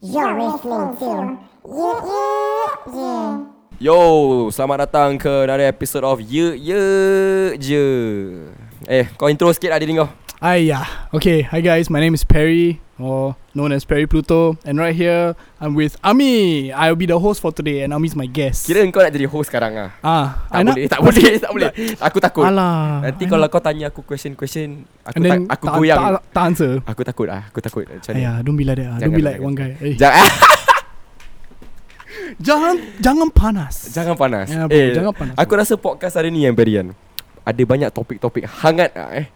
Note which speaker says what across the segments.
Speaker 1: You're listening to Yeah Yeah Yeah.
Speaker 2: Yo, selamat datang ke dari episod of Ye Ye Je. Eh, kau intro sikit lah diri kau.
Speaker 3: Aya. Okay, hi guys, my name is Perry, or known as Perry Pluto, and right here I'm with Ami. I'll be the host for today, and Ami is my guest.
Speaker 2: Kira kau nak jadi host sekarang ah.
Speaker 3: ah,
Speaker 2: Tak
Speaker 3: I nak-
Speaker 2: boleh, tak boleh, tak boleh. Aku takut.
Speaker 3: Alah.
Speaker 2: Nanti
Speaker 3: I
Speaker 2: kalau
Speaker 3: nak-
Speaker 2: kau tanya aku question-question, aku
Speaker 3: and
Speaker 2: ta-
Speaker 3: then
Speaker 2: aku
Speaker 3: tak,
Speaker 2: goyang.
Speaker 3: Tak, tak answer.
Speaker 2: Aku takut ah, aku takut. Macam ni.
Speaker 3: Aya, don't be like that. ah. Don't
Speaker 2: Jangan,
Speaker 3: be like
Speaker 2: jangan.
Speaker 3: one guy. Eh,
Speaker 2: Jangan
Speaker 3: jangan, jangan panas.
Speaker 2: jangan panas.
Speaker 3: Ya, bro,
Speaker 2: eh,
Speaker 3: jangan panas,
Speaker 2: Aku rasa podcast hari ni yang berian. Ada banyak topik-topik hangat ah eh.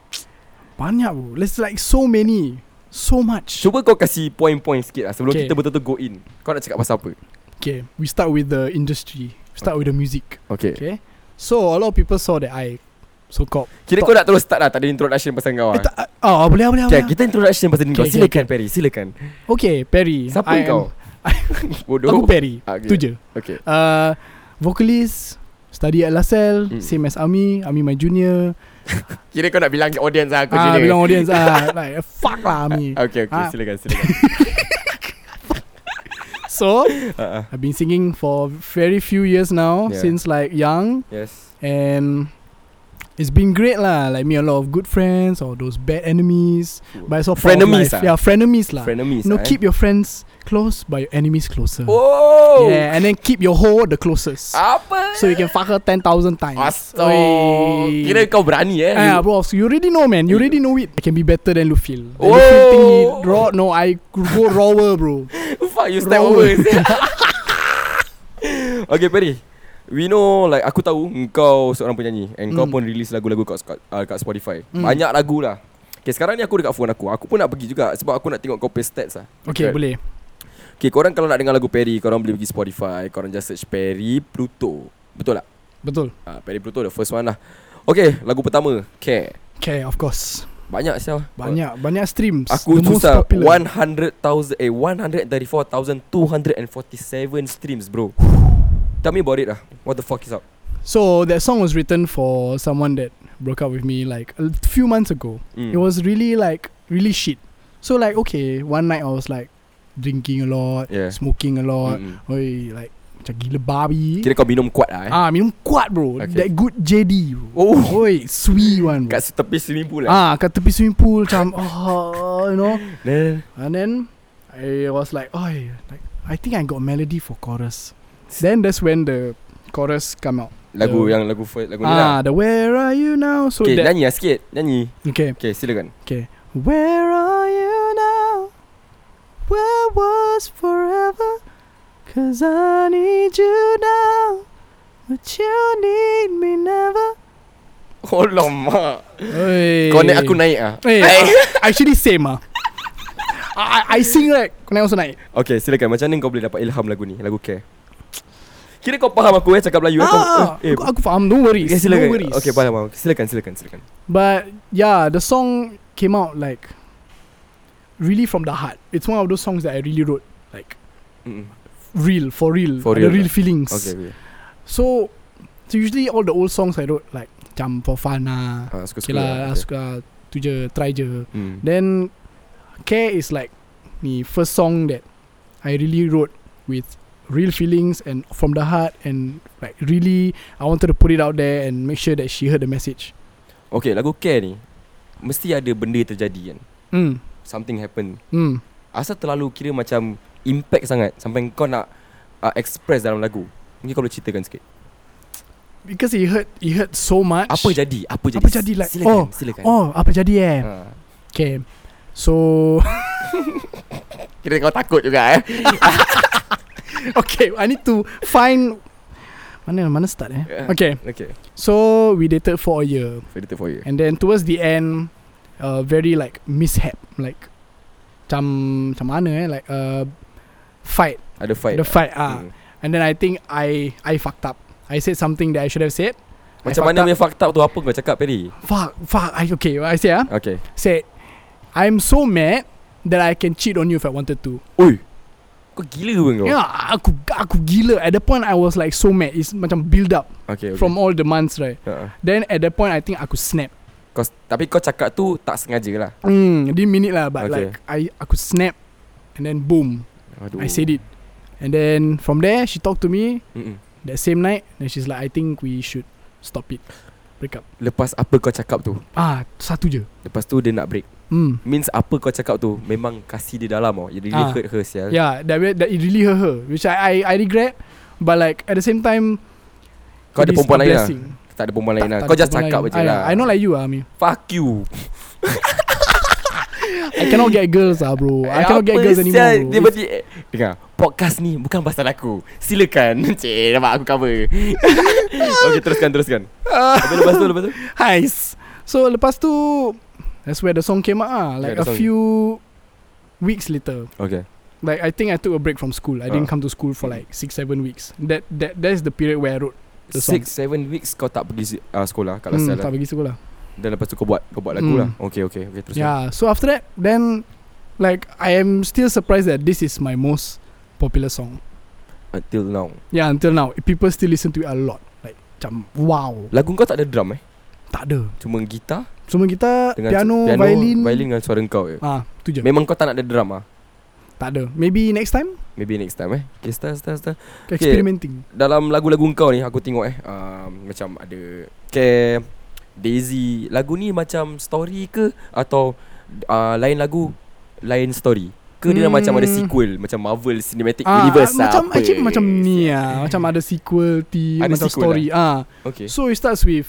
Speaker 3: Banyak bro. There's like so many, so much.
Speaker 2: Cuba kau kasih point-point sikit lah sebelum
Speaker 3: Okay.
Speaker 2: kita betul-betul go in. Kau nak cakap pasal apa?
Speaker 3: Okay, we start with the industry. We start with the music.
Speaker 2: Okay.
Speaker 3: Okay. So a lot of people saw that I so called.
Speaker 2: Kira kau nak terus start lah Tak ada introduction pasal kau
Speaker 3: Eh,
Speaker 2: lah
Speaker 3: tak, ah, ah, boleh, boleh,
Speaker 2: Okay,
Speaker 3: boleh.
Speaker 2: kita introduction pasal diri kau
Speaker 3: Okay, okay,
Speaker 2: Silakan Perry, silakan
Speaker 3: Okay, Perry.
Speaker 2: Siapa
Speaker 3: I am-
Speaker 2: kau? Bodoh
Speaker 3: Aku Perry.
Speaker 2: Ah, okay.
Speaker 3: Tu je.
Speaker 2: Okay
Speaker 3: Uh, vocalist Study at LaSalle
Speaker 2: Mm.
Speaker 3: mm. Same as Ami Ami my junior
Speaker 2: Kira kau nak bilang ke audience lah Aku
Speaker 3: Ah,
Speaker 2: junior
Speaker 3: Bilang audience ah, like, Fuck lah Ami
Speaker 2: Okay, okay,
Speaker 3: Ah.
Speaker 2: silakan, silakan
Speaker 3: So
Speaker 2: Ah, ah.
Speaker 3: I've been singing for Very few years
Speaker 2: Yeah.
Speaker 3: now yeah. Since like young
Speaker 2: Yes
Speaker 3: And It's been great lah Like me a lot of good friends Or those bad enemies But it's all part of
Speaker 2: Frenemies
Speaker 3: life.
Speaker 2: ah?
Speaker 3: Yeah frenemies lah
Speaker 2: Frenemies
Speaker 3: You know
Speaker 2: lah, eh.
Speaker 3: keep your friends Close But your enemies closer
Speaker 2: Oh
Speaker 3: Yeah and then keep your hoe The closest
Speaker 2: Apa
Speaker 3: So you can fuck her 10,000 times
Speaker 2: Astaga
Speaker 3: Oi.
Speaker 2: Kira kau berani eh
Speaker 3: Ah,
Speaker 2: you-
Speaker 3: bro, so you already know, man. You already know it. I can be better than Lufil.
Speaker 2: Oh.
Speaker 3: Oh. Lufil think he raw. No, I go rawer, bro.
Speaker 2: Fuck you step
Speaker 3: Rawa.
Speaker 2: over Okay Perry We know like aku tahu engkau seorang penyanyi and kau
Speaker 3: Mm.
Speaker 2: pun release lagu-lagu kat, kat, uh, kat Spotify.
Speaker 3: Mm.
Speaker 2: Banyak lagu lah. Okay sekarang ni aku dekat phone aku. Aku pun nak pergi juga sebab aku nak tengok kau pay stats lah.
Speaker 3: Okay,
Speaker 2: Dekat-
Speaker 3: boleh.
Speaker 2: Okay korang kalau nak dengar lagu Perry korang boleh pergi Spotify. Korang just search Perry Pluto. Betul tak?
Speaker 3: Betul.
Speaker 2: Uh, Perry Pluto the first one lah. Okay lagu pertama Care.
Speaker 3: Okay, of course.
Speaker 2: Banyak sial.
Speaker 3: Banyak, banyak streams.
Speaker 2: Aku
Speaker 3: The most
Speaker 2: susah
Speaker 3: popular.
Speaker 2: 100,000 eh 134,247 streams bro. Tell me about it lah. What the fuck is up?
Speaker 3: So that song was written for someone that broke up with me like a few months ago.
Speaker 2: Mm.
Speaker 3: It was really like really shit. So like okay, one night I was like drinking a lot,
Speaker 2: Yeah.
Speaker 3: smoking a lot.
Speaker 2: Mm-mm.
Speaker 3: Oi, like macam gila babi.
Speaker 2: Kira kau minum kuat lah eh.
Speaker 3: Ah, minum kuat bro.
Speaker 2: Okay.
Speaker 3: That good JD. Bro.
Speaker 2: Oh.
Speaker 3: Oi, sweet one. Bro.
Speaker 2: Kat tepi swimming pool lah.
Speaker 3: Ah, kat tepi swimming pool macam oh, you know.
Speaker 2: Then,
Speaker 3: And then I was like, oh, like I think I got melody for chorus. Then that's when the chorus come out.
Speaker 2: lagu
Speaker 3: The-
Speaker 2: yang lagu first, lagu ni lah.
Speaker 3: Ah, the where are you now? So
Speaker 2: Okay,
Speaker 3: that
Speaker 2: nyanyi lah sikit. Nyanyi.
Speaker 3: okay,
Speaker 2: Okay, silakan.
Speaker 3: okay. Where are you now? Where was forever? Cause I need you now, but you need me never.
Speaker 2: Oh lama.
Speaker 3: Hey.
Speaker 2: Connect aku naik ah.
Speaker 3: Hey, uh, actually same ah. I, I I sing right. Kena also naik.
Speaker 2: Okay, silakan. Macam mana kau boleh dapat ilham lagu ni? Lagu Care. Kira kau faham aku eh cakap Melayu eh. Kau,
Speaker 3: Ah,
Speaker 2: eh,
Speaker 3: aku, aku faham. No worries.
Speaker 2: okay,
Speaker 3: no
Speaker 2: silakan.
Speaker 3: worries.
Speaker 2: okay, faham. faham. Silakan, silakan, silakan.
Speaker 3: But yeah, the song came out like really from the heart. It's one of those songs that I really wrote like
Speaker 2: Mm-mm.
Speaker 3: real for real,
Speaker 2: For
Speaker 3: the
Speaker 2: real,
Speaker 3: real feelings.
Speaker 2: Okay, okay.
Speaker 3: So, so usually all the old songs I wrote like jam for fun ah,
Speaker 2: Ah, suka-suka.
Speaker 3: okay lah,
Speaker 2: okay.
Speaker 3: suka tu je, try je.
Speaker 2: Hmm.
Speaker 3: Then care is like the first song that I really wrote with real feelings and from the heart and like really I wanted to put it out there and make sure that she heard the message.
Speaker 2: Okay, lagu Care ni mesti ada benda terjadi kan.
Speaker 3: Mm.
Speaker 2: Something happen.
Speaker 3: Mm.
Speaker 2: Asal terlalu kira macam impact sangat sampai kau nak uh, express dalam lagu. Mungkin kau boleh ceritakan sikit.
Speaker 3: Because he hurt he hurt so much.
Speaker 2: Apa jadi? Apa jadi?
Speaker 3: Apa jadi, like,
Speaker 2: silakan,
Speaker 3: oh,
Speaker 2: silakan.
Speaker 3: Oh, apa jadi eh?
Speaker 2: Ha.
Speaker 3: Okay. So
Speaker 2: Kira kau takut juga eh.
Speaker 3: okay, I need to find mana mana start eh?
Speaker 2: Yeah.
Speaker 3: Okay.
Speaker 2: Okay,
Speaker 3: So we dated for a year
Speaker 2: ready for you.
Speaker 3: and then towards the end uh, very like mishap like macam macam mana eh like uh, fight,
Speaker 2: Ada fight.
Speaker 3: the fight ah.
Speaker 2: Hmm.
Speaker 3: And then I think I I fucked up. I said something that I should have said. I
Speaker 2: Macam
Speaker 3: fucked
Speaker 2: mana
Speaker 3: up.
Speaker 2: punya fucked up tu apa kau cakap Perry?
Speaker 3: Fuck, fuck. I, okay, I say ah.
Speaker 2: Okay.
Speaker 3: Said I'm so mad that I can cheat on you if I wanted to.
Speaker 2: Oi. Kau gila pun kau.
Speaker 3: Ya, aku aku gila. At the point I was like so mad. It's macam build up
Speaker 2: Okay,
Speaker 3: okay.
Speaker 2: okay.
Speaker 3: from all the months, right?
Speaker 2: uh
Speaker 3: Then at that point I think aku snap.
Speaker 2: Kau, tapi kau cakap tu tak sengaja lah.
Speaker 3: Hmm, didn't mean it Mm, lah, but
Speaker 2: Okay.
Speaker 3: like I aku snap and then boom.
Speaker 2: Aduh.
Speaker 3: I said it. And then from there, she talked to me
Speaker 2: Mm-mm.
Speaker 3: that same night. And she's like, I think we should stop it. Break up.
Speaker 2: Lepas apa kau cakap tu?
Speaker 3: Ah, satu je.
Speaker 2: Lepas tu dia nak break.
Speaker 3: Hmm.
Speaker 2: Means apa kau cakap tu memang kasih dia dalam oh. It really
Speaker 3: Ah.
Speaker 2: hurt her sial.
Speaker 3: Yeah, that, re- that it really hurt her, which I, I I regret, but like at the same time,
Speaker 2: Kau ada
Speaker 3: it is
Speaker 2: perempuan
Speaker 3: a
Speaker 2: lain lah.
Speaker 3: blessing.
Speaker 2: Tak ada perempuan
Speaker 3: Tak-
Speaker 2: lain lah.
Speaker 3: tak
Speaker 2: Kau
Speaker 3: ada
Speaker 2: just
Speaker 3: perempuan
Speaker 2: cakap
Speaker 3: lain.
Speaker 2: je
Speaker 3: I,
Speaker 2: lah.
Speaker 3: I not like you, ah, Amir.
Speaker 2: Fuck you.
Speaker 3: I cannot get girls, ah, bro. I
Speaker 2: Eh,
Speaker 3: cannot get
Speaker 2: apa
Speaker 3: girls
Speaker 2: sial?
Speaker 3: anymore. Bro.
Speaker 2: Dia berarti eh, Dengar Podcast ni bukan pasal aku Silakan Cik nampak aku cover Okay teruskan teruskan Habis lepas tu lepas tu
Speaker 3: Heist. So lepas tu, that's where the song came out. Ah, like
Speaker 2: Yeah, the
Speaker 3: a
Speaker 2: song.
Speaker 3: few weeks later.
Speaker 2: Okay
Speaker 3: Like I think I took a break from school. I didn't
Speaker 2: Ah.
Speaker 3: come to school for like six seven weeks. That that that is the period where I wrote. The song.
Speaker 2: Six, seven weeks kau tak pergi si- uh, sekolah Kat
Speaker 3: Hmm,
Speaker 2: Lasal lah
Speaker 3: tak pergi sekolah.
Speaker 2: Dan lepas tu kau buat Kau buat lagu
Speaker 3: Hmm. Ya.
Speaker 2: lah Okay okay okay teruskan
Speaker 3: Yeah. So after that, then like I am still surprised that this is my most popular song.
Speaker 2: Until now
Speaker 3: Yeah, until now people still listen to it a lot. Like macam wow.
Speaker 2: Lagu kau tak ada drum eh
Speaker 3: Tak ada.
Speaker 2: Cuma gitar
Speaker 3: Semua kita
Speaker 2: dengan
Speaker 3: piano,
Speaker 2: su-
Speaker 3: piano, violin.
Speaker 2: Violin dengan suara kau je
Speaker 3: Ah, tu je.
Speaker 2: Memang kau tak nak ada drum ah.
Speaker 3: tak ada. Maybe next time
Speaker 2: Maybe next time eh Okay start start start
Speaker 3: experimenting.
Speaker 2: dalam lagu-lagu kau ni aku tengok eh um, macam ada Cam, Daisy. Lagu ni macam story ke atau uh, lain lagu lain story? Ke dia
Speaker 3: Hmm.
Speaker 2: macam ada sequel macam Marvel Cinematic
Speaker 3: Ah,
Speaker 2: Universe
Speaker 3: ah,
Speaker 2: lah,
Speaker 3: macam
Speaker 2: apa.
Speaker 3: actually macam ni ah, macam ada sequel ti,
Speaker 2: Ada
Speaker 3: macam
Speaker 2: sequel lah.
Speaker 3: story. Ah,
Speaker 2: Okay.
Speaker 3: so it starts with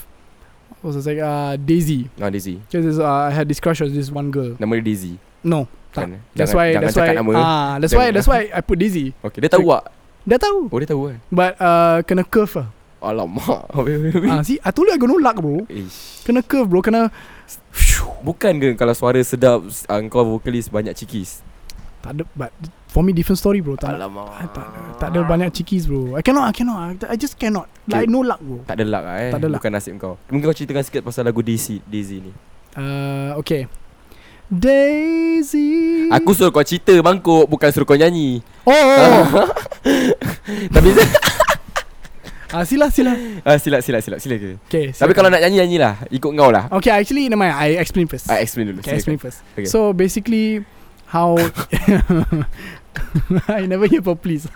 Speaker 3: what was it like uh, Daisy.
Speaker 2: Nah Daisy.
Speaker 3: Because uh, I had this crush on this one girl.
Speaker 2: Nama dia Daisy.
Speaker 3: No, tak.
Speaker 2: Kan?
Speaker 3: That's
Speaker 2: jangan,
Speaker 3: why
Speaker 2: jangan
Speaker 3: that's
Speaker 2: cakap
Speaker 3: why
Speaker 2: nama.
Speaker 3: ah, that's why
Speaker 2: Jangan.
Speaker 3: that's why I put Daisy.
Speaker 2: Okay, dia tahu tak?
Speaker 3: Dah tahu.
Speaker 2: Oh, dia tahu kan.
Speaker 3: But uh, kena curve lah.
Speaker 2: Alamak.
Speaker 3: ah, see, I told you I got no luck bro.
Speaker 2: Ish.
Speaker 3: Kena curve bro, kena
Speaker 2: Bukan ke kalau suara sedap uh, kau vokalis banyak cikis?
Speaker 3: tak ada but for me different story bro. Tak, nak-
Speaker 2: Alamak.
Speaker 3: I tak, tak ada banyak chickies bro. I cannot, I cannot. I, I just cannot. Like
Speaker 2: Okay.
Speaker 3: no luck bro.
Speaker 2: Tak ada luck lah eh.
Speaker 3: Tak ada luck.
Speaker 2: Bukan nasib kau. Mungkin kau ceritakan sikit pasal lagu Daisy Daisy ni.
Speaker 3: Uh, okay. Daisy.
Speaker 2: Aku suruh kau cerita mangkuk Bukan suruh kau nyanyi
Speaker 3: Oh, oh, oh.
Speaker 2: Tapi
Speaker 3: ah, sila sila.
Speaker 2: ah, Silap silap silap Sila ke
Speaker 3: Okay.
Speaker 2: Tapi kalau nak nyanyi Nyanyilah Ikut kau lah
Speaker 3: Okay, actually, never mind. I explain first.
Speaker 2: ah, Explain dulu
Speaker 3: okay, I explain first.
Speaker 2: Okay.
Speaker 3: So basically, how I never hear properly. sir.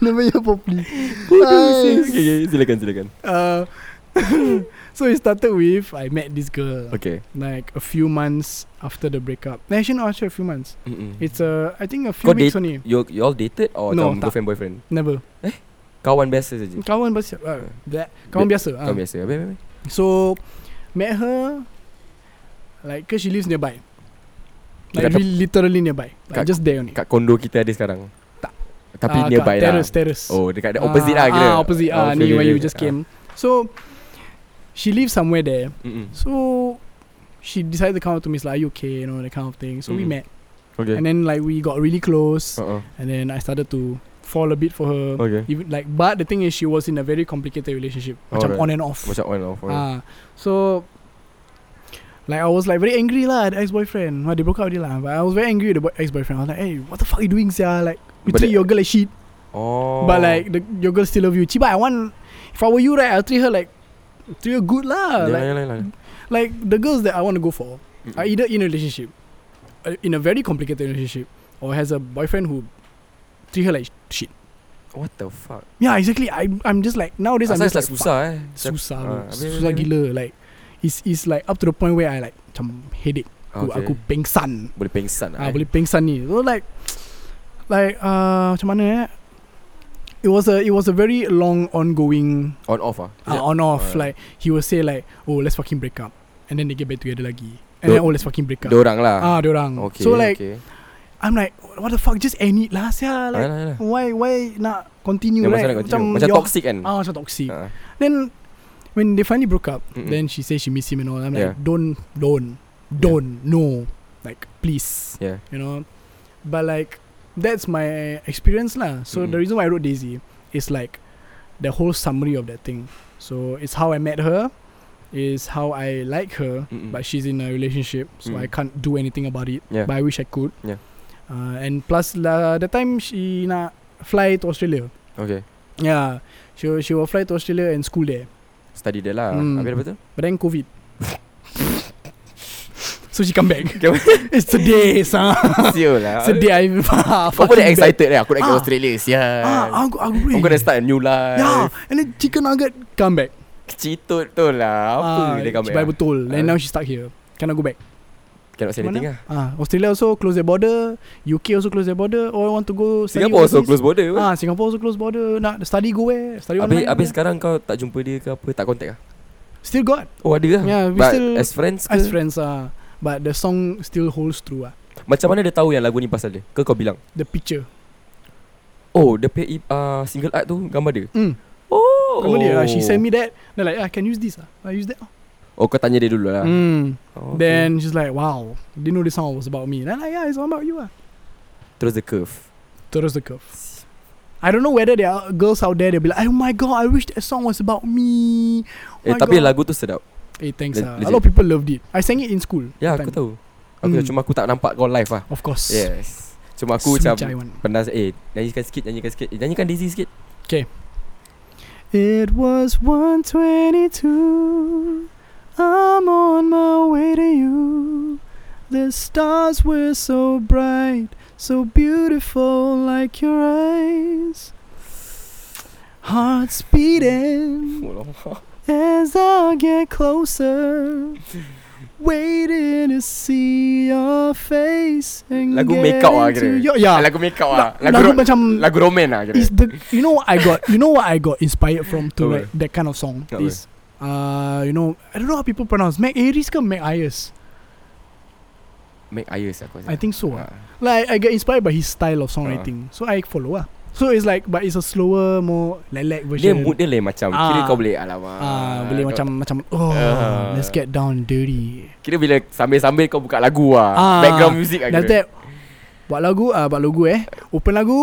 Speaker 3: never hear properly.
Speaker 2: okay, okay, Silakan silakan
Speaker 3: Uh, so it started with I met this girl
Speaker 2: Okay
Speaker 3: like a few months after the breakup. Eh, Actually, not actually a few months.
Speaker 2: Mm-mm.
Speaker 3: It's uh, I think a few
Speaker 2: Kau
Speaker 3: weeks
Speaker 2: date-
Speaker 3: only.
Speaker 2: You, you all dated Or
Speaker 3: No,
Speaker 2: macam
Speaker 3: tak.
Speaker 2: girlfriend boyfriend
Speaker 3: Never.
Speaker 2: Kawan biasa saja
Speaker 3: Kawan biasa. Uh, that kawan biasa. ah.
Speaker 2: Kawan biasa Habis habis habis.
Speaker 3: So met her like cause she lives nearby. Like
Speaker 2: Dekat
Speaker 3: really literally nearby. Like
Speaker 2: Kat-
Speaker 3: just there only.
Speaker 2: Kat kondo kita ada sekarang
Speaker 3: Tak.
Speaker 2: Tapi
Speaker 3: Ah, kat
Speaker 2: nearby lah
Speaker 3: Terrace, terrace.
Speaker 2: Oh dekat the opposite lah kira Oh,
Speaker 3: Ah, opposite. Ah,
Speaker 2: Okay,
Speaker 3: ni
Speaker 2: okay,
Speaker 3: where
Speaker 2: okay.
Speaker 3: you just came. So she lives somewhere there.
Speaker 2: Ah, mm-mm.
Speaker 3: So she decided to come up to me it's like, "Are you okay?" You know that kind of thing. So we
Speaker 2: Mm.
Speaker 3: met,
Speaker 2: Okay
Speaker 3: and then like we got really close,
Speaker 2: Uh-uh.
Speaker 3: and then I started to fall a bit for her.
Speaker 2: Okay
Speaker 3: Even like, but the thing is, she was in a very complicated relationship, macam
Speaker 2: Alright.
Speaker 3: on and off.
Speaker 2: Macam on off on.
Speaker 3: Ah, so like I was like very angry lah, the ex boyfriend. Well, they broke up already lah, but I was very angry with the boy- ex boyfriend. I was like, hey, what the fuck you doing, sia? Like you
Speaker 2: But
Speaker 3: treat
Speaker 2: the-
Speaker 3: your girl like shit,
Speaker 2: Oh
Speaker 3: but like the, your girl still love you. Chiba, I want if I were you, right, I'll treat her like treat her good lah.
Speaker 2: Yalah,
Speaker 3: like Ah,
Speaker 2: yalah, yalah.
Speaker 3: like the girls that I want to go for
Speaker 2: Mm-mm.
Speaker 3: are either in a relationship, uh, in a very complicated relationship, or has a boyfriend who treat her like sh- shit.
Speaker 2: What the fuck
Speaker 3: Yeah, exactly. I I'm just like nowadays I'm
Speaker 2: Asal
Speaker 3: just
Speaker 2: like
Speaker 3: like fuck.
Speaker 2: susah eh Macam-
Speaker 3: Susah bro
Speaker 2: Ah, habis, habis,
Speaker 3: Susah
Speaker 2: habis.
Speaker 3: gila Like It's it's like up to the point where I like Macam headache Aku,
Speaker 2: Okay.
Speaker 3: aku pengsan
Speaker 2: Boleh pengsan
Speaker 3: ah,
Speaker 2: lah eh.
Speaker 3: Boleh pengsan ni So like Like uh, Macam mana eh It was a It was a very long ongoing
Speaker 2: On off ah
Speaker 3: uh, On off
Speaker 2: Alright.
Speaker 3: Like He will say like Oh let's fucking break up And then they get back together lagi And
Speaker 2: Dor-
Speaker 3: then oh let's fucking break up
Speaker 2: Diorang lah
Speaker 3: Ah diorang
Speaker 2: Okay
Speaker 3: So like
Speaker 2: okay.
Speaker 3: I'm like What the fuck Just end it lah
Speaker 2: Alah,
Speaker 3: sia like,
Speaker 2: alah, alah.
Speaker 3: Why Why nak continue
Speaker 2: Yang
Speaker 3: right
Speaker 2: pasal nak continue. Macam
Speaker 3: your-
Speaker 2: toxic kan
Speaker 3: Ah macam toxic
Speaker 2: Ah.
Speaker 3: Then when they finally broke up,
Speaker 2: Mm-mm.
Speaker 3: then she says she miss him and all. I'm
Speaker 2: Yeah.
Speaker 3: like, don't, don't, don't, no, like please,
Speaker 2: Yeah
Speaker 3: you know. But like that's my experience lah. So the
Speaker 2: Mm-mm.
Speaker 3: reason why I wrote Daisy is like the whole summary of that thing. So it's how I met her, is how I like her,
Speaker 2: Mm-mm.
Speaker 3: but she's in a relationship, so I
Speaker 2: Mm.
Speaker 3: can't do anything about it.
Speaker 2: Yeah.
Speaker 3: But I wish I could.
Speaker 2: Yeah.
Speaker 3: Uh, and plus la, the time she na fly to Australia.
Speaker 2: Okay
Speaker 3: Yeah. She will- she will fly to Australia and school there.
Speaker 2: Study dia lah
Speaker 3: Hmm.
Speaker 2: Habis apa tu
Speaker 3: But then COVID So she come back
Speaker 2: Come
Speaker 3: It's sedih sah.
Speaker 2: Sial lah
Speaker 3: Sedih I
Speaker 2: Kau pun dah excited dah Aku nak pergi
Speaker 3: Ah.
Speaker 2: Australia Sial
Speaker 3: Ah, aku aku
Speaker 2: Kau
Speaker 3: boleh.
Speaker 2: gonna start a new life
Speaker 3: Yeah, and then chicken nugget come back.
Speaker 2: Citut tu lah Apa
Speaker 3: Ah,
Speaker 2: dia
Speaker 3: Cibai
Speaker 2: comeback
Speaker 3: betul. And
Speaker 2: Ah.
Speaker 3: now she stuck here. Cannot go back.
Speaker 2: Cannot say anything lah
Speaker 3: Ah, Australia also close their border. UK also close their border. All want to go study
Speaker 2: Singapore also
Speaker 3: overseas.
Speaker 2: close border apa
Speaker 3: Ah, Singapore also close border. Nak study go where? Study
Speaker 2: Habis,
Speaker 3: online.
Speaker 2: habis
Speaker 3: yeah.
Speaker 2: sekarang kau tak jumpa dia ke apa Tak contact lah
Speaker 3: Still got
Speaker 2: Oh ada lah
Speaker 3: Yeah, we
Speaker 2: But
Speaker 3: still-
Speaker 2: as friends ke
Speaker 3: as friends ah. But the song still holds true ah.
Speaker 2: Macam mana dia tahu yang lagu ni pasal dia Ke kau bilang
Speaker 3: The picture.
Speaker 2: Oh dia pay, uh, single art tu gambar dia
Speaker 3: Mm.
Speaker 2: Oh
Speaker 3: Remember dia, ah, she sent me that. Then like, ah, I can use this ah. I use that.
Speaker 2: Oh kau tanya dia dulu lah
Speaker 3: Mm.
Speaker 2: oh, okay.
Speaker 3: Then she's like, wow, didn't know this song was about me. And I'm like, yeah, it's all about you ah.
Speaker 2: Terus the curve
Speaker 3: Terus the curve. I don't know whether there are girls out there they'll be like, oh my god, I wish that song was about me.
Speaker 2: Eh
Speaker 3: my
Speaker 2: tapi
Speaker 3: God.
Speaker 2: lagu tu sedap
Speaker 3: Hey, thanks.
Speaker 2: Le-
Speaker 3: ah. A
Speaker 2: legit.
Speaker 3: lot of people loved it. I sang it in school.
Speaker 2: Ya
Speaker 3: that
Speaker 2: aku
Speaker 3: time.
Speaker 2: tahu Aku
Speaker 3: Mm.
Speaker 2: cuma aku tak nampak kau live lah
Speaker 3: Of course.
Speaker 2: Yes Cuma aku
Speaker 3: Sweet
Speaker 2: macam
Speaker 3: Jai Wan.
Speaker 2: Pernah Eh nyanyikan sikit Nyanyikan sikit eh, Nyanyikan Daisy sikit
Speaker 3: It was 122. I'm on my way to you. The stars were so bright, so beautiful like your eyes. Hearts beating. As I get closer, waiting to see your face and
Speaker 2: Lagu
Speaker 3: get
Speaker 2: make up lah
Speaker 3: into
Speaker 2: kira
Speaker 3: your,
Speaker 2: Ah,
Speaker 3: yeah,
Speaker 2: Lagu make up lah
Speaker 3: lagu,
Speaker 2: Lagu, ro-
Speaker 3: macam
Speaker 2: lagu roman lah kira
Speaker 3: is the you know what I got you know what I got inspired from to
Speaker 2: Apa?
Speaker 3: write that kind of song
Speaker 2: Apa?
Speaker 3: is uh you know I don't know how people pronounce Mac Aries ke Mac Ayers
Speaker 2: Make Ayers aku rasa
Speaker 3: I think so ah.
Speaker 2: Ah.
Speaker 3: like I get inspired by his style of
Speaker 2: Uh-huh.
Speaker 3: songwriting so I follow ah so it's like but it's a slower more lelek
Speaker 2: Dia
Speaker 3: version
Speaker 2: mood dia lain macam Kira
Speaker 3: Ah.
Speaker 2: kau boleh Alamak
Speaker 3: ah boleh
Speaker 2: kau-
Speaker 3: macam macam oh
Speaker 2: Ah.
Speaker 3: let's get down dirty
Speaker 2: Kira bila sambil-sambil kau buka lagu lah
Speaker 3: Ah.
Speaker 2: Background music lah
Speaker 3: Then
Speaker 2: kira
Speaker 3: after that Buat lagu ah Buat lagu eh Open lagu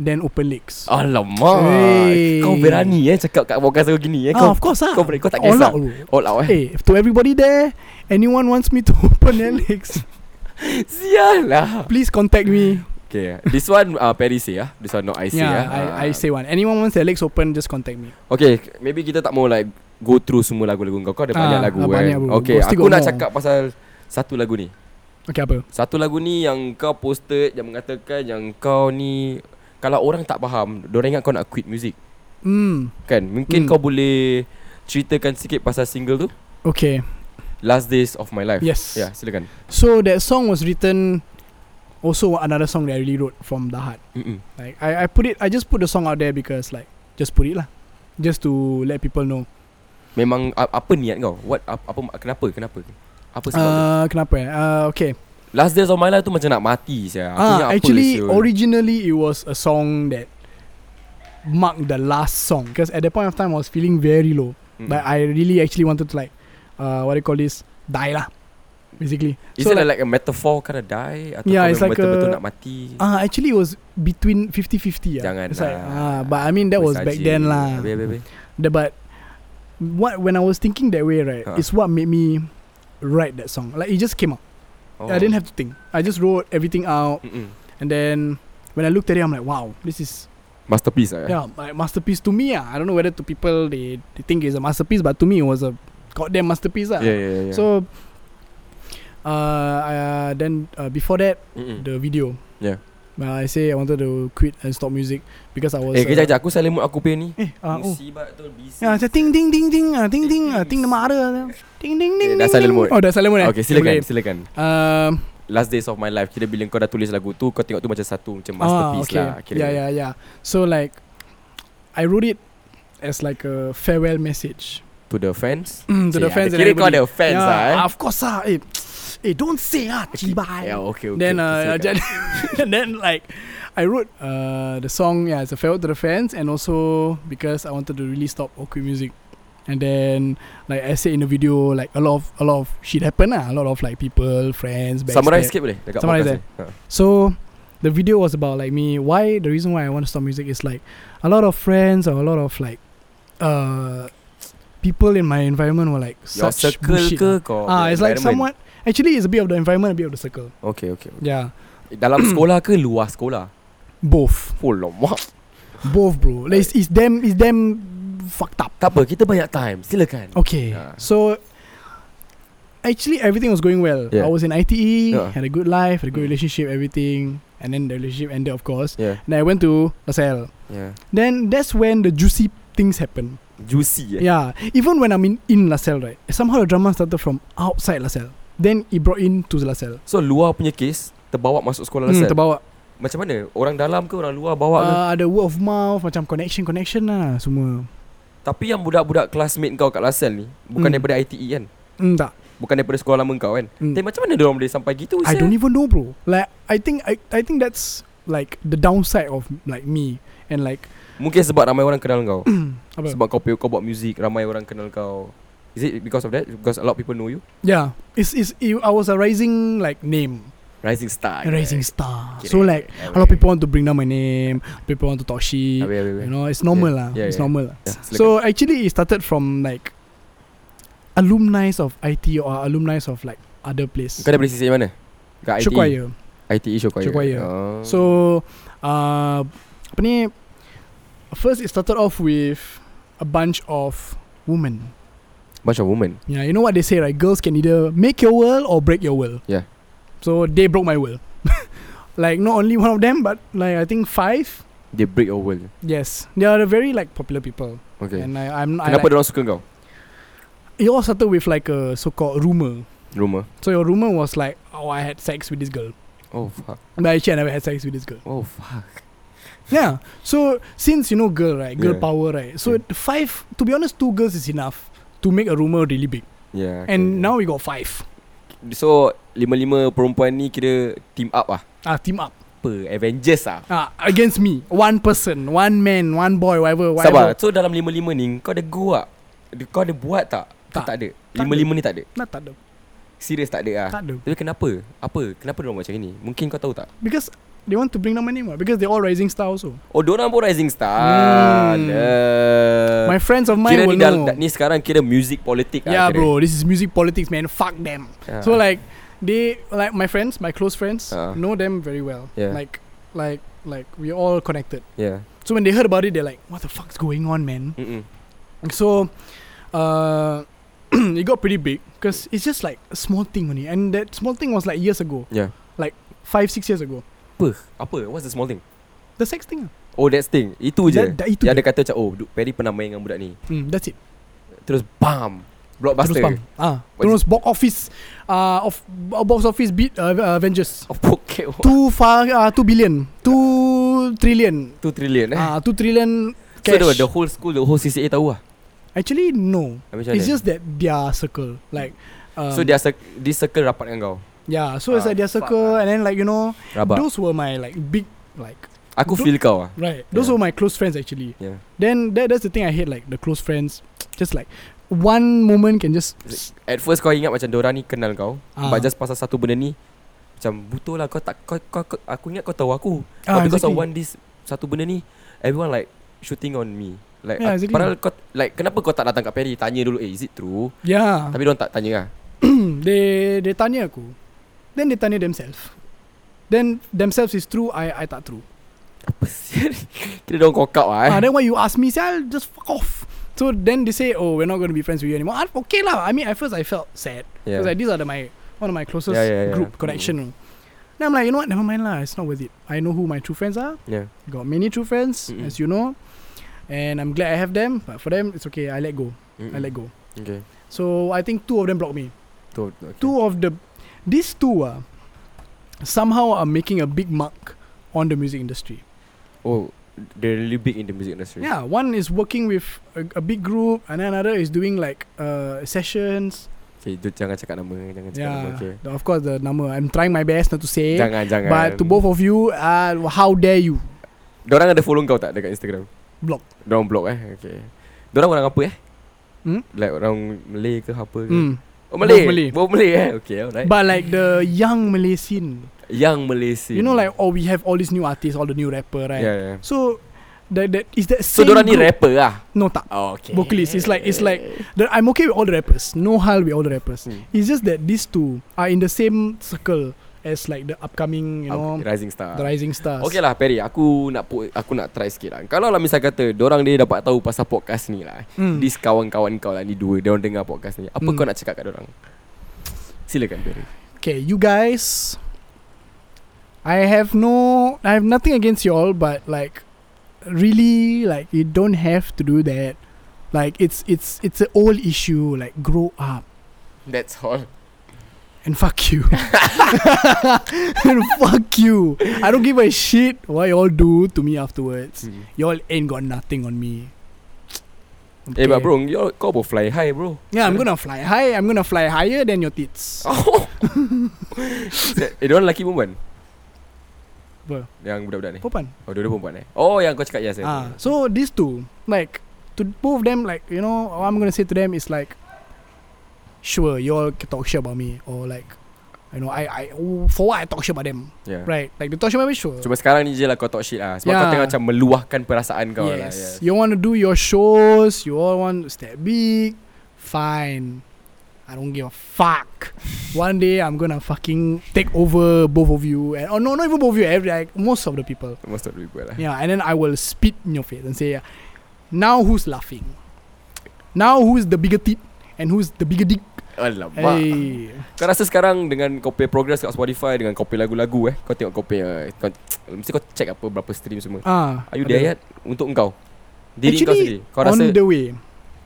Speaker 3: Then open leaks
Speaker 2: Ah,
Speaker 3: oh,
Speaker 2: Alamak
Speaker 3: Hey.
Speaker 2: Kau berani eh Cakap kat podcast aku gini eh Kau
Speaker 3: ah, Of course lah
Speaker 2: kau boleh- kau tak
Speaker 3: All
Speaker 2: kisah.
Speaker 3: out bro.
Speaker 2: all out eh
Speaker 3: Hey To everybody there Anyone wants me to open their leaks
Speaker 2: Sial lah
Speaker 3: Please contact me
Speaker 2: Okay This one uh, Perry say lah This one not I say lah
Speaker 3: Yeah I, I
Speaker 2: Ah.
Speaker 3: say one Anyone wants their legs open Just contact me
Speaker 2: Okay, maybe kita tak mau like go through semua lagu-lagu kau. Kau ada
Speaker 3: Ah,
Speaker 2: banyak lagu
Speaker 3: ah,
Speaker 2: kan.
Speaker 3: banyak, bro.
Speaker 2: okay,
Speaker 3: Kau still
Speaker 2: aku
Speaker 3: got
Speaker 2: nak
Speaker 3: more.
Speaker 2: cakap pasal satu lagu ni.
Speaker 3: Okay apa
Speaker 2: Satu lagu ni yang kau posted yang mengatakan yang kau ni kalau orang tak faham, orang ingat kau nak quit music.
Speaker 3: Hmm
Speaker 2: Kan? Mungkin
Speaker 3: Hmm.
Speaker 2: kau boleh ceritakan sikit pasal single tu
Speaker 3: Okay
Speaker 2: Last Days of My Life.
Speaker 3: Yes
Speaker 2: Ya, yeah, silakan.
Speaker 3: So that song was written Also another song That I really wrote From the heart
Speaker 2: Mm-mm.
Speaker 3: Like I, I put it I just put the song out there Because like Just put it lah Just to let people know
Speaker 2: Memang a- apa niat kau? What apa, apa kenapa? Kenapa? Apa sebab uh,
Speaker 3: uh, Kenapa eh uh, Okay
Speaker 2: Last Days of My Life tu macam nak mati saya. Aku ingat
Speaker 3: Ah,
Speaker 2: apa
Speaker 3: actually,
Speaker 2: sial.
Speaker 3: originally it was a song that marked the last song because at that point of time I was feeling very low.
Speaker 2: Mm.
Speaker 3: Like I really actually wanted to like, uh, what do you call this? Die lah, basically.
Speaker 2: Is
Speaker 3: so
Speaker 2: it like, like a metaphor kind of die atau
Speaker 3: Yeah,
Speaker 2: kau
Speaker 3: it's
Speaker 2: memang
Speaker 3: like
Speaker 2: betul-betul
Speaker 3: a-
Speaker 2: nak mati?
Speaker 3: Ah, actually it was between 50-50 yeah.
Speaker 2: Jangan
Speaker 3: It's like,
Speaker 2: lah.
Speaker 3: ah, but I mean that was back then lah.
Speaker 2: Habis, habis, habis.
Speaker 3: The, but what when I was thinking that way, right?
Speaker 2: Ah.
Speaker 3: It's what made me write that song. Like it just came out.
Speaker 2: Oh.
Speaker 3: I didn't have to think. I just wrote everything out,
Speaker 2: Mm-mm.
Speaker 3: and then when I looked at it, I'm like, wow, this is
Speaker 2: Masterpiece lah.
Speaker 3: Yeah, my masterpiece to me ah. I don't know whether to people they, they think it's a masterpiece, but to me it was a goddamn masterpiece ah.
Speaker 2: Yeah, yeah, yeah. yeah.
Speaker 3: So, uh, uh, then uh, before that
Speaker 2: Mm-mm.
Speaker 3: the video.
Speaker 2: Hmm. Yeah.
Speaker 3: Uh, I say I wanted to quit and stop music because I was.
Speaker 2: eh, kejap, kejap.
Speaker 3: uh,
Speaker 2: Aku silent mood aku punya ni.
Speaker 3: Eh, uh, oh.
Speaker 2: Musibat tu bising.
Speaker 3: Yeah, the ding ding ding ding ah, ding ding ah, ding the mother ah, ding ding
Speaker 2: Eh,
Speaker 3: ding.
Speaker 2: dah
Speaker 3: ding,
Speaker 2: silent
Speaker 3: ding.
Speaker 2: mode.
Speaker 3: Oh, dah silent mode. eh?
Speaker 2: Okay, silakan,
Speaker 3: Boleh.
Speaker 2: silakan.
Speaker 3: Um,
Speaker 2: Last Days of My Life. Kira bila kau dah tulis lagu tu, kau tengok tu macam satu macam masterpiece
Speaker 3: ah, okay.
Speaker 2: lah. Kira.
Speaker 3: Yeah, yeah, yeah. So like, I wrote it as like a farewell message.
Speaker 2: To the fans.
Speaker 3: Mm, to the
Speaker 2: Say,
Speaker 3: fans and
Speaker 2: Kira kau
Speaker 3: everybody.
Speaker 2: ada fans
Speaker 3: yeah,
Speaker 2: lah eh.
Speaker 3: Of course ah. Eh, eh don't say ah, cibai.
Speaker 2: Yeah, okay, okay.
Speaker 3: Then
Speaker 2: okay,
Speaker 3: uh,
Speaker 2: silakan.
Speaker 3: then, and then like I wrote uh the song yeah it's a farewell to the fans and also because I wanted to really stop awkward music. And then like I said in the video like a lot of a lot of shit happened ah a lot of like people friends backstab.
Speaker 2: Summarize sikit boleh? Dekat
Speaker 3: Summarize,
Speaker 2: podcast ni. Ha.
Speaker 3: So the video was about like me why the reason why I want to stop music is like a lot of friends or a lot of like uh people in my environment were like
Speaker 2: Your
Speaker 3: such
Speaker 2: circle
Speaker 3: bullshit
Speaker 2: ke
Speaker 3: ah.
Speaker 2: kau?
Speaker 3: Ah,
Speaker 2: punya
Speaker 3: it's like
Speaker 2: environment?
Speaker 3: somewhat. Actually, it's a bit of the environment, a bit of the circle.
Speaker 2: Okay, okay.
Speaker 3: Yeah,
Speaker 2: Eh, Dalam sekolah ke luar sekolah?
Speaker 3: both,
Speaker 2: Oh, lama.
Speaker 3: both, bro. Like, it's, it's them, it's them fucked up. Oh.
Speaker 2: Tak apa, kita banyak time. Silakan.
Speaker 3: Okay,
Speaker 2: Yeah.
Speaker 3: so actually everything was going well.
Speaker 2: Yeah.
Speaker 3: I was in ITE,
Speaker 2: Yeah.
Speaker 3: had a good life, had a good
Speaker 2: Mm.
Speaker 3: relationship, everything, and then the relationship ended, of course.
Speaker 2: Yeah.
Speaker 3: And I went to LaSalle.
Speaker 2: Yeah.
Speaker 3: Then that's when the juicy things happen.
Speaker 2: Juicy eh.
Speaker 3: Yeah. Even when I'm in, in LaSalle, right? Somehow the drama started from outside LaSalle. Then it brought in to LaSalle.
Speaker 2: So luar punya kes terbawa masuk sekolah
Speaker 3: Hmm,
Speaker 2: LaSalle.
Speaker 3: terbawa
Speaker 2: Macam mana? Orang dalam ke orang luar bawa ke?
Speaker 3: uh, Ada word of mouth Macam connection Connection lah semua
Speaker 2: Tapi yang budak-budak classmate kau kat LaSalle ni bukan
Speaker 3: Hmm.
Speaker 2: daripada ITE kan?
Speaker 3: mm, Tak
Speaker 2: Bukan daripada sekolah lama kau kan?
Speaker 3: mm.
Speaker 2: Tapi macam mana dia orang boleh sampai gitu?
Speaker 3: I
Speaker 2: sia?
Speaker 3: don't even know bro Like I think I, I think that's Like the downside of Like me And like
Speaker 2: Mungkin sebab ramai orang kenal kau.
Speaker 3: apa?
Speaker 2: Sebab kau kau buat music, ramai orang kenal kau. Is it because of that? Because a lot of people know you?
Speaker 3: Yeah it's, it's, it, I was a rising Like name
Speaker 2: Rising star.
Speaker 3: A rising star So like A lot of people want to bring down my name People want to talk shit
Speaker 2: Habis, habis, habis.
Speaker 3: You know It's normal lah
Speaker 2: Yeah,
Speaker 3: It's
Speaker 2: yeah.
Speaker 3: normal lah
Speaker 2: Yeah, silakan.
Speaker 3: So actually it started from like Alumni of IT Or alumni of like Other place
Speaker 2: kau daripada sisi mana? Kat E? ITE.
Speaker 3: Shokwaya
Speaker 2: ITE Shokwaya.
Speaker 3: Shokwaya.
Speaker 2: Oh.
Speaker 3: So uh, Apa ni First it started off with A bunch of Women
Speaker 2: bunch of women.
Speaker 3: Yeah you know what they say right Girls can either Make your world Or break your world
Speaker 2: Yeah.
Speaker 3: So they broke my world Like not only one of them But like I think five
Speaker 2: They break your world.
Speaker 3: Yes They are the very like Popular people
Speaker 2: Okay.
Speaker 3: And I, I'm I,
Speaker 2: Kenapa
Speaker 3: like,
Speaker 2: dia orang suka kau?
Speaker 3: It all started with like a So called rumor
Speaker 2: Rumor.
Speaker 3: So your rumor was like Oh I had sex with this girl
Speaker 2: Oh fuck.
Speaker 3: But actually I never had sex with this girl
Speaker 2: Oh fuck.
Speaker 3: Yeah. So since you know girl right, girl
Speaker 2: Yeah.
Speaker 3: power right. So
Speaker 2: Yeah.
Speaker 3: five to be honest, two girls is enough to make a rumor really big.
Speaker 2: Yeah.
Speaker 3: And now we got five.
Speaker 2: Ya, So lima-lima perempuan ni kira team up ah.
Speaker 3: Ah, team up.
Speaker 2: Apa? Avengers ah.
Speaker 3: Ah, against me. One person, one man, one boy, whatever,
Speaker 2: Sabar.
Speaker 3: whatever.
Speaker 2: So dalam lima-lima ni kau ada go tak? Ada- Kau ada buat tak? Ke
Speaker 3: Tak.
Speaker 2: Tak ada.
Speaker 3: Tak
Speaker 2: Lima-lima ni tak ada.
Speaker 3: Nah, tak ada.
Speaker 2: Serius tak ada ah.
Speaker 3: Tak ada.
Speaker 2: Tapi kenapa? Apa? Kenapa dia orang macam ni? Mungkin kau tahu tak?
Speaker 3: Because they want to bring down my name ah, because they all rising star also.
Speaker 2: Oh, diorang pun rising star.
Speaker 3: Hmm.
Speaker 2: Lah.
Speaker 3: my friends of mine
Speaker 2: Kira
Speaker 3: will
Speaker 2: ni, dah,
Speaker 3: know.
Speaker 2: dah, ni sekarang kira music politik
Speaker 3: yeah,
Speaker 2: lah, kira. Ya.
Speaker 3: bro. This is music politics, man. Fuck them.
Speaker 2: Yeah.
Speaker 3: So like they like my friends, my close friends
Speaker 2: Ah.
Speaker 3: know them very well.
Speaker 2: Yeah.
Speaker 3: Like like like we all connected.
Speaker 2: yeah.
Speaker 3: So when they heard about it, they're like, "What the fuck's going on, man?"
Speaker 2: Ya. Mm-mm.
Speaker 3: So, uh, it got pretty big because it's just like a small thing only, and that small thing was like years ago,
Speaker 2: Yeah.
Speaker 3: five six years ago.
Speaker 2: Apa? Apa? What's the small thing?
Speaker 3: The sex thing, ah.
Speaker 2: Oh, that's thing. Itu je.
Speaker 3: That, that, itu
Speaker 2: Yang
Speaker 3: je.
Speaker 2: ada kata macam, oh, Duke Perry pernah main dengan budak ni.
Speaker 3: Mm, that's it.
Speaker 2: Terus, bam! Blockbuster.
Speaker 3: Terus bang. Ah,
Speaker 2: What
Speaker 3: terus box office, uh, of uh, box office beat uh, uh, Avengers.
Speaker 2: Oh, poket.
Speaker 3: Two far, uh, two billion, two trillion,
Speaker 2: 2 trillion eh.
Speaker 3: ah, two trillion.
Speaker 2: so,
Speaker 3: Cash.
Speaker 2: the, the whole school, the whole CCA tahu lah.
Speaker 3: Actually, no.
Speaker 2: Habis macam
Speaker 3: It's
Speaker 2: mana?
Speaker 3: just that their circle, like. Um,
Speaker 2: so, dia cir- this circle rapat dengan kau?
Speaker 3: yeah, so it's
Speaker 2: Ah,
Speaker 3: like their
Speaker 2: fuck
Speaker 3: circle,
Speaker 2: ah.
Speaker 3: and then like you know,
Speaker 2: Rabat.
Speaker 3: those were my like big like
Speaker 2: Aku
Speaker 3: do-
Speaker 2: feel kau lah. Ya.
Speaker 3: Right. Those
Speaker 2: Yeah.
Speaker 3: were my close friends actually.
Speaker 2: Yeah.
Speaker 3: Then that, that's the thing I hate like the close friends. Just like one moment can just
Speaker 2: At first kau ingat macam Dora ni kenal kau
Speaker 3: Ah.
Speaker 2: But just pasal satu benda ni Macam butuh lah kau tak kau, kau, kau, Aku ingat kau tahu aku
Speaker 3: Ah,
Speaker 2: But oh, because
Speaker 3: exactly.
Speaker 2: of one this Satu benda ni Everyone like Shooting on me Like yeah,
Speaker 3: Yeah,
Speaker 2: exactly.
Speaker 3: exactly.
Speaker 2: Padahal kau Like kenapa kau tak datang kat Perry Tanya dulu Eh is it true
Speaker 3: yeah.
Speaker 2: Tapi diorang tak tanya lah
Speaker 3: they they tanya aku. Then they tanya themselves. Then themselves is true, I I tak true.
Speaker 2: Apa sih Kira diorang kokak lah eh
Speaker 3: Ah, then why you ask me, say I'll just fuck off. So then they say, oh, we're not going to be friends with you anymore. Ah, okay lah. I mean, at first I felt sad
Speaker 2: yeah.
Speaker 3: because like these are the, my one of my closest
Speaker 2: Yeah, yeah, Mm-hmm. yeah.
Speaker 3: group connection. Then I'm like, you know what? Never mind lah. It's not worth it. I know who my true friends are.
Speaker 2: yeah.
Speaker 3: got many true friends
Speaker 2: Mm-mm.
Speaker 3: as you know and i'm glad i have them but for them it's okay i let go
Speaker 2: Mm-mm.
Speaker 3: i let go
Speaker 2: Okay
Speaker 3: so i think two of them blocked me
Speaker 2: Two, okay.
Speaker 3: two of the these two are somehow are making a big mark on the music industry
Speaker 2: Oh They're really big in the music industry
Speaker 3: yeah one is working with a, a big group and then another is doing like uh, sessions
Speaker 2: Okay tu jangan cakap nama Jangan cakap nama
Speaker 3: yeah
Speaker 2: okay.
Speaker 3: The- of course the number i'm trying my best not to say
Speaker 2: Jangan jangan
Speaker 3: Eh, but to both of you uh, how dare you
Speaker 2: Diorang ada follow kau tak Dekat Instagram
Speaker 3: block
Speaker 2: Diorang blog eh Okay Diorang orang apa eh
Speaker 3: Hmm?
Speaker 2: Like orang Malay ke apa ke
Speaker 3: mm.
Speaker 2: Oh Malay
Speaker 3: Both Malay.
Speaker 2: Both Malay eh Okay alright
Speaker 3: but like the young malay scene
Speaker 2: Yang Malaysia
Speaker 3: You know, like oh, we have all these new artists, all the new rapper, right?
Speaker 2: Yeah yeah
Speaker 3: So that that is that
Speaker 2: Ya, So
Speaker 3: same.
Speaker 2: diorang ni
Speaker 3: group-
Speaker 2: rapper lah
Speaker 3: No, tak.
Speaker 2: oh, okay
Speaker 3: Vocalist. It's like it's like the, I'm okay with all the rappers. No hal with all the rappers.
Speaker 2: Hmm.
Speaker 3: It's just that these two are in the same circle as like the upcoming, you know,
Speaker 2: Okay, Rising Star
Speaker 3: the rising stars.
Speaker 2: Okay lah Perry Aku nak put, aku nak try sikit lah Kalau lah misal kata Diorang dia dapat tahu Pasal podcast ni lah
Speaker 3: Mm.
Speaker 2: This kawan-kawan kau lah Ni dua Diorang dengar podcast ni Apa
Speaker 3: Hmm.
Speaker 2: kau nak cakap kat diorang Silakan.
Speaker 3: Okay, you guys. I have no, I have nothing against y'all, but like, really, like you don't have to do that. Like it's it's it's an old issue. Like grow up
Speaker 2: That's all.
Speaker 3: and fuck you. and fuck you. I don't give a shit what y'all do to me afterwards.
Speaker 2: Hmm.
Speaker 3: Y'all ain't got nothing on me.
Speaker 2: Eh, but
Speaker 3: Okay.
Speaker 2: bro, you're, kau boleh fly high, bro.
Speaker 3: Yeah, I'm gonna fly high. I'm gonna fly higher than your tits.
Speaker 2: Oh. eh, diorang lelaki perempuan?
Speaker 3: Apa?
Speaker 2: Yang budak-budak ni?
Speaker 3: Popan.
Speaker 2: Oh, dua-dua perempuan eh? Oh, yang kau cakap yes eh?
Speaker 3: Ah, so these two, like, to both of them, like, you know, what I'm gonna say to them is like, sure, y'all can talk shit about me, or like, you know, I, I, for what I talk shit about them,
Speaker 2: yeah.
Speaker 3: right? Like, they talk shit about me, sure.
Speaker 2: Ya. Cuma sekarang ni je lah kau talk shit lah Sebab yeah. kau
Speaker 3: Yeah.
Speaker 2: tengah macam meluahkan perasaan kau lah
Speaker 3: yes, you want to do your shows, you all want to step big, fine. I don't give a fuck. One day I'm gonna fucking take over both of you, and oh no, not even both of you, every like most of the people.
Speaker 2: Most of the people lah
Speaker 3: Yeah, and then I will spit in your face and say, now who's laughing? Now who's the bigger tit and who's the bigger dick?
Speaker 2: Alamak
Speaker 3: Hey.
Speaker 2: Kau rasa sekarang dengan kau pay progress kat Spotify Dengan kau pay lagu-lagu eh Kau tengok kau pay uh, kau, Mesti kau check apa berapa stream semua
Speaker 3: Ah,
Speaker 2: Are you there yet? Untuk engkau Diri kau
Speaker 3: Actually,
Speaker 2: sendiri Kau
Speaker 3: on
Speaker 2: rasa
Speaker 3: the way,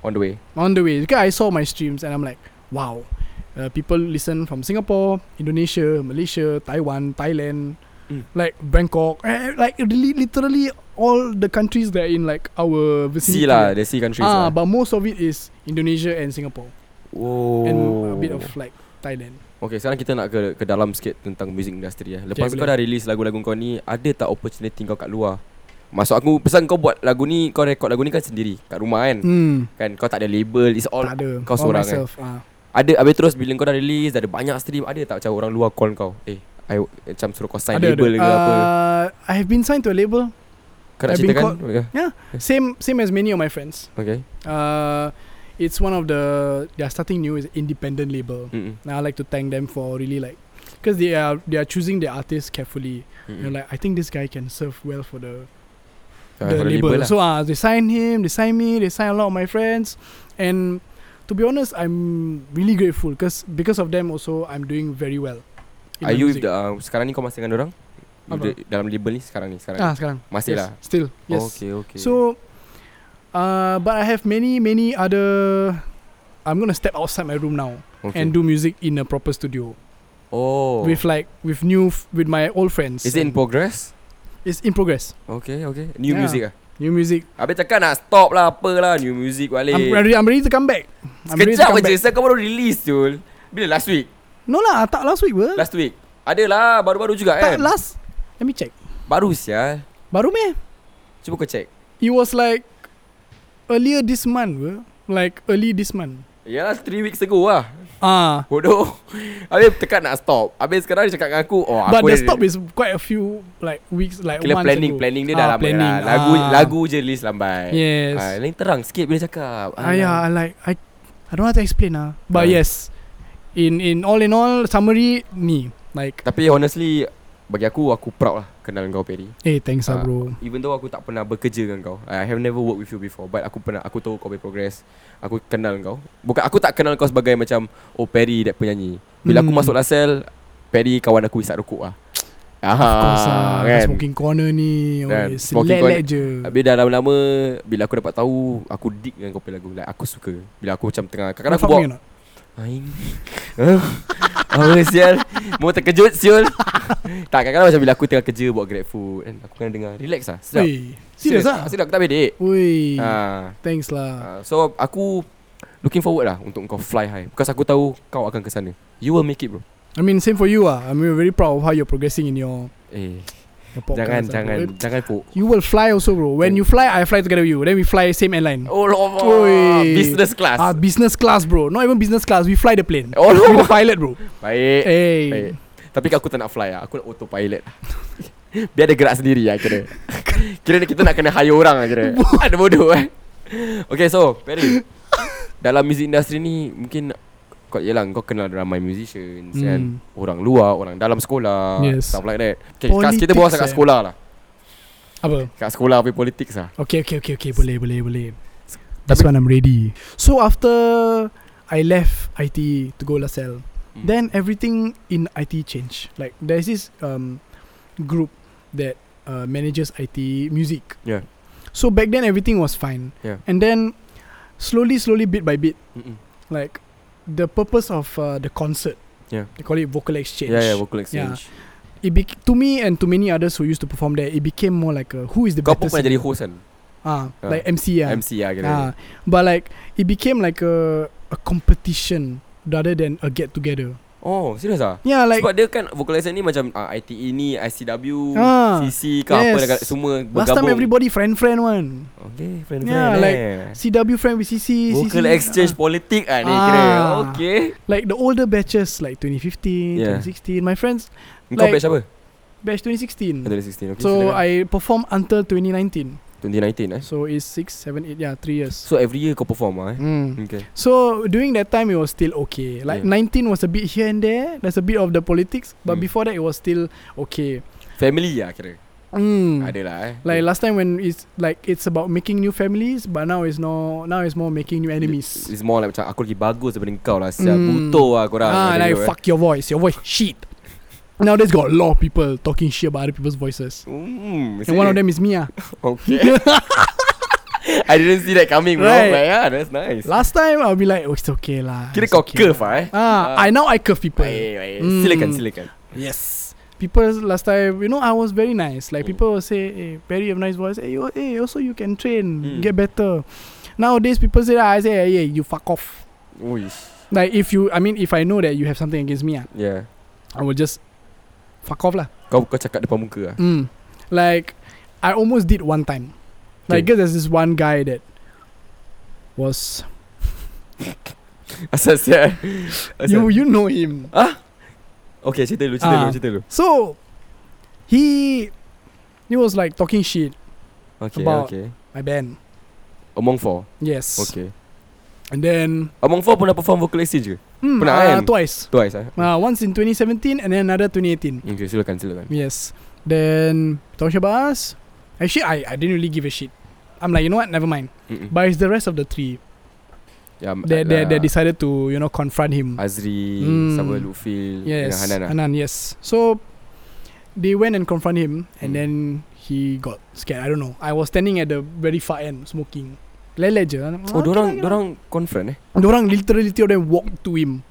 Speaker 2: on the way
Speaker 3: on the way. Because I saw my streams and I'm like, wow, uh, people listen from Singapore, Indonesia, Malaysia, Taiwan, Thailand,
Speaker 2: Mm.
Speaker 3: like Bangkok, eh, like really, literally all the countries that are in like our
Speaker 2: C
Speaker 3: vicinity.
Speaker 2: lah The C countries
Speaker 3: Ah,
Speaker 2: ah, lah
Speaker 3: but most of it is Indonesia and Singapore,
Speaker 2: oh.
Speaker 3: and a bit of like Thailand.
Speaker 2: Okay sekarang kita nak ke, ke dalam sikit Tentang music industry eh. Lepas
Speaker 3: Okay,
Speaker 2: kau
Speaker 3: boleh.
Speaker 2: dah release lagu-lagu kau ni Ada tak opportunity kau kat luar? Maksud aku Pesan kau buat lagu ni Kau record lagu ni kan sendiri Kat rumah kan
Speaker 3: Hmm.
Speaker 2: Kan kau tak ada label It's all
Speaker 3: tak ada
Speaker 2: kau
Speaker 3: All
Speaker 2: seorang, eh?
Speaker 3: myself. ah.
Speaker 2: Ada habis terus Bila kau dah release Dah ada banyak stream Ada tak macam orang luar call kau Eh I, Macam suruh kau sign label ke
Speaker 3: uh,
Speaker 2: apa
Speaker 3: I have been signed to a label
Speaker 2: Kau nak
Speaker 3: I've been
Speaker 2: ceritakan
Speaker 3: called-
Speaker 2: yeah.
Speaker 3: Same same as many of my friends
Speaker 2: Okay
Speaker 3: uh, It's one of the They are starting new is independent label
Speaker 2: Mm-mm.
Speaker 3: And I like to thank them for really like Because they are They are choosing their artists carefully You
Speaker 2: Mm.
Speaker 3: know, like I think this guy can serve well for the
Speaker 2: Ah, kalau
Speaker 3: the label.
Speaker 2: lah.
Speaker 3: So uh, they sign him, they sign me, they sign a lot of my friends, and to be honest, I'm really grateful because because of them also I'm doing very well. in my
Speaker 2: Are you with the,
Speaker 3: music.
Speaker 2: uh, Sekarang ni kau masih dengan orang
Speaker 3: Apa?
Speaker 2: Dalam label ni sekarang ni sekarang ni.
Speaker 3: ah sekarang
Speaker 2: Masih
Speaker 3: Yes,
Speaker 2: lah
Speaker 3: still yes.
Speaker 2: Okay okay
Speaker 3: So, uh, but I have many, many other. I'm gonna step outside my room now
Speaker 2: okay.
Speaker 3: and do music in a proper studio
Speaker 2: Oh
Speaker 3: with like with new f- with my old friends.
Speaker 2: Is it in progress?
Speaker 3: It's in progress.
Speaker 2: Okay okay New
Speaker 3: Yeah.
Speaker 2: music ah.
Speaker 3: New music.
Speaker 2: Habis cakap nak stop lah Apalah New music balik
Speaker 3: I'm ready. I'm ready to come back. I'm ready to
Speaker 2: Sekejap
Speaker 3: come
Speaker 2: je
Speaker 3: back.
Speaker 2: Saya kau baru release Jul Bila last week
Speaker 3: No lah, tak last week, ber.
Speaker 2: Last week Adalah baru-baru juga
Speaker 3: tak lah.
Speaker 2: kan
Speaker 3: last. Let me check.
Speaker 2: Baru sial
Speaker 3: Baru meh?
Speaker 2: Cuba kau check
Speaker 3: It was like earlier this month, ber. Like early this month.
Speaker 2: Yalah 3 weeks ago lah
Speaker 3: Ah,
Speaker 2: Bodoh Habis tekan nak stop Habis sekarang dia cakap dengan aku Oh aku
Speaker 3: but the
Speaker 2: dah-
Speaker 3: stop is quite a few like weeks, like
Speaker 2: Kira
Speaker 3: months
Speaker 2: planning
Speaker 3: ago.
Speaker 2: Planning dia dah
Speaker 3: Ah,
Speaker 2: lama lah Lagu
Speaker 3: ah.
Speaker 2: lagu je release lambat
Speaker 3: Yes.
Speaker 2: ah, Lain terang sikit bila cakap
Speaker 3: Ah, yeah, I like I, I don't know how to explain ah. But
Speaker 2: Ah.
Speaker 3: yes, in in all in all summary ni like
Speaker 2: Tapi honestly Bagi aku Aku proud lah Kenal kau Perry
Speaker 3: eh thanks
Speaker 2: Ah.
Speaker 3: ah bro.
Speaker 2: Even though aku tak pernah bekerja dengan kau I have never worked with you before But aku pernah Aku tahu kau punya progress Aku kenal kau Bukan aku tak kenal kau sebagai macam Oh Perry that penyanyi Bila aku
Speaker 3: Hmm.
Speaker 2: masuk Lasel Perry kawan aku isap rokok lah Aha,
Speaker 3: Of course ah, kan. smoking corner ni, oh,
Speaker 2: Kan,
Speaker 3: always
Speaker 2: smoking
Speaker 3: selek-lek je.
Speaker 2: Habis dah lama-lama Bila aku dapat tahu Aku dig dengan kau punya lagu Like aku suka Bila aku macam tengah Kadang-kadang aku
Speaker 3: Fuck
Speaker 2: bawa
Speaker 3: me or not?
Speaker 2: Aing Apa sial Mau terkejut siul Tak kadang-kadang macam Bila aku tengah kerja Buat grab food kan, Aku kena dengar Relax lah Sedap
Speaker 3: Weh, serious ah?
Speaker 2: Sedap aku tak bedek
Speaker 3: Weh,
Speaker 2: ha,
Speaker 3: thanks
Speaker 2: ha,
Speaker 3: lah.
Speaker 2: So aku Looking forward lah Untuk kau fly high Because aku tahu Kau akan ke sana You will make it bro
Speaker 3: I mean same for you ah. I mean we're very proud of how you're progressing in your,
Speaker 2: Eh
Speaker 3: your podcast.
Speaker 2: Jangan
Speaker 3: ah,
Speaker 2: Jangan
Speaker 3: bro.
Speaker 2: Jangan puk
Speaker 3: You will fly also bro. When you fly, I fly together with you. Then we fly same airline.
Speaker 2: Oh lama
Speaker 3: Oi.
Speaker 2: Business class
Speaker 3: Ah, business class bro. Not even business class. We fly the plane.
Speaker 2: Oh
Speaker 3: We
Speaker 2: lama
Speaker 3: the pilot bro.
Speaker 2: Baik
Speaker 3: Hey.
Speaker 2: Baik. Tapi aku tak nak fly lah Aku nak autopilot Biar dia gerak sendiri lah kira Kira kita nak kena hire orang lah kira Ada bodoh eh Okay so Perry Dalam music industry ni Mungkin Kau yelah Kau kenal ramai musicians
Speaker 3: Hmm.
Speaker 2: kan Orang luar Orang dalam sekolah
Speaker 3: Yes.
Speaker 2: Stuff like that Okay Politics kita
Speaker 3: Politics,
Speaker 2: bawa kat
Speaker 3: eh.
Speaker 2: sekolah lah
Speaker 3: Hmm. Apa?
Speaker 2: Kat sekolah punya politics lah
Speaker 3: Okay, okay, okay, okay. Boleh, boleh, boleh.
Speaker 2: Tapi-
Speaker 3: This one I'm ready. So after I left IT E to go LaSalle,
Speaker 2: Mm.
Speaker 3: Then everything in IT changed. Like there's this um, group that uh, manages IT music.
Speaker 2: Yeah.
Speaker 3: So back then everything was fine.
Speaker 2: Yeah.
Speaker 3: And then slowly, slowly, bit by bit,
Speaker 2: Mm-mm.
Speaker 3: like the purpose of uh, the concert.
Speaker 2: Yeah.
Speaker 3: They call it vocal exchange.
Speaker 2: Yeah, yeah, vocal Ya, exchange.
Speaker 3: It bec- to me and to many others who used to perform there, it became more like a, who is the
Speaker 2: Kau pun pernah
Speaker 3: better singer?
Speaker 2: jadi host kan?
Speaker 3: Ah,
Speaker 2: Ah.
Speaker 3: like MC ah.
Speaker 2: MC lah kira.
Speaker 3: Ah, but like it became like a a competition rather than a get together.
Speaker 2: Oh, serius ah?
Speaker 3: Yeah, like
Speaker 2: Sebab dia kan vocalizer ni macam uh, ITE ni, ICW,
Speaker 3: Ah,
Speaker 2: CC ke apa
Speaker 3: yes.
Speaker 2: dekat semua bergabung.
Speaker 3: last time everybody friend friend one.
Speaker 2: Okay, friend friend.
Speaker 3: Yeah,
Speaker 2: eh.
Speaker 3: like CW friend with CC.
Speaker 2: vocal
Speaker 3: CC,
Speaker 2: exchange
Speaker 3: ah.
Speaker 2: politik ah ni
Speaker 3: Ah.
Speaker 2: kira. Okay.
Speaker 3: like the older batches like 2015,
Speaker 2: Yeah.
Speaker 3: 2016. My friends
Speaker 2: Kau
Speaker 3: Like-
Speaker 2: batch apa?
Speaker 3: batch 2016.
Speaker 2: 2016. Okay,
Speaker 3: So
Speaker 2: silakan.
Speaker 3: I perform until 2019.
Speaker 2: 2019 eh.
Speaker 3: So it's six, seven, eight. yeah, 3 years.
Speaker 2: So every year kau perform ah eh.
Speaker 3: Mm.
Speaker 2: Okay.
Speaker 3: So during that time it was still okay. Like
Speaker 2: Yeah.
Speaker 3: 19 was a bit here and there. There's a bit of the politics, but
Speaker 2: Mm.
Speaker 3: before that it was still okay.
Speaker 2: Family lah kira.
Speaker 3: Mm.
Speaker 2: Adalah eh.
Speaker 3: Like last time when it's like it's about making new families, but now it's no now it's more making new enemies.
Speaker 2: It's more like macam aku lagi bagus daripada kau lah. Siap
Speaker 3: Mm.
Speaker 2: butuh lah korang.
Speaker 3: ah,
Speaker 2: Ada
Speaker 3: like
Speaker 2: tu, eh.
Speaker 3: fuck your voice, your voice shit. Nowadays got a lot of people talking shit about other people's voices,
Speaker 2: Mm,
Speaker 3: and one of them is me. Ah,
Speaker 2: Okay. I didn't see that coming, bro.
Speaker 3: Right.
Speaker 2: Like, yeah, that's nice.
Speaker 3: last time I'll be like, oh it's okay lah.
Speaker 2: Kira
Speaker 3: it's
Speaker 2: kau
Speaker 3: okay
Speaker 2: curve
Speaker 3: lah."
Speaker 2: ah eh.
Speaker 3: Ah,
Speaker 2: Ah.
Speaker 3: I now I curve people.
Speaker 2: Baik, baik.
Speaker 3: Mm.
Speaker 2: Silakan, silakan.
Speaker 3: Yes. People last time, you know, I was very nice.
Speaker 2: Hmm.
Speaker 3: Like people will say, "Hey, Perry, you have nice voice. Hey, you, hey, also you can train,
Speaker 2: Mm.
Speaker 3: get better." Nowadays, people say, that, "I say, hey, yeah, you fuck off."
Speaker 2: Ui.
Speaker 3: Like if you, I mean, if I know that you have something against me, ah,
Speaker 2: Yeah.
Speaker 3: I will just fuck off lah.
Speaker 2: Ya. Kau kau cakap depan muka ah.
Speaker 3: Mm. Like I almost did one time. Like
Speaker 2: Okay.
Speaker 3: cause there's this one guy that was
Speaker 2: Asal sial.
Speaker 3: you
Speaker 2: Asal.
Speaker 3: you know him.
Speaker 2: Okay, cerita dulu, cerita
Speaker 3: Ah.
Speaker 2: dulu, cerita dulu.
Speaker 3: So he he was like talking shit
Speaker 2: Okay,
Speaker 3: About-
Speaker 2: okay.
Speaker 3: my band.
Speaker 2: Among Four.
Speaker 3: Yes.
Speaker 2: Okay.
Speaker 3: And then
Speaker 2: Among Four pernah perform vocal exchange ke?
Speaker 3: hmm,
Speaker 2: Pernah
Speaker 3: uh,
Speaker 2: kan?
Speaker 3: twice.
Speaker 2: Twice ah.
Speaker 3: Uh, once in 2017 and then another 2018.
Speaker 2: Okay, silakan, silakan.
Speaker 3: Yes. Then Tosh Bus. Actually I, I didn't really give a shit. I'm like, you know what, never mind.
Speaker 2: Mm-mm.
Speaker 3: But it's the rest of the three
Speaker 2: Yeah,
Speaker 3: that, that, that decided to, you know, confront him.
Speaker 2: Azri,
Speaker 3: Mm.
Speaker 2: sama Lutfi,
Speaker 3: Yes,
Speaker 2: dengan Hanan lah.
Speaker 3: yes. So they went and confront him, and
Speaker 2: Hmm.
Speaker 3: then he got scared. I don't know. I was standing at the very far end smoking. Lelek je.
Speaker 2: Oh, dorang dorang confront eh.
Speaker 3: Dorang literally two of them walked to him.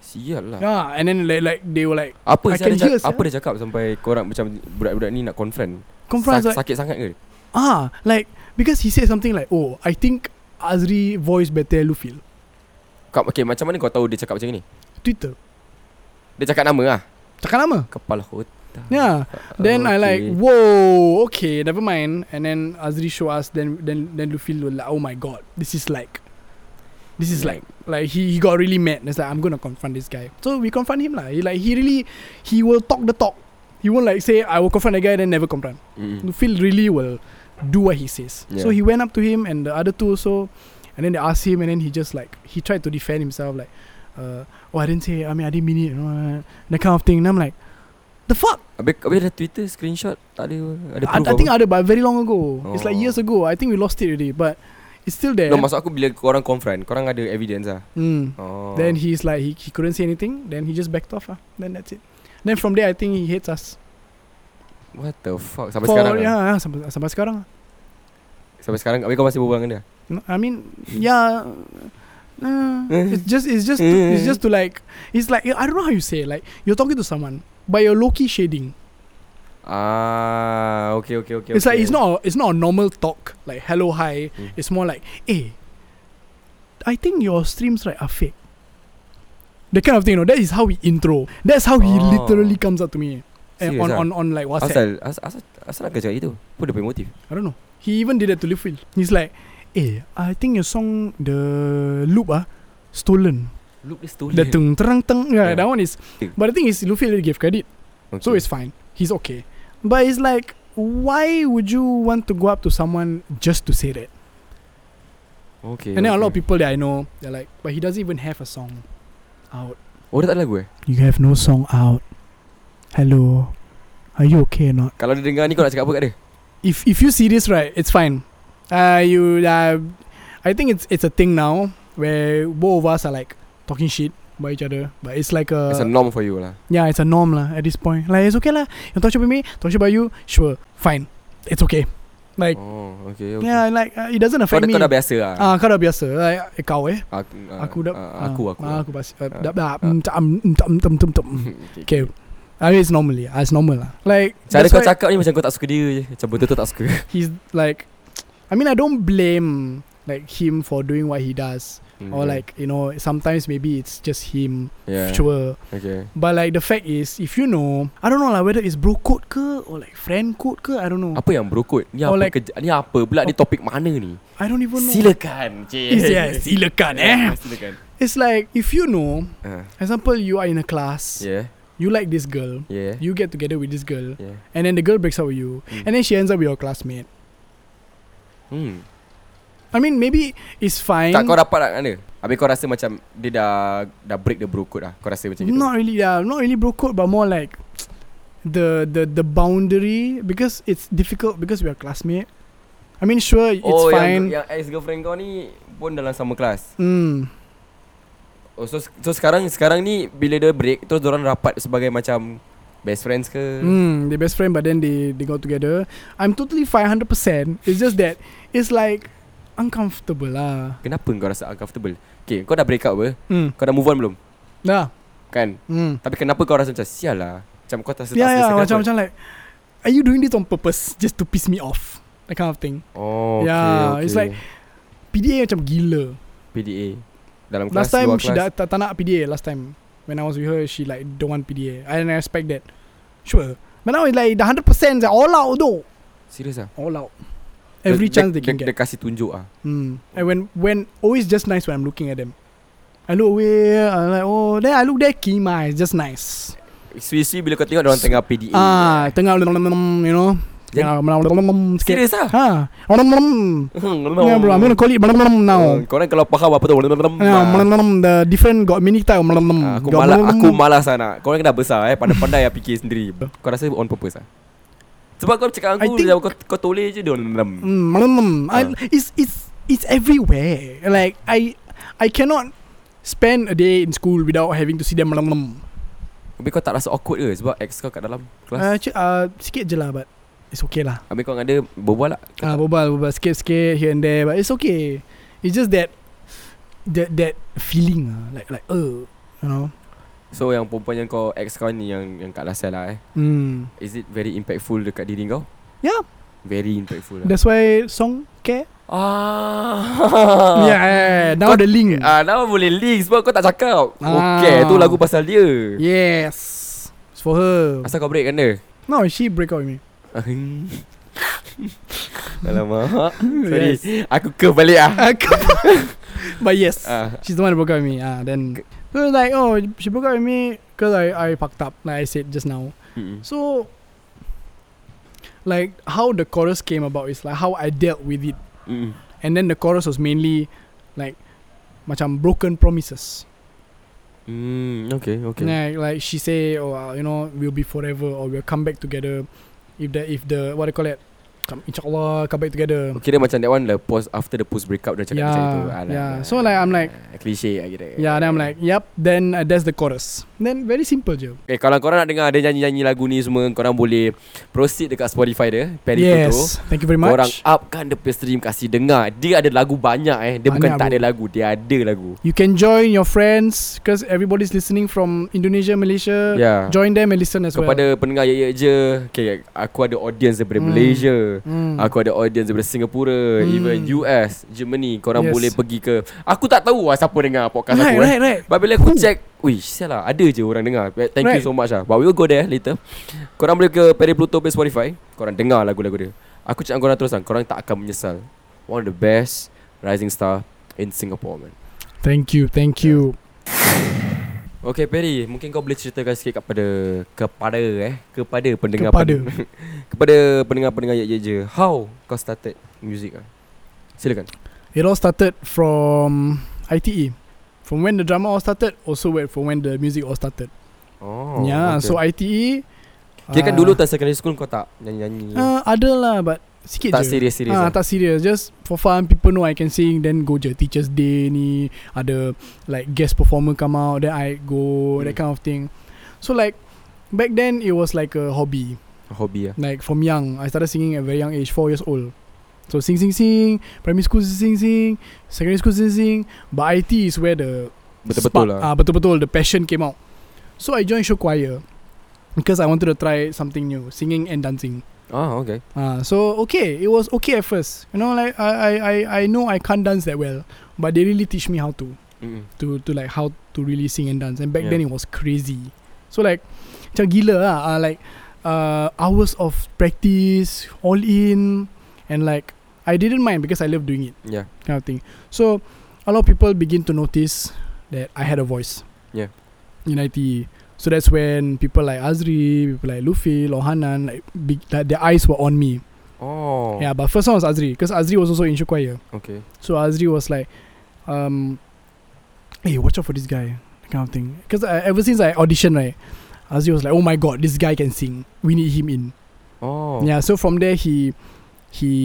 Speaker 2: Sial lah.
Speaker 3: Yeah, and then like, like they were like
Speaker 2: Apa
Speaker 3: Ya, I
Speaker 2: saya
Speaker 3: can
Speaker 2: dia
Speaker 3: hear,
Speaker 2: cakap,
Speaker 3: sia.
Speaker 2: apa dia cakap sampai korang macam budak-budak ni nak confront?
Speaker 3: confront
Speaker 2: Sa-
Speaker 3: like
Speaker 2: sakit sangat ke?
Speaker 3: ah like because he said something like oh I think Azri voice better Lufil.
Speaker 2: Kau okay, macam mana kau tahu dia cakap macam ni?
Speaker 3: Twitter.
Speaker 2: Dia cakap nama ah.
Speaker 3: Cakap nama.
Speaker 2: Kepala otak.
Speaker 3: Yeah. Then I like
Speaker 2: Okay.
Speaker 3: whoa okay never mind and then Azri show us then then then Luffy was like oh my god this is like this is like like he, he got really mad and it's like I'm gonna confront this guy so we confront him lah he like he really he will talk the talk he won't like say I will confront the guy then never confront
Speaker 2: Mm.
Speaker 3: Luffy really will do what he says
Speaker 2: Yeah.
Speaker 3: so he went up to him and the other two also and then they asked him and then he just like he tried to defend himself like uh, oh I didn't say I mean I didn't mean it you know, uh, that kind of thing and I'm like the fuck
Speaker 2: Habis, habis ada Twitter screenshot tak ada ada
Speaker 3: I,
Speaker 2: proof
Speaker 3: I
Speaker 2: apa?
Speaker 3: think ada but very long ago. It's like
Speaker 2: Oh.
Speaker 3: years ago. I think we lost it already, but it's still there.
Speaker 2: No, maksud aku bila korang confront, korang ada evidence lah.
Speaker 3: Mm.
Speaker 2: Oh.
Speaker 3: Then he's like he, he couldn't say anything. Then he just backed off lah. Then that's it. Then from there I think he hates us.
Speaker 2: What the fuck? Sampai sekarang ah?
Speaker 3: yeah,
Speaker 2: yeah.
Speaker 3: yeah, sampai, sampai sekarang. lah.
Speaker 2: Sampai sekarang Habis kau masih berbual dengan dia?
Speaker 3: No, I mean yeah. Uh,
Speaker 2: Eh.
Speaker 3: it's just it's just to, it's just to like it's like I don't know how you say it. like you're talking to someone but you're low key shading.
Speaker 2: Ah Okay okay okay
Speaker 3: it's
Speaker 2: okay.
Speaker 3: like it's not a, it's not a normal talk like hello hi.
Speaker 2: Mm.
Speaker 3: It's more like hey, I think your streams right are fake. The kind of thing you know that is how he intro. That's how he
Speaker 2: Oh.
Speaker 3: literally comes up to me eh,
Speaker 2: Serious
Speaker 3: on,
Speaker 2: ah?
Speaker 3: on on like WhatsApp.
Speaker 2: Asal Asal Asal, asal nak cakap gitu Apa dia punya motif?
Speaker 3: I don't know. He even did that to Lifil. He's like, hey, I think your song the loop ah stolen.
Speaker 2: Loop dia stolen
Speaker 3: The tung terang teng. Yeah,
Speaker 2: Yeah.
Speaker 3: that one is.
Speaker 2: Ting.
Speaker 3: But the thing is, Luffy already gave credit,
Speaker 2: okay.
Speaker 3: so it's fine. He's okay. But it's like, why would you want to go up to someone just to say that?
Speaker 2: okay,
Speaker 3: And then
Speaker 2: okay.
Speaker 3: a lot of people that I know, they're like, but he doesn't even have a song out.
Speaker 2: Oh dia tak ada lagu eh?
Speaker 3: You have no song out. Hello, are you okay or not?
Speaker 2: Kalau dia dengar ni kau nak cakap apa kat dia?
Speaker 3: If if you see this right, it's fine. Uh, you uh, I think it's it's a thing now where both of us are like talking shit, by each other. But it's like a,
Speaker 2: It's a norm for you lah.
Speaker 3: yeah, it's a norm lah at this point. Like it's okay lah. You're tortured by me, tortured by you. Sure, fine. It's okay. Like
Speaker 2: Oh, okay. okay.
Speaker 3: yeah, like uh, it doesn't
Speaker 2: Kau,
Speaker 3: affect
Speaker 2: dah-
Speaker 3: me.
Speaker 2: kau dah biasa lah.
Speaker 3: Ah, kau dah biasa. Like, eh, kau eh.
Speaker 2: aku, ah,
Speaker 3: aku dah.
Speaker 2: ah, aku,
Speaker 3: ah,
Speaker 2: aku.
Speaker 3: ah, aku biasa.
Speaker 2: Ah,
Speaker 3: Dah mm, dah.
Speaker 2: ah.
Speaker 3: mm, Okay. I mean, it's normally. Ah, it's normal lah. Like
Speaker 2: Cara
Speaker 3: that's
Speaker 2: kau
Speaker 3: why-
Speaker 2: cakap ni macam kau tak suka dia je. Macam betul-betul tak suka.
Speaker 3: he's like I mean I don't blame like him for doing what he does or like you know sometimes maybe it's just him
Speaker 2: Mm, yeah.
Speaker 3: sure
Speaker 2: Okay.
Speaker 3: but like the fact is if you know I don't know like whether it's bro code ke or like friend code ke I don't know
Speaker 2: Apa yang bro code? Ni apa
Speaker 3: Or Oh, like-
Speaker 2: like, kerja, ni apa pula ni topik mana ni?
Speaker 3: I don't even know
Speaker 2: Silakan. Cik.
Speaker 3: Is- yeah, silakan, eh.
Speaker 2: Silakan.
Speaker 3: it's like if you know
Speaker 2: Ah,
Speaker 3: example you are in a class
Speaker 2: yeah.
Speaker 3: you like this girl
Speaker 2: Yeah.
Speaker 3: you get together with this girl
Speaker 2: yeah.
Speaker 3: and then the girl breaks up with you
Speaker 2: Mm.
Speaker 3: and then she ends up with your classmate
Speaker 2: Hmm.
Speaker 3: I mean maybe it's fine
Speaker 2: Tak kau dapat tak kan dia? Habis kau rasa macam dia dah dah break the bro code lah. Kau rasa macam gitu.
Speaker 3: Not really, yeah, not really bro code, but more like the the the boundary because it's difficult because we are classmate. I mean, sure, it's
Speaker 2: oh,
Speaker 3: fine.
Speaker 2: yang, yang ex girlfriend kau ni pun dalam sama kelas.
Speaker 3: Mm.
Speaker 2: Oh, so, so sekarang sekarang ni bila dia break terus orang rapat sebagai macam best friends ke?
Speaker 3: Mm, they best friend, but then they they got together. I'm totally five hundred percent. It's just that it's like uncomfortable lah.
Speaker 2: Kenapa kau rasa uncomfortable? Okay, kau dah break up apa?
Speaker 3: Mm.
Speaker 2: Kau dah move on belum?
Speaker 3: Nah.
Speaker 2: Kan?
Speaker 3: Mm.
Speaker 2: Tapi kenapa kau rasa macam sial lah? Macam kau rasa tak
Speaker 3: Yeah,
Speaker 2: selesa
Speaker 3: yeah,
Speaker 2: kenapa?
Speaker 3: Ya, macam macam like, are you doing this on purpose just to piss me off? That kind of thing.
Speaker 2: Oh,
Speaker 3: Yeah,
Speaker 2: okay, okay.
Speaker 3: Ya, it's like- PDA macam gila.
Speaker 2: PDA dalam kelas
Speaker 3: Last time
Speaker 2: luar
Speaker 3: she
Speaker 2: kelas.
Speaker 3: dah tak, tak nak PDA last time. When I was with her, she like don't want PDA. I didn't expect that. Sure. But now it's like the hundred percent all out though.
Speaker 2: Serius ah.
Speaker 3: All out. Every
Speaker 2: Dia-
Speaker 3: chance
Speaker 2: dia,
Speaker 3: they can
Speaker 2: dia, Dia
Speaker 3: get.
Speaker 2: kasih tunjuk ah.
Speaker 3: Mm. And when when always just nice when I'm looking at them. I look away, I'm like, oh, then I look there, Kima, it's just nice.
Speaker 2: Sui-sui bila kau tengok orang tengah PDA.
Speaker 3: Ah, tengah, you know, tengah, sikit.
Speaker 2: Serius ah. Hmm,
Speaker 3: Ha, yeah, bro, I'm gonna call it now. Ya,
Speaker 2: Korang kalau faham apa tu
Speaker 3: Yeah, the different got mini type.
Speaker 2: Ah, aku malas aku malas lah nak. Korang dah besar eh pandai-pandai yang fikir sendiri. Kau rasa on purpose ah? Sebab kau cakap dengan
Speaker 3: I
Speaker 2: aku
Speaker 3: think-
Speaker 2: dia kau kau toleh je dia orang.
Speaker 3: Mm, mm, mm. I,
Speaker 2: Uh.
Speaker 3: it's it's it's everywhere. Like I I cannot spend a day in school without having to see them. Mm, mm.
Speaker 2: Tapi kau tak rasa awkward ke sebab ex kau kat dalam
Speaker 3: Uh,
Speaker 2: kelas.
Speaker 3: ch- uh, sikit je lah, but it's okay lah.
Speaker 2: Habis kau dengan dia berbual lah.
Speaker 3: Uh, bobal bobal sikit sikit here and there, but it's okay. It's just that that that feeling ah, like like uh, you know.
Speaker 2: So yang perempuan yang kau ex kau ni yang yang kat Lasal lah eh.
Speaker 3: Mm.
Speaker 2: Is it very impactful dekat diri kau?
Speaker 3: Yeah.
Speaker 2: Very impactful lah.
Speaker 3: That's why song care.
Speaker 2: Ah.
Speaker 3: Yeah, yeah, yeah. now
Speaker 2: Kau-
Speaker 3: the link.
Speaker 2: Ah, nama boleh link sebab kau tak cakap.
Speaker 3: Ah.
Speaker 2: Okay, tu lagu pasal dia.
Speaker 3: yes, it's for her.
Speaker 2: Asal kau break kan dia?
Speaker 3: No, she break up with me.
Speaker 2: Alamak. Sorry. Aku ke balik ah.
Speaker 3: Uh, but yes.
Speaker 2: Ah.
Speaker 3: She's the one who broke up with me. Ah, then so it's like, oh, she broke up with me because I I fucked up, like I said just now.
Speaker 2: Mm-mm.
Speaker 3: So, like how the chorus came about is like how I dealt with it,
Speaker 2: Mm-mm.
Speaker 3: and then the chorus was mainly like, macam broken promises.
Speaker 2: Mm, okay, okay.
Speaker 3: Like like she say, oh, uh, you know, we'll be forever or we'll come back together, if the if the what do you call it, Macam, insyaallah come back together.
Speaker 2: Kira macam that one the post after the post breakup dia cakap
Speaker 3: Yeah,
Speaker 2: macam itu. Alah,
Speaker 3: yeah. So, like, I'm like-
Speaker 2: cliche lah kira.
Speaker 3: Yeah, then I'm like, yep. Then uh, that's the chorus. Then very simple je.
Speaker 2: Okay, Eh, kalau korang nak dengar dia nyanyi-nyanyi lagu ni semua, korang boleh proceed dekat Spotify dia, Perry Tutu.
Speaker 3: yes, thank you very much.
Speaker 2: Korang upkan dia punya stream Kasih dengar Dia ada lagu banyak eh Dia bukan
Speaker 3: Banyak,
Speaker 2: tak
Speaker 3: bro.
Speaker 2: ada lagu Dia ada lagu
Speaker 3: You can join your friends because everybody's listening from Indonesia, Malaysia.
Speaker 2: Yeah.
Speaker 3: Join them and listen Uh, as
Speaker 2: Ya. Kepada
Speaker 3: well.
Speaker 2: pendengar ye ye je okay, Aku ada audience daripada
Speaker 3: Hmm.
Speaker 2: hmm. Malaysia
Speaker 3: Hmm.
Speaker 2: Aku ada audience daripada Singapura
Speaker 3: Hmm.
Speaker 2: Even US Germany Korang
Speaker 3: Yes.
Speaker 2: boleh pergi ke Aku tak tahu lah Siapa dengar podcast
Speaker 3: right,
Speaker 2: aku eh
Speaker 3: right, right.
Speaker 2: But bila aku
Speaker 3: Who?
Speaker 2: check Wih, sial lah Ada je orang dengar Thank
Speaker 3: Hmm.
Speaker 2: you
Speaker 3: Right.
Speaker 2: so much lah But we will go there later Korang boleh ke Perry Pluto Pay Spotify Korang dengar lagu-lagu dia Aku cakap dengan korang terus lah Korang tak akan menyesal One of the best Rising star In Singapore man
Speaker 3: Thank you, thank you.
Speaker 2: Okay Perry, mungkin kau boleh ceritakan sikit kepada kepada eh kepada pendengar
Speaker 3: Kepada.
Speaker 2: pen- kepada pendengar-pendengar ye ye je. How kau started music ah? Silakan.
Speaker 3: It all started from ITE. From when the drama all started, also where- from when the music all started.
Speaker 2: Oh.
Speaker 3: yeah, Ya, so ITE.
Speaker 2: Kira kan
Speaker 3: uh,
Speaker 2: dulu time secondary school kau tak nyanyi-nyanyi.
Speaker 3: Uh, ada lah, but Sikit
Speaker 2: Tak
Speaker 3: je
Speaker 2: serious serious. Ah,
Speaker 3: Ah, tak serious Just for fun People know I can sing Then go je Teacher's Day ni Ada Like guest performer come out Then I go
Speaker 2: Hmm.
Speaker 3: That kind of thing So like Back then it was like a hobby
Speaker 2: Hobi ah.
Speaker 3: Like from young I started singing at very young age 4 years old So sing sing sing Primary school sing sing sing Secondary school sing sing But IT is where the
Speaker 2: Betul-betul
Speaker 3: spark-
Speaker 2: lah.
Speaker 3: Ah, betul-betul the passion came out. So I joined show choir because I wanted to try something new, singing and dancing.
Speaker 2: Ah, okay.
Speaker 3: Ah, so okay, it was okay at first. You know, like I, I, I, I know I can't dance that well, but they really teach me how to,
Speaker 2: Mm.
Speaker 3: to, to like how to really sing and dance. And back
Speaker 2: Yeah.
Speaker 3: then it was crazy. So like, macam gila lah. ah, like uh, hours of practice, all in, and like I didn't mind because I love doing it
Speaker 2: Yeah.
Speaker 3: kind of thing. So a lot of people begin to notice that I had a voice.
Speaker 2: Yeah.
Speaker 3: In IT. So that's when people like Azri, people like Luffy, Lohanan, like, big, like their eyes were on me.
Speaker 2: Oh.
Speaker 3: Yeah, but first one was Azri, because Azri was also in Shokwaya.
Speaker 2: Okay.
Speaker 3: So Azri was like, um, hey, watch out for this guy, that kind of thing. Because ever since I auditioned, right, Azri was like, oh my god, this guy can sing. We need him in.
Speaker 2: Oh.
Speaker 3: Yeah, so from there he he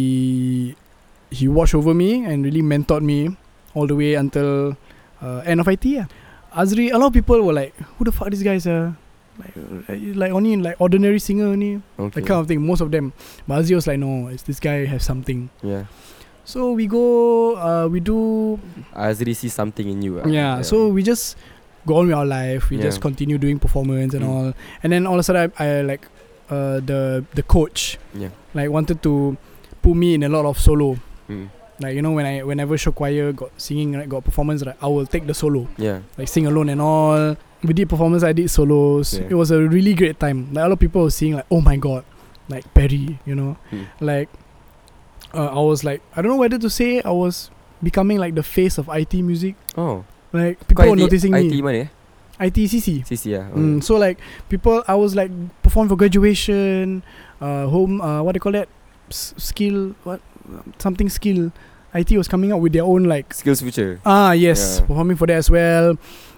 Speaker 3: he watched over me and really mentored me all the way until uh, end of IT. Yeah. Azri, a lot of people were like, "Who the fuck this guy is?" Uh? Like, uh, like only like ordinary singer only
Speaker 2: Okay.
Speaker 3: that kind of thing. Most of them, but Azri was like, "No, it's this guy has something."
Speaker 2: Yeah.
Speaker 3: So we go, uh, we do,
Speaker 2: Azri see something in you. ah.
Speaker 3: yeah, So we just go on with our life. We
Speaker 2: Yeah.
Speaker 3: just continue doing performance and
Speaker 2: Mm.
Speaker 3: all. And then all of a sudden, I, I like uh, the the coach,
Speaker 2: Yeah.
Speaker 3: like wanted to put me in a lot of solo.
Speaker 2: Mm.
Speaker 3: Like you know, when I whenever show choir got singing, right, got performance, right, I will take the solo,
Speaker 2: Yeah.
Speaker 3: like sing alone and all. We did performance, I did solos.
Speaker 2: Yeah.
Speaker 3: It was a really great time. Like a lot of people were seeing, like, oh my god, like Perry, you know,
Speaker 2: Mm.
Speaker 3: like uh, I was like, I don't know whether to say I was becoming like the face of IT music.
Speaker 2: Oh.
Speaker 3: Like people
Speaker 2: Kau
Speaker 3: were
Speaker 2: IT
Speaker 3: noticing
Speaker 2: IT
Speaker 3: me.
Speaker 2: mana eh?
Speaker 3: ITCC.
Speaker 2: CC ah.
Speaker 3: Mm, so like people, I was like perform for graduation, uh, home, uh, what do you call that? S- skill, what something skill. IT was coming out with their own like
Speaker 2: Skills future.
Speaker 3: ah yes,
Speaker 2: Yeah.
Speaker 3: performing for that as well.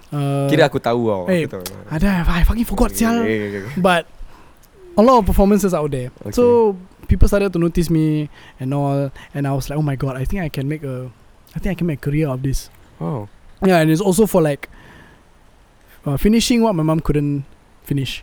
Speaker 3: Uh,
Speaker 2: Kira aku tahu tau.
Speaker 3: eh,
Speaker 2: Aku tahu.
Speaker 3: I, don't, I fucking forgot, sial.
Speaker 2: Okay, okay, okay.
Speaker 3: But a lot of performances out there,
Speaker 2: Okay.
Speaker 3: so people started to notice me and all, and I was like, oh my god, I think I can make a, I think I can make a career of this.
Speaker 2: Oh.
Speaker 3: Yeah, and it's also for like uh, finishing what my mom couldn't finish.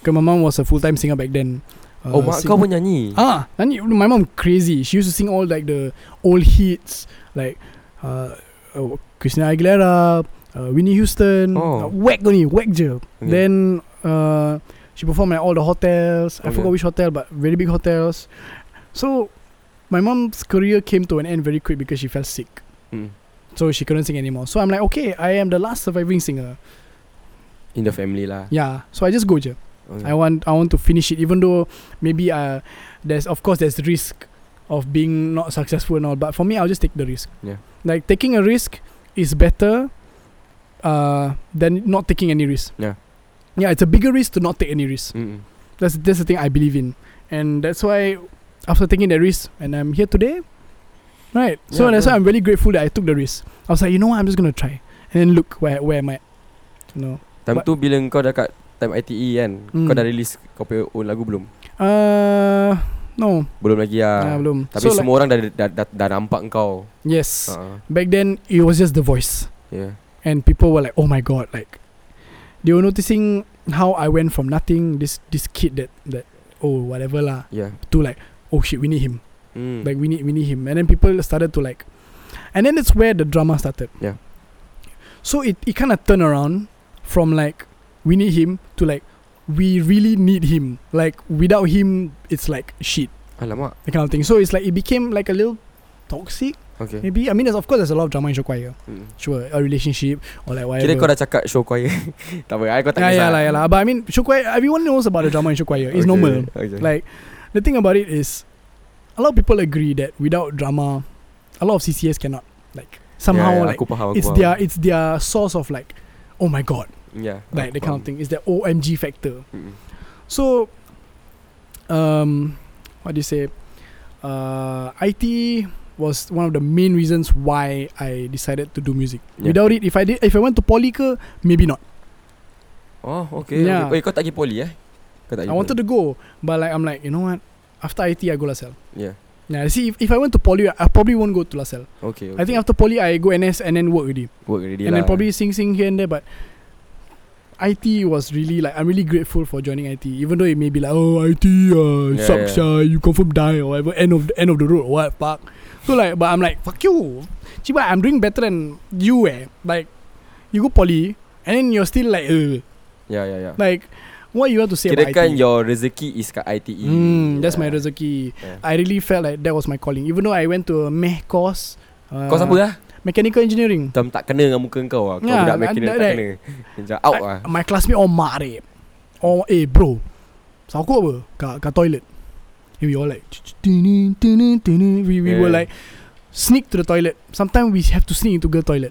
Speaker 3: Because my mom was a full time singer back then. Uh,
Speaker 2: Oh, mak
Speaker 3: sing-
Speaker 2: kau pun nyanyi.
Speaker 3: Ah, and you- my mom crazy. She used to sing all like the old hits, like uh, uh, Christina Aguilera, uh, Winnie Houston.
Speaker 2: Oh.
Speaker 3: Uh, whack only, whack je.
Speaker 2: Okay.
Speaker 3: Then uh, she performed at all the hotels. I
Speaker 2: Okay.
Speaker 3: forgot which hotel, but very big hotels. So my mom's career came to an end very quick because she fell sick.
Speaker 2: Mm.
Speaker 3: So she couldn't sing anymore. So I'm like, okay, I am the last surviving singer.
Speaker 2: In the family lah.
Speaker 3: Yeah. So I just go je.
Speaker 2: Okay.
Speaker 3: I want I want to finish it, even though maybe uh there's of course there's risk of being not successful and all. But for me, I'll just take the risk.
Speaker 2: Yeah.
Speaker 3: Like taking a risk is better uh than not taking any risk.
Speaker 2: Yeah.
Speaker 3: Yeah, it's a bigger risk to not take any risk.
Speaker 2: Mm.
Speaker 3: That's that's the thing I believe in, and that's why after taking the risk, and I'm here today, right? so
Speaker 2: Yeah,
Speaker 3: that's
Speaker 2: yeah.
Speaker 3: why I'm really grateful that I took the risk. I was like, you know what, I'm just gonna try, and then look where where am I? You know,
Speaker 2: Time
Speaker 3: But-
Speaker 2: tu bila kau dah kat time ITE kan,
Speaker 3: Mm.
Speaker 2: kau dah release kau punya own lagu belum?
Speaker 3: uh, no,
Speaker 2: Belum lagi
Speaker 3: nah,
Speaker 2: ah.
Speaker 3: belum.
Speaker 2: Tapi
Speaker 3: So, like,
Speaker 2: semua Ah. orang dah, dah dah dah nampak kau.
Speaker 3: yes,
Speaker 2: Ha.
Speaker 3: back then it was just the voice,
Speaker 2: Yeah.
Speaker 3: and people were like, oh my god, like they were noticing how I went from nothing, this this kid that that oh whatever lah,
Speaker 2: Yeah.
Speaker 3: to like oh shit, we need him.
Speaker 2: Mm.
Speaker 3: Like we need we need him. And then people started to like and then it's where the drama started.
Speaker 2: Yeah.
Speaker 3: So it, it kinda turned around from like we need him to like we really need him. Like without him it's like shit.
Speaker 2: Alamak.
Speaker 3: That kind of thing. So it's like it became like a little toxic
Speaker 2: Okay.
Speaker 3: maybe. I mean there's of course there's a lot of drama in Shokwaya.
Speaker 2: Mm.
Speaker 3: Sure, a relationship or like whatever.
Speaker 2: Kira kau dah cakap show choir. tak apa, I kau tak
Speaker 3: yeah,
Speaker 2: kisah.
Speaker 3: yeah, lah, yeah, lah. But I mean Shokwaya everyone knows about the drama in Shokwaya. It's
Speaker 2: Okay,
Speaker 3: normal.
Speaker 2: Okay.
Speaker 3: Like the thing about it is a lot of people agree that without drama, a lot of CCS cannot. Like somehow
Speaker 2: yeah, yeah,
Speaker 3: like
Speaker 2: aku faham, aku
Speaker 3: it's
Speaker 2: faham.
Speaker 3: their it's their source of like oh my god.
Speaker 2: yeah,
Speaker 3: Like
Speaker 2: aku
Speaker 3: the kind of
Speaker 2: faham.
Speaker 3: thing. It's their OMG factor.
Speaker 2: Mm.
Speaker 3: So um what do you say? Uh IT was one of the main reasons why I decided to do music.
Speaker 2: Yeah.
Speaker 3: Without it, if I did, if I went to poly, ke, maybe not.
Speaker 2: Oh, okay. Yeah.
Speaker 3: Yeah.
Speaker 2: Wait, kau tak pergi poli eh? Kau tak
Speaker 3: I
Speaker 2: pergi
Speaker 3: wanted
Speaker 2: poli.
Speaker 3: to go, but like I'm like, you know what? After IT, I go LaSalle.
Speaker 2: Yeah.
Speaker 3: Yeah, see, if, if I went to poly, I probably won't go to LaSalle.
Speaker 2: Okay, okay.
Speaker 3: I think after poly, I go NS and then work already.
Speaker 2: work already
Speaker 3: and
Speaker 2: lah.
Speaker 3: then probably sing sing here and there. But IT was really like I'm really grateful for joining IT, even though it may be like oh IT uh,
Speaker 2: Yeah,
Speaker 3: sucks,
Speaker 2: yeah.
Speaker 3: Uh, you confirm die or whatever end of the end of the road or what fuck. So like, but I'm like fuck you, Chiba, I'm doing better than you eh. Like you go poly and then you're still like uh,
Speaker 2: Yeah, yeah, yeah.
Speaker 3: like what you want to say about
Speaker 2: Kirakan
Speaker 3: IT?
Speaker 2: your rezeki is kat ITE.
Speaker 3: Hmm, that's my
Speaker 2: Yeah.
Speaker 3: rezeki.
Speaker 2: Yeah.
Speaker 3: I really felt like that was my calling. Even though I went to a meh course. Uh,
Speaker 2: Kau siapa lah?
Speaker 3: Mechanical engineering.
Speaker 2: Tam tak kena dengan muka kau lah Kau
Speaker 3: Yeah,
Speaker 2: budak mekanik
Speaker 3: that-
Speaker 2: tak
Speaker 3: that-
Speaker 2: kena Macam out lah
Speaker 3: I, my classmate oh, all marah. All eh bro. Sangkut apa? Kat, kat toilet. And we all like tini, tini, tini. we we
Speaker 2: Yeah.
Speaker 3: were like sneak to the toilet. Sometimes we have to sneak into girl toilet.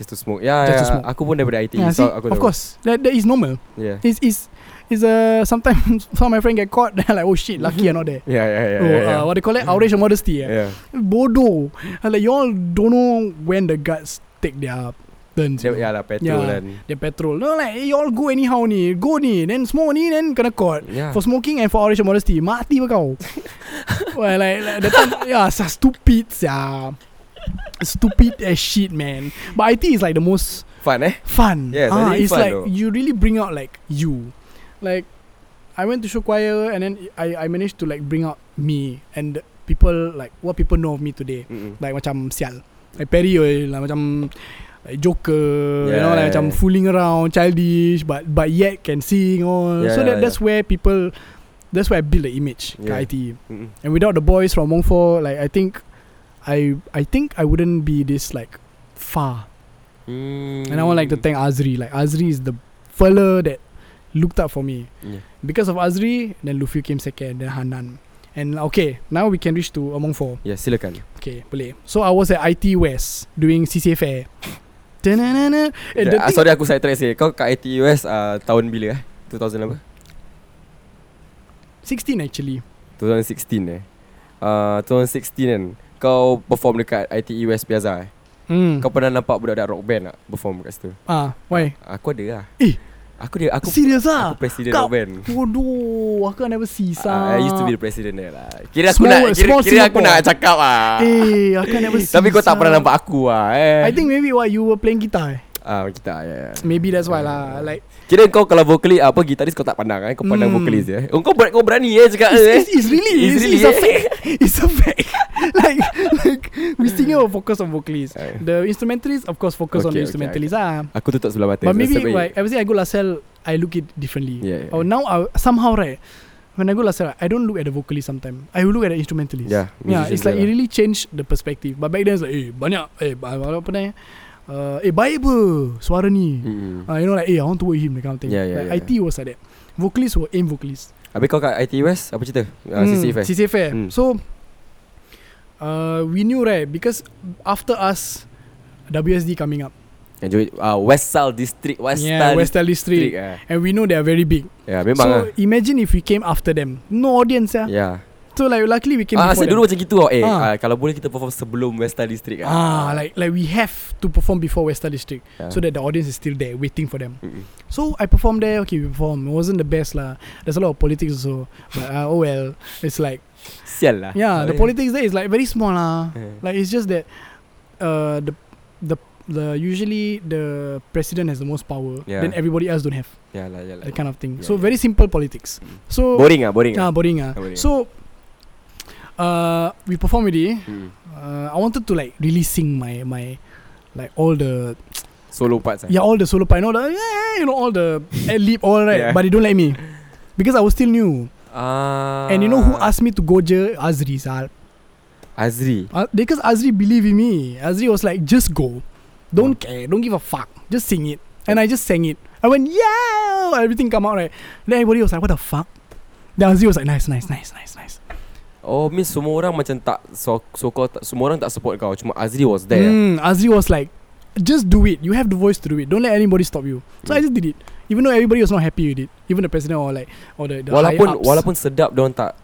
Speaker 2: Just to smoke Yeah,
Speaker 3: Just to
Speaker 2: yeah.
Speaker 3: smoke.
Speaker 2: Aku pun daripada ITE
Speaker 3: Yeah, see,
Speaker 2: so aku
Speaker 3: of
Speaker 2: tahu.
Speaker 3: course. That that is normal.
Speaker 2: Yeah
Speaker 3: Is is is uh sometimes some of my friend get caught they're like oh shit lucky I'm not there.
Speaker 2: Yeah, yeah, yeah,
Speaker 3: oh,
Speaker 2: yeah,
Speaker 3: uh,
Speaker 2: yeah.
Speaker 3: what they call it outrage and modesty. Yeah.
Speaker 2: yeah.
Speaker 3: Bodoh. And like you all don't know when the guards take their turns.
Speaker 2: Dia,
Speaker 3: you know.
Speaker 2: ya lah petrol
Speaker 3: Yeah.
Speaker 2: kan
Speaker 3: They patrol. No, like you all go anyhow ni, go ni, then smoke ni, then kena caught.
Speaker 2: Yeah
Speaker 3: For smoking and for outrage and modesty Mati pun kau well, like, like That time Yeah so stupid sia Stupid as shit man But IT is like the most
Speaker 2: Fun eh
Speaker 3: Fun
Speaker 2: Yes,
Speaker 3: ah,
Speaker 2: I think
Speaker 3: It's
Speaker 2: fun
Speaker 3: like
Speaker 2: though.
Speaker 3: You really bring out like You Like I went to show choir And then I, I managed to like Bring out me And the people Like what people know of me today
Speaker 2: Mm-mm.
Speaker 3: Like macam sial Like Perry Oil lah Macam like Joker yeah, You
Speaker 2: Yeah,
Speaker 3: know like
Speaker 2: yeah,
Speaker 3: Macam
Speaker 2: yeah.
Speaker 3: fooling around Childish But but yet can sing all
Speaker 2: Yeah,
Speaker 3: So
Speaker 2: yeah,
Speaker 3: that, that's where people That's where I build the image
Speaker 2: Yeah.
Speaker 3: yeah. ITE
Speaker 2: Mm-mm.
Speaker 3: And without the boys from Mong Four Like I think I I think I wouldn't be this like Far
Speaker 2: Mm.
Speaker 3: And I want like to thank Azri Like Azri is the fella that Looked up for me
Speaker 2: Yeah.
Speaker 3: Because of Azri Then Luffy came second Then Hanan And okay Now we can reach to Among Four
Speaker 2: Yeah Ya, silakan
Speaker 3: Okay, boleh. So I was at IT West doing CCA fair. Da-na-na-na. Eh, the
Speaker 2: yeah, ah,
Speaker 3: thing-
Speaker 2: Sorry aku side track sikit Kau kat ITE US ah, Tahun bila eh 2000 apa
Speaker 3: 16 actually.
Speaker 2: 2016 eh uh, 2016 kan Kau perform dekat ITE West Plaza eh
Speaker 3: Hmm.
Speaker 2: Kau pernah nampak budak-budak rock band tak Perform kat situ
Speaker 3: ah, why?
Speaker 2: Aku ada lah
Speaker 3: Eh.
Speaker 2: Aku dia Aku
Speaker 3: Serious ah?
Speaker 2: Aku president rock
Speaker 3: Kau-
Speaker 2: band
Speaker 3: Bodoh, aku never see
Speaker 2: Ah,
Speaker 3: sa.
Speaker 2: I used to be the president there lah Kira aku
Speaker 3: Small
Speaker 2: nak
Speaker 3: world,
Speaker 2: Kira,
Speaker 3: small
Speaker 2: kira aku
Speaker 3: Singapore.
Speaker 2: nak cakap lah
Speaker 3: Eh, aku never see.
Speaker 2: Tapi kau tak
Speaker 3: sah.
Speaker 2: pernah nampak aku lah eh
Speaker 3: I think maybe why you were playing guitar. Eh?
Speaker 2: Ah, kita ya. Yeah.
Speaker 3: Maybe that's why lah. Like
Speaker 2: Kira kau kalau vocalist apa gitaris kau tak pandang eh. Kau pandang
Speaker 3: Hmm.
Speaker 2: vokalis je. eh. Oh, kau berani, kau berani eh cakap eh.
Speaker 3: it's, it's, it's really
Speaker 2: It's
Speaker 3: it's, it's,
Speaker 2: really,
Speaker 3: a
Speaker 2: eh?
Speaker 3: fact. It's a fact. like like we singer will focus on vocalist.
Speaker 2: Eh.
Speaker 3: The instrumentalists of course focus on the
Speaker 2: Okay, okay,
Speaker 3: instrumentalists ah.
Speaker 2: Aku tutup sebelah mata. Ya,
Speaker 3: But maybe
Speaker 2: Nasib baik.
Speaker 3: like ever since I go LaSalle, I look it differently.
Speaker 2: Yeah, yeah,
Speaker 3: Or Oh, now I, somehow right, when I go LaSalle, I don't look at the vocalist sometimes. I will look at the instrumentalist.
Speaker 2: Yeah,
Speaker 3: yeah.
Speaker 2: musicians
Speaker 3: It's like
Speaker 2: lah.
Speaker 3: it really changed the perspective. But back then it's like, eh banyak, eh ba- apa apa ni, uh, eh baik apa suara ni.
Speaker 2: Mm-mm.
Speaker 3: Uh, you know like, eh I want to work with him that kind of thing.
Speaker 2: Hmm. Yeah, yeah,
Speaker 3: like,
Speaker 2: yeah.
Speaker 3: IT was like that. Vocalists were aim vocalists.
Speaker 2: Habis kau kat IT West apa cerita? Ah,
Speaker 3: Mm,
Speaker 2: CCF. eh?
Speaker 3: CCA Fair.
Speaker 2: Mm.
Speaker 3: So, uh, we knew right because after us, WSD coming up.
Speaker 2: Yang jauh- Ah, West Sal District, West
Speaker 3: yeah,
Speaker 2: Sal
Speaker 3: West Valley Street.
Speaker 2: District. eh.
Speaker 3: And we know they are very big.
Speaker 2: Ya, memang
Speaker 3: so
Speaker 2: ah.
Speaker 3: imagine if we came after them, no audience yeah.
Speaker 2: Ya.
Speaker 3: So like luckily we came
Speaker 2: Ah,
Speaker 3: before
Speaker 2: asyik dulu
Speaker 3: them.
Speaker 2: macam gitu oh. Eh,
Speaker 3: Ah.
Speaker 2: ah, kalau boleh kita perform sebelum West Sal District
Speaker 3: Ah, like like we have to perform before Western District,
Speaker 2: Yeah.
Speaker 3: so that the audience is still there waiting for them.
Speaker 2: Ya. Mm-mm.
Speaker 3: So I performed there. Okay, we performed. It wasn't the best lah. There's a lot of politics also, but uh, oh well. It's like
Speaker 2: Sial lah.
Speaker 3: yeah,
Speaker 2: Ah,
Speaker 3: the
Speaker 2: Sorry.
Speaker 3: politics there is like very small lah.
Speaker 2: Eh.
Speaker 3: Like it's just that, uh, the the the usually the president has the most power.
Speaker 2: Yeah.
Speaker 3: Then everybody else don't have
Speaker 2: Ya lah, ya lah.
Speaker 3: that kind of thing.
Speaker 2: Yeah,
Speaker 3: so
Speaker 2: yeah.
Speaker 3: very simple politics.
Speaker 2: Mm.
Speaker 3: So
Speaker 2: Boring ah, boring.
Speaker 3: Ah,
Speaker 2: ah.
Speaker 3: boring ah.
Speaker 2: Ah, boring.
Speaker 3: So uh, we perform already.
Speaker 2: Mm.
Speaker 3: Uh, I wanted to like really sing my my like all the
Speaker 2: Solo parts ah.
Speaker 3: yeah all the solo part, you know the yeah, you know all the ad lib all right,
Speaker 2: Yeah.
Speaker 3: but they don't let me because I was still new.
Speaker 2: Ah.
Speaker 3: And you know who asked me to go je Azri Sal.
Speaker 2: Azri.
Speaker 3: Uh, because Azri believed in me. Azri was like, just go, don't
Speaker 2: Mm.
Speaker 3: care, don't give a fuck, just sing it. And I just sang it. I went yeah, everything come out right. Then everybody was like, what the fuck? Then Azri was like, nice, nice, nice, nice, nice.
Speaker 2: Oh means semua orang macam tak so, so kau tak, semua orang tak support kau cuma Azri was there.
Speaker 3: Mm, Azri was like, just do it. You have the voice to do it. Don't let anybody stop you.
Speaker 2: Mm.
Speaker 3: So I just did it. Even though everybody was not happy with it. Even the president or like or the, the
Speaker 2: walaupun
Speaker 3: high ups.
Speaker 2: walaupun sedap dia orang tak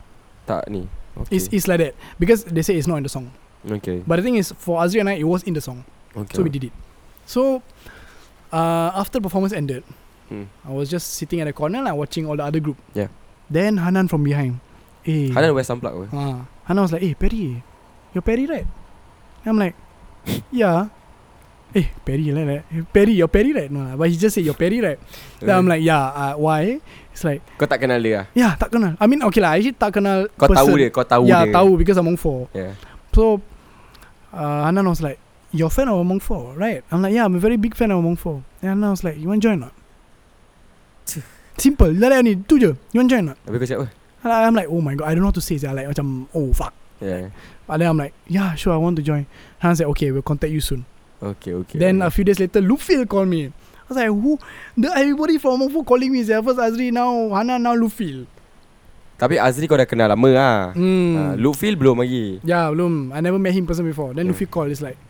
Speaker 2: tak ni. Okay.
Speaker 3: it's, it's like that. Because they say it's not in the song.
Speaker 2: okay.
Speaker 3: But the thing is for Azri and I it was in the song.
Speaker 2: okay.
Speaker 3: So we did it. So uh, after performance ended,
Speaker 2: Mm.
Speaker 3: I was just sitting at a corner like watching all the other group.
Speaker 2: Yeah.
Speaker 3: Then Hanan from behind. Eh.
Speaker 2: Hanan wear sunblock ke?
Speaker 3: Ah, Hannah was like, "Hey Perry, you're Perry, right?" And I'm like, "Yeah." Hey Perry, like that. "Eh, Perry, you're Perry, right? No, lah, but he just said you're Perry, right? Then I'm like, "Yeah, uh, why?" It's like,
Speaker 2: Kau tak kenal dia lah.
Speaker 3: "Yeah, tak kenal." I mean, okay lah, actually tak kenal.
Speaker 2: Kau
Speaker 3: person.
Speaker 2: tahu dia Kau tahu
Speaker 3: yeah,
Speaker 2: dia Ya.
Speaker 3: tahu because I'm Hong Four.
Speaker 2: yeah.
Speaker 3: So uh, Hanan was like, You're a fan of Among Four, right? I'm like, Yeah, I'm a very big fan of Among Four. And Hanan was like, You want to join or not? Simple, like that ni, tu je. You want to join or not?
Speaker 2: Habis kau cakap apa
Speaker 3: And I- I'm like, Oh my god, I don't know what to say. sia. Like, macam, Oh fuck.
Speaker 2: Yeah
Speaker 3: But then I'm like, Yeah, sure, I want to join. Hanan said, Okay, we'll contact you soon.
Speaker 2: Okay okay
Speaker 3: Then a few days later, Luffy called me. I was like, Who? The, everybody from Among Four calling me. sia. First Azri, now Hanan, now Luffy.
Speaker 2: Tapi Azri kau dah kenal lama lah
Speaker 3: Hmm.
Speaker 2: Ah, Hmm. Lutfil belum lagi
Speaker 3: Yeah, belum. I never met him in person before. Then
Speaker 2: Yeah.
Speaker 3: Luffy called. It's like,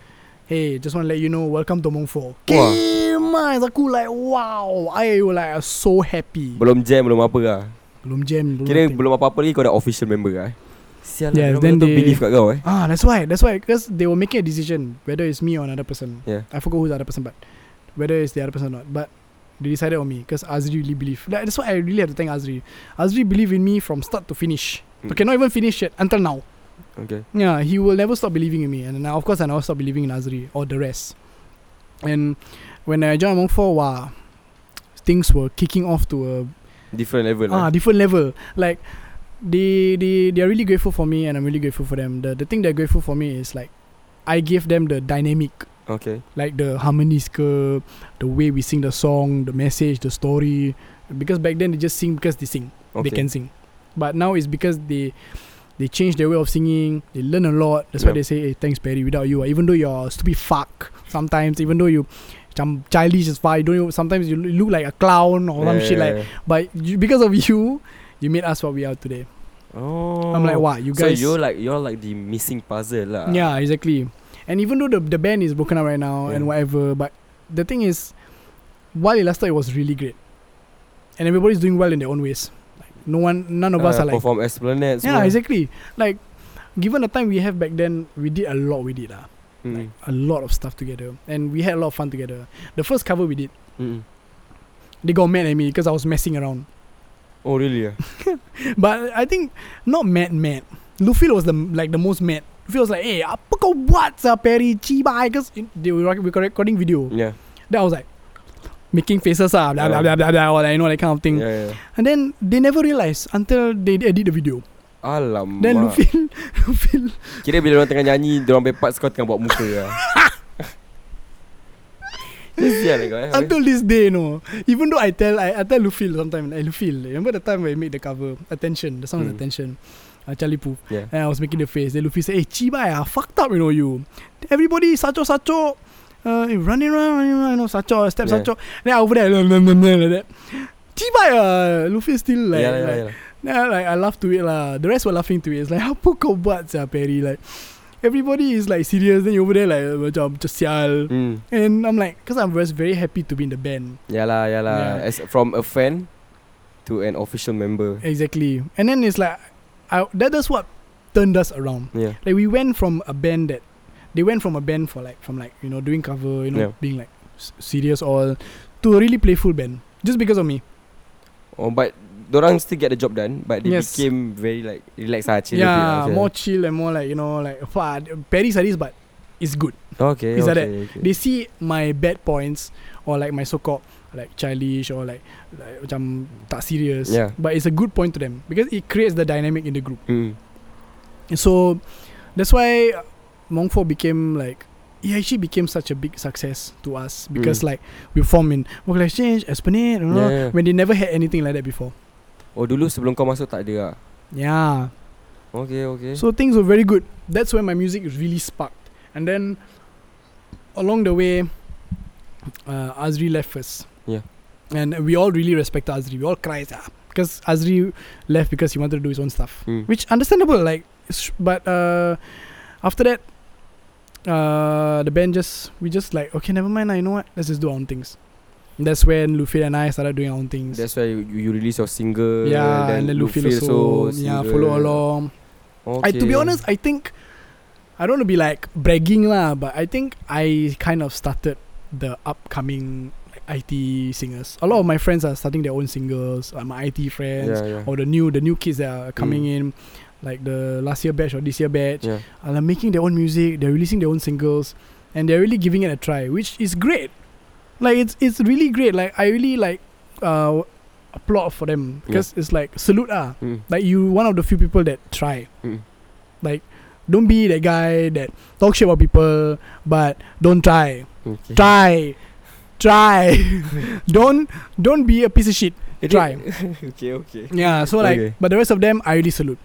Speaker 3: hey, just want to let you know, welcome to Mong 4.
Speaker 2: Wah.
Speaker 3: Kemas aku like, wow. I was like so happy.
Speaker 2: Belum jam belum apa lah
Speaker 3: Belum jam. Belum
Speaker 2: Kira
Speaker 3: nothing.
Speaker 2: belum apa-apa lagi kau dah official member lah eh. Sial
Speaker 3: Yes,
Speaker 2: lah
Speaker 3: then
Speaker 2: Then
Speaker 3: they-
Speaker 2: they believe kat kau eh
Speaker 3: Ah, that's why. That's why. Because they were making a decision whether it's me or another person.
Speaker 2: Yeah.
Speaker 3: I forgot who's the other person, but whether it's the other person or not. But they decided on me because Azri really believed. That- That's why I really have to thank Azri. Azri believed in me from start to finish.
Speaker 2: Mm.
Speaker 3: Okay, not even finish yet until now.
Speaker 2: Okay
Speaker 3: Yeah, he will never stop believing in me, and now, of course, I never stop believing in Azri or the rest. And when I joined Among Four, wow, things were kicking off to
Speaker 2: Different level
Speaker 3: a ah
Speaker 2: lah
Speaker 3: different level. Like they they they are really grateful for me, and I'm really grateful for them. The the thing they're grateful for me is like I gave them the dynamic,
Speaker 2: Okay
Speaker 3: like the harmonies, ke, the way we sing the song, the message, the story. Because back then they just sing because they sing
Speaker 2: Okay
Speaker 3: they can sing. But now it's because they they change their way of singing. They learn a lot. That's why
Speaker 2: Yeah.
Speaker 3: they say, "Hey, thanks, Perry. Without you, ah, even though you're a stupid fuck sometimes, even though you." macam childish as far you don't even, sometimes you look like a clown or some shit like but you, because of you you made us what we are today
Speaker 2: Oh
Speaker 3: i'm like wow you
Speaker 2: So
Speaker 3: guys
Speaker 2: you're like You're like the missing puzzle lah
Speaker 3: yeah exactly and even though the, the band is broken up right now
Speaker 2: Yeah.
Speaker 3: and whatever but the thing is while it lasted it was really great and everybody's doing well in their own ways like, no one none of us
Speaker 2: Ah,
Speaker 3: are like
Speaker 2: Perform Esplanade
Speaker 3: Yeah,
Speaker 2: semua.
Speaker 3: exactly. Like, given the time we have back then, we did a lot with it. lah.
Speaker 2: Mm.
Speaker 3: A lot of stuff together. And we had a lot of fun together. The first cover we did,
Speaker 2: Mm.
Speaker 3: they got mad at me because I was messing around.
Speaker 2: Oh really ah?
Speaker 3: But I think, not mad, mad. Luffy was the like the most mad. Luffy was like, hey, apa kau buat sah, Perry? Cibai. Because they were rec- we were recording video.
Speaker 2: Yeah
Speaker 3: Then I was like, making faces ah, blah, blah, blah, blah, blah, all that, you know, that kind of thing.
Speaker 2: Yeah yeah
Speaker 3: And then they never realized until they edit the video.
Speaker 2: Alamak
Speaker 3: Then Luffy, Luffy
Speaker 2: Kira bila orang tengah nyanyi Diorang bepat Kau tengah buat muka lah Sial lah kau eh
Speaker 3: Until this day, you know. Even though I tell, I, I tell Luffy sometimes, I Luffy, remember the time I made the cover, Attention, the song is
Speaker 2: Hmm.
Speaker 3: Attention, uh, Charlie Pooh,
Speaker 2: Yeah.
Speaker 3: and I was making the face. Then Luffy said, hey, Chiba, I fucked up, you know, you. Everybody, Sacho, Sacho, uh, eh, running around, running around, you know, Sacho, step,
Speaker 2: Yeah.
Speaker 3: Sacho. Then I over there, like, like, like, like that. Chiba, uh, Luffy is still like,
Speaker 2: Yalah yalah
Speaker 3: like,
Speaker 2: yalah
Speaker 3: Then I, like, I laugh to it lah. The rest were laughing to it. It's like, apa kau buat, sia, Perry? Like, everybody is like serious, then you over there like, macam, macam sial.
Speaker 2: Hmm
Speaker 3: And I'm like, because I was very happy to be in the band.
Speaker 2: Yalah yalah
Speaker 3: Yeah.
Speaker 2: lah, As from a fan To an official member
Speaker 3: Exactly. And then it's like, I, that is what turned us around.
Speaker 2: Yeah
Speaker 3: Like we went from a band that, they went from a band for like, from like, you know, doing cover, you know,
Speaker 2: Yeah.
Speaker 3: being like s- serious all, to a really playful band. Just because of me.
Speaker 2: Oh but Diorang still get the job done But they
Speaker 3: Yes.
Speaker 2: became Very like Relax lah chill a bit lah,
Speaker 3: yeah,
Speaker 2: macam.
Speaker 3: more chill and more like, you know, like, far, Paris are this, but it's good.
Speaker 2: Okay
Speaker 3: It's
Speaker 2: okay,
Speaker 3: like that.
Speaker 2: okay.
Speaker 3: They see my bad points or like my so-called like childish or like, like macam tak serious.
Speaker 2: Yeah.
Speaker 3: But it's a good point to them because it creates the dynamic in the group.
Speaker 2: Hmm
Speaker 3: And so that's why Mongfo became like it actually became such a big success to us because like we formed in Vocal Exchange, Esplanade, you know,
Speaker 2: Mm. Yeah, yeah.
Speaker 3: when they never had anything like that before.
Speaker 2: Oh dulu sebelum kau masuk tak ada lah
Speaker 3: Yeah.
Speaker 2: Okay okay
Speaker 3: So things were very good. That's when my music really sparked. And then along the way, uh, Azri left first.
Speaker 2: Yeah.
Speaker 3: And we all really respect Azri. We all cried ah, because Azri left because he wanted to do his own stuff.
Speaker 2: Hmm.
Speaker 3: which understandable like it's- but uh after that uh the band just we just like okay never mind lah, you know what let's just do our own things that's when Luffy and I started doing our own things
Speaker 2: That's why you, you release your single
Speaker 3: yeah and then Luffy, also, yeah
Speaker 2: single.
Speaker 3: follow along
Speaker 2: okay.
Speaker 3: I to be honest I think I don't want to be like bragging lah but I think I kind of started the upcoming like, IT singers a lot of my friends are starting their own singles like uh, my IT friends
Speaker 2: yeah, yeah.
Speaker 3: or the new the new kids that are coming in like the last year batch or this year batch
Speaker 2: Mm. Yeah.
Speaker 3: are like making their own music, they're releasing their own singles, and they're really giving it a try, which is great. Like it's it's really great. Like I really like uh applaud for them because it's like salute ah.
Speaker 2: Mm.
Speaker 3: Like you one of the few people that try.
Speaker 2: Mm.
Speaker 3: Like don't be that guy that talk shit about people but don't try.
Speaker 2: hmm, Okay.
Speaker 3: Try. Try. don't don't be a piece of shit.
Speaker 2: It-
Speaker 3: try.
Speaker 2: okay, okay.
Speaker 3: Yeah, so like,
Speaker 2: Okay.
Speaker 3: but the rest of them, I really salute.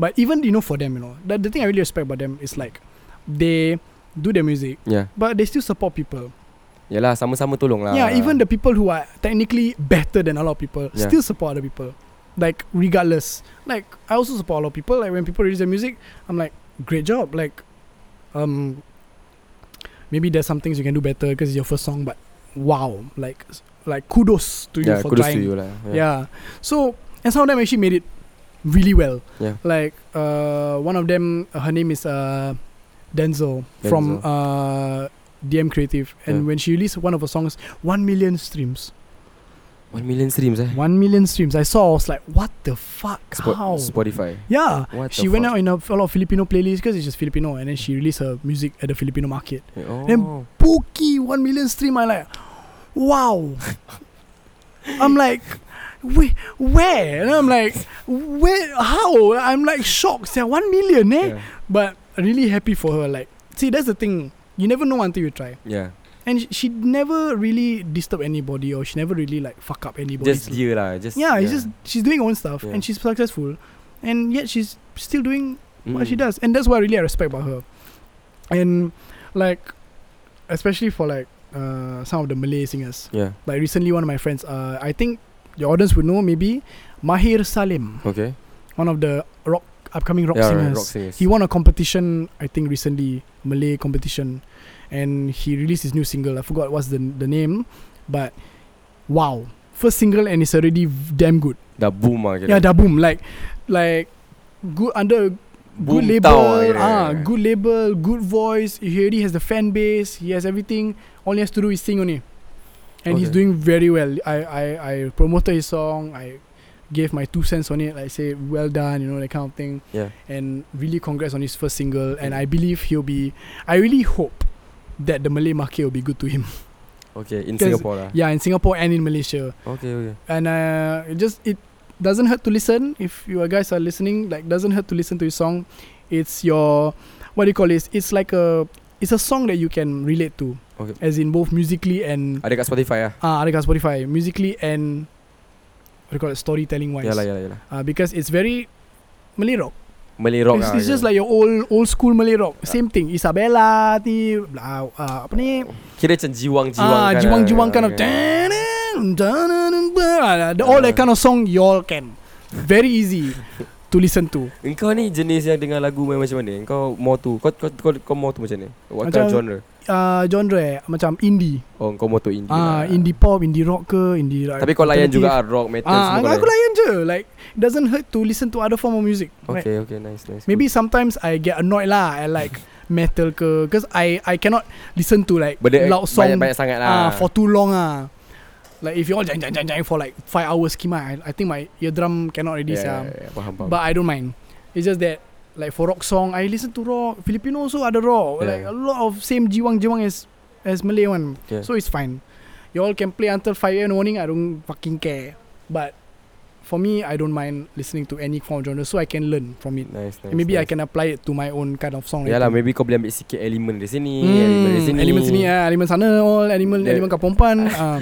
Speaker 3: But even you know, for them, you know, the, the thing I really respect about them is like, they do their music,
Speaker 2: Yeah.
Speaker 3: but they still support people.
Speaker 2: Yalah, sama-sama tolong lah.
Speaker 3: yeah, even the people who are technically better than a lot of people
Speaker 2: Yeah.
Speaker 3: still support other people, like regardless. Like I also support a lot of people. Like when people release their music, I'm like, great job. Like, um, maybe there's some things you can do better because it's your first song, but wow, like, like kudos to you
Speaker 2: yeah,
Speaker 3: for
Speaker 2: kudos
Speaker 3: trying.
Speaker 2: to you lah.
Speaker 3: Yeah. So and some of them actually made it really well.
Speaker 2: Yeah.
Speaker 3: Like uh, one of them, uh, her name is uh, Denzel, from
Speaker 2: Denzel.
Speaker 3: uh, DM Creative, and
Speaker 2: Yeah.
Speaker 3: when she released one of her songs, one million streams.
Speaker 2: One million streams eh.
Speaker 3: One million streams. I saw. I was like, what the fuck?
Speaker 2: Spo-
Speaker 3: How?
Speaker 2: Spotify.
Speaker 3: yeah.
Speaker 2: What
Speaker 3: She
Speaker 2: the
Speaker 3: went
Speaker 2: fuck?
Speaker 3: out in a, a lot of Filipino playlists because it's just Filipino, and then she released her music at the Filipino market.
Speaker 2: Oh.
Speaker 3: Then Pookie, 1 million stream. I like, wow. I'm like, wait, where? And I'm like, where? How? I'm like shocked. Yeah, 1 million, eh?
Speaker 2: yeah.
Speaker 3: But really happy for her. Like, see, that's the thing. You never know until you try.
Speaker 2: yeah.
Speaker 3: And she, she never really disturb anybody or she never really like fuck up anybody.
Speaker 2: Just dia lah. Just
Speaker 3: yeah, it's just she's doing her own stuff
Speaker 2: Yeah.
Speaker 3: and she's successful, and yet she's still doing what she
Speaker 2: Mm.
Speaker 3: does, and that's what really I respect about her. And like, especially for like uh, some of the Malay singers.
Speaker 2: Yeah.
Speaker 3: Like recently, one of my friends, uh, I think your audience would know maybe Mahir Salim,
Speaker 2: Okay.
Speaker 3: one of the rock upcoming rock
Speaker 2: yeah, right,
Speaker 3: singers.
Speaker 2: rock singers.
Speaker 3: He won a competition, I think recently Malay competition, and he released his new single. I forgot what's the the name, but wow, first single and it's already v- damn good.
Speaker 2: Dah boom lah kira.
Speaker 3: Yeah, dah boom. Like, like good under good
Speaker 2: Boom
Speaker 3: label.
Speaker 2: town lah kira.
Speaker 3: Ah, good label, good voice. He already has the fan base. He has everything. All he has to do is sing only, and he's
Speaker 2: Okay.
Speaker 3: doing very well. I, I, I promoted his song. I gave my two cents on it. Like say, well done, you know that kind of thing.
Speaker 2: Yeah.
Speaker 3: And really congrats on his first single. And I believe he'll be. I really hope that the Malay market will be good to him.
Speaker 2: Okay, in
Speaker 3: Because-
Speaker 2: Singapore lah.
Speaker 3: Yeah, in Singapore and in Malaysia
Speaker 2: Okay, okay.
Speaker 3: and uh, it just it doesn't hurt to listen if you guys are listening like doesn't hurt to listen to his song it's your what do you call this it's like a it's a song that you can relate to
Speaker 2: Okay.
Speaker 3: as in both musically and
Speaker 2: Ada kat Spotify lah.
Speaker 3: ah ada kat Spotify musically and what do you call it storytelling wise
Speaker 2: Yalah, yalah, yalah.
Speaker 3: Uh, because it's very Malay rock,
Speaker 2: Malay rock ah, lah.
Speaker 3: it's, it's
Speaker 2: kira.
Speaker 3: just like your old old school Malay rock same thing Isabella ni blah, uh, apa ni
Speaker 2: Kira macam jiwang-jiwang
Speaker 3: ah
Speaker 2: kan
Speaker 3: jiwang-jiwang
Speaker 2: lah,
Speaker 3: kind of
Speaker 2: kira.
Speaker 3: the all that
Speaker 2: Ah.
Speaker 3: kind of song y'all can very easy to listen to
Speaker 2: Engkau ni jenis yang dengar lagu main macam mana? Engkau more to kau kau kau, kau more to macam mana? What kind of
Speaker 3: Macam-
Speaker 2: genre?
Speaker 3: uh, genre eh, macam indie
Speaker 2: Oh, kau more to indie.
Speaker 3: ah
Speaker 2: lah.
Speaker 3: indie pop indie rock ke indie rock
Speaker 2: Tapi kau layan juga ah, rock metal semua.
Speaker 3: ah aku, aku layan je like it doesn't hurt to listen to other form of music right?
Speaker 2: Okay, okay, nice, nice.
Speaker 3: maybe sometimes I get annoyed lah I like metal ke because I I cannot listen to like
Speaker 2: Benda
Speaker 3: loud song
Speaker 2: banyak-banyak sangat
Speaker 3: Ah,
Speaker 2: lah.
Speaker 3: for too long ah. Like if you all jang jang jang jang for like five hours kima, I, I think my eardrum cannot already
Speaker 2: yeah, yeah,
Speaker 3: yeah,
Speaker 2: yeah, faham, faham.
Speaker 3: ah. But I don't mind. It's just that like for rock song, I listen to rock. Filipino also ada rock.
Speaker 2: Yeah.
Speaker 3: Like a lot of same jiwang jiwang as as Malay one.
Speaker 2: Yeah.
Speaker 3: So it's fine. You all can play until five in the morning. I don't fucking care. But for me, I don't mind listening to any form of genre, so I can learn from it.
Speaker 2: nice, nice.
Speaker 3: And maybe I
Speaker 2: nice.
Speaker 3: can apply it to my own kind of song.
Speaker 2: Yalah,
Speaker 3: writing.
Speaker 2: lah, maybe kau boleh ambil sikit elemen dari sini, elemen dari
Speaker 3: Hmm,
Speaker 2: sini.
Speaker 3: elemen sini ah, elemen sana all, elemen
Speaker 2: The-
Speaker 3: elemen kat perempuan. Ah.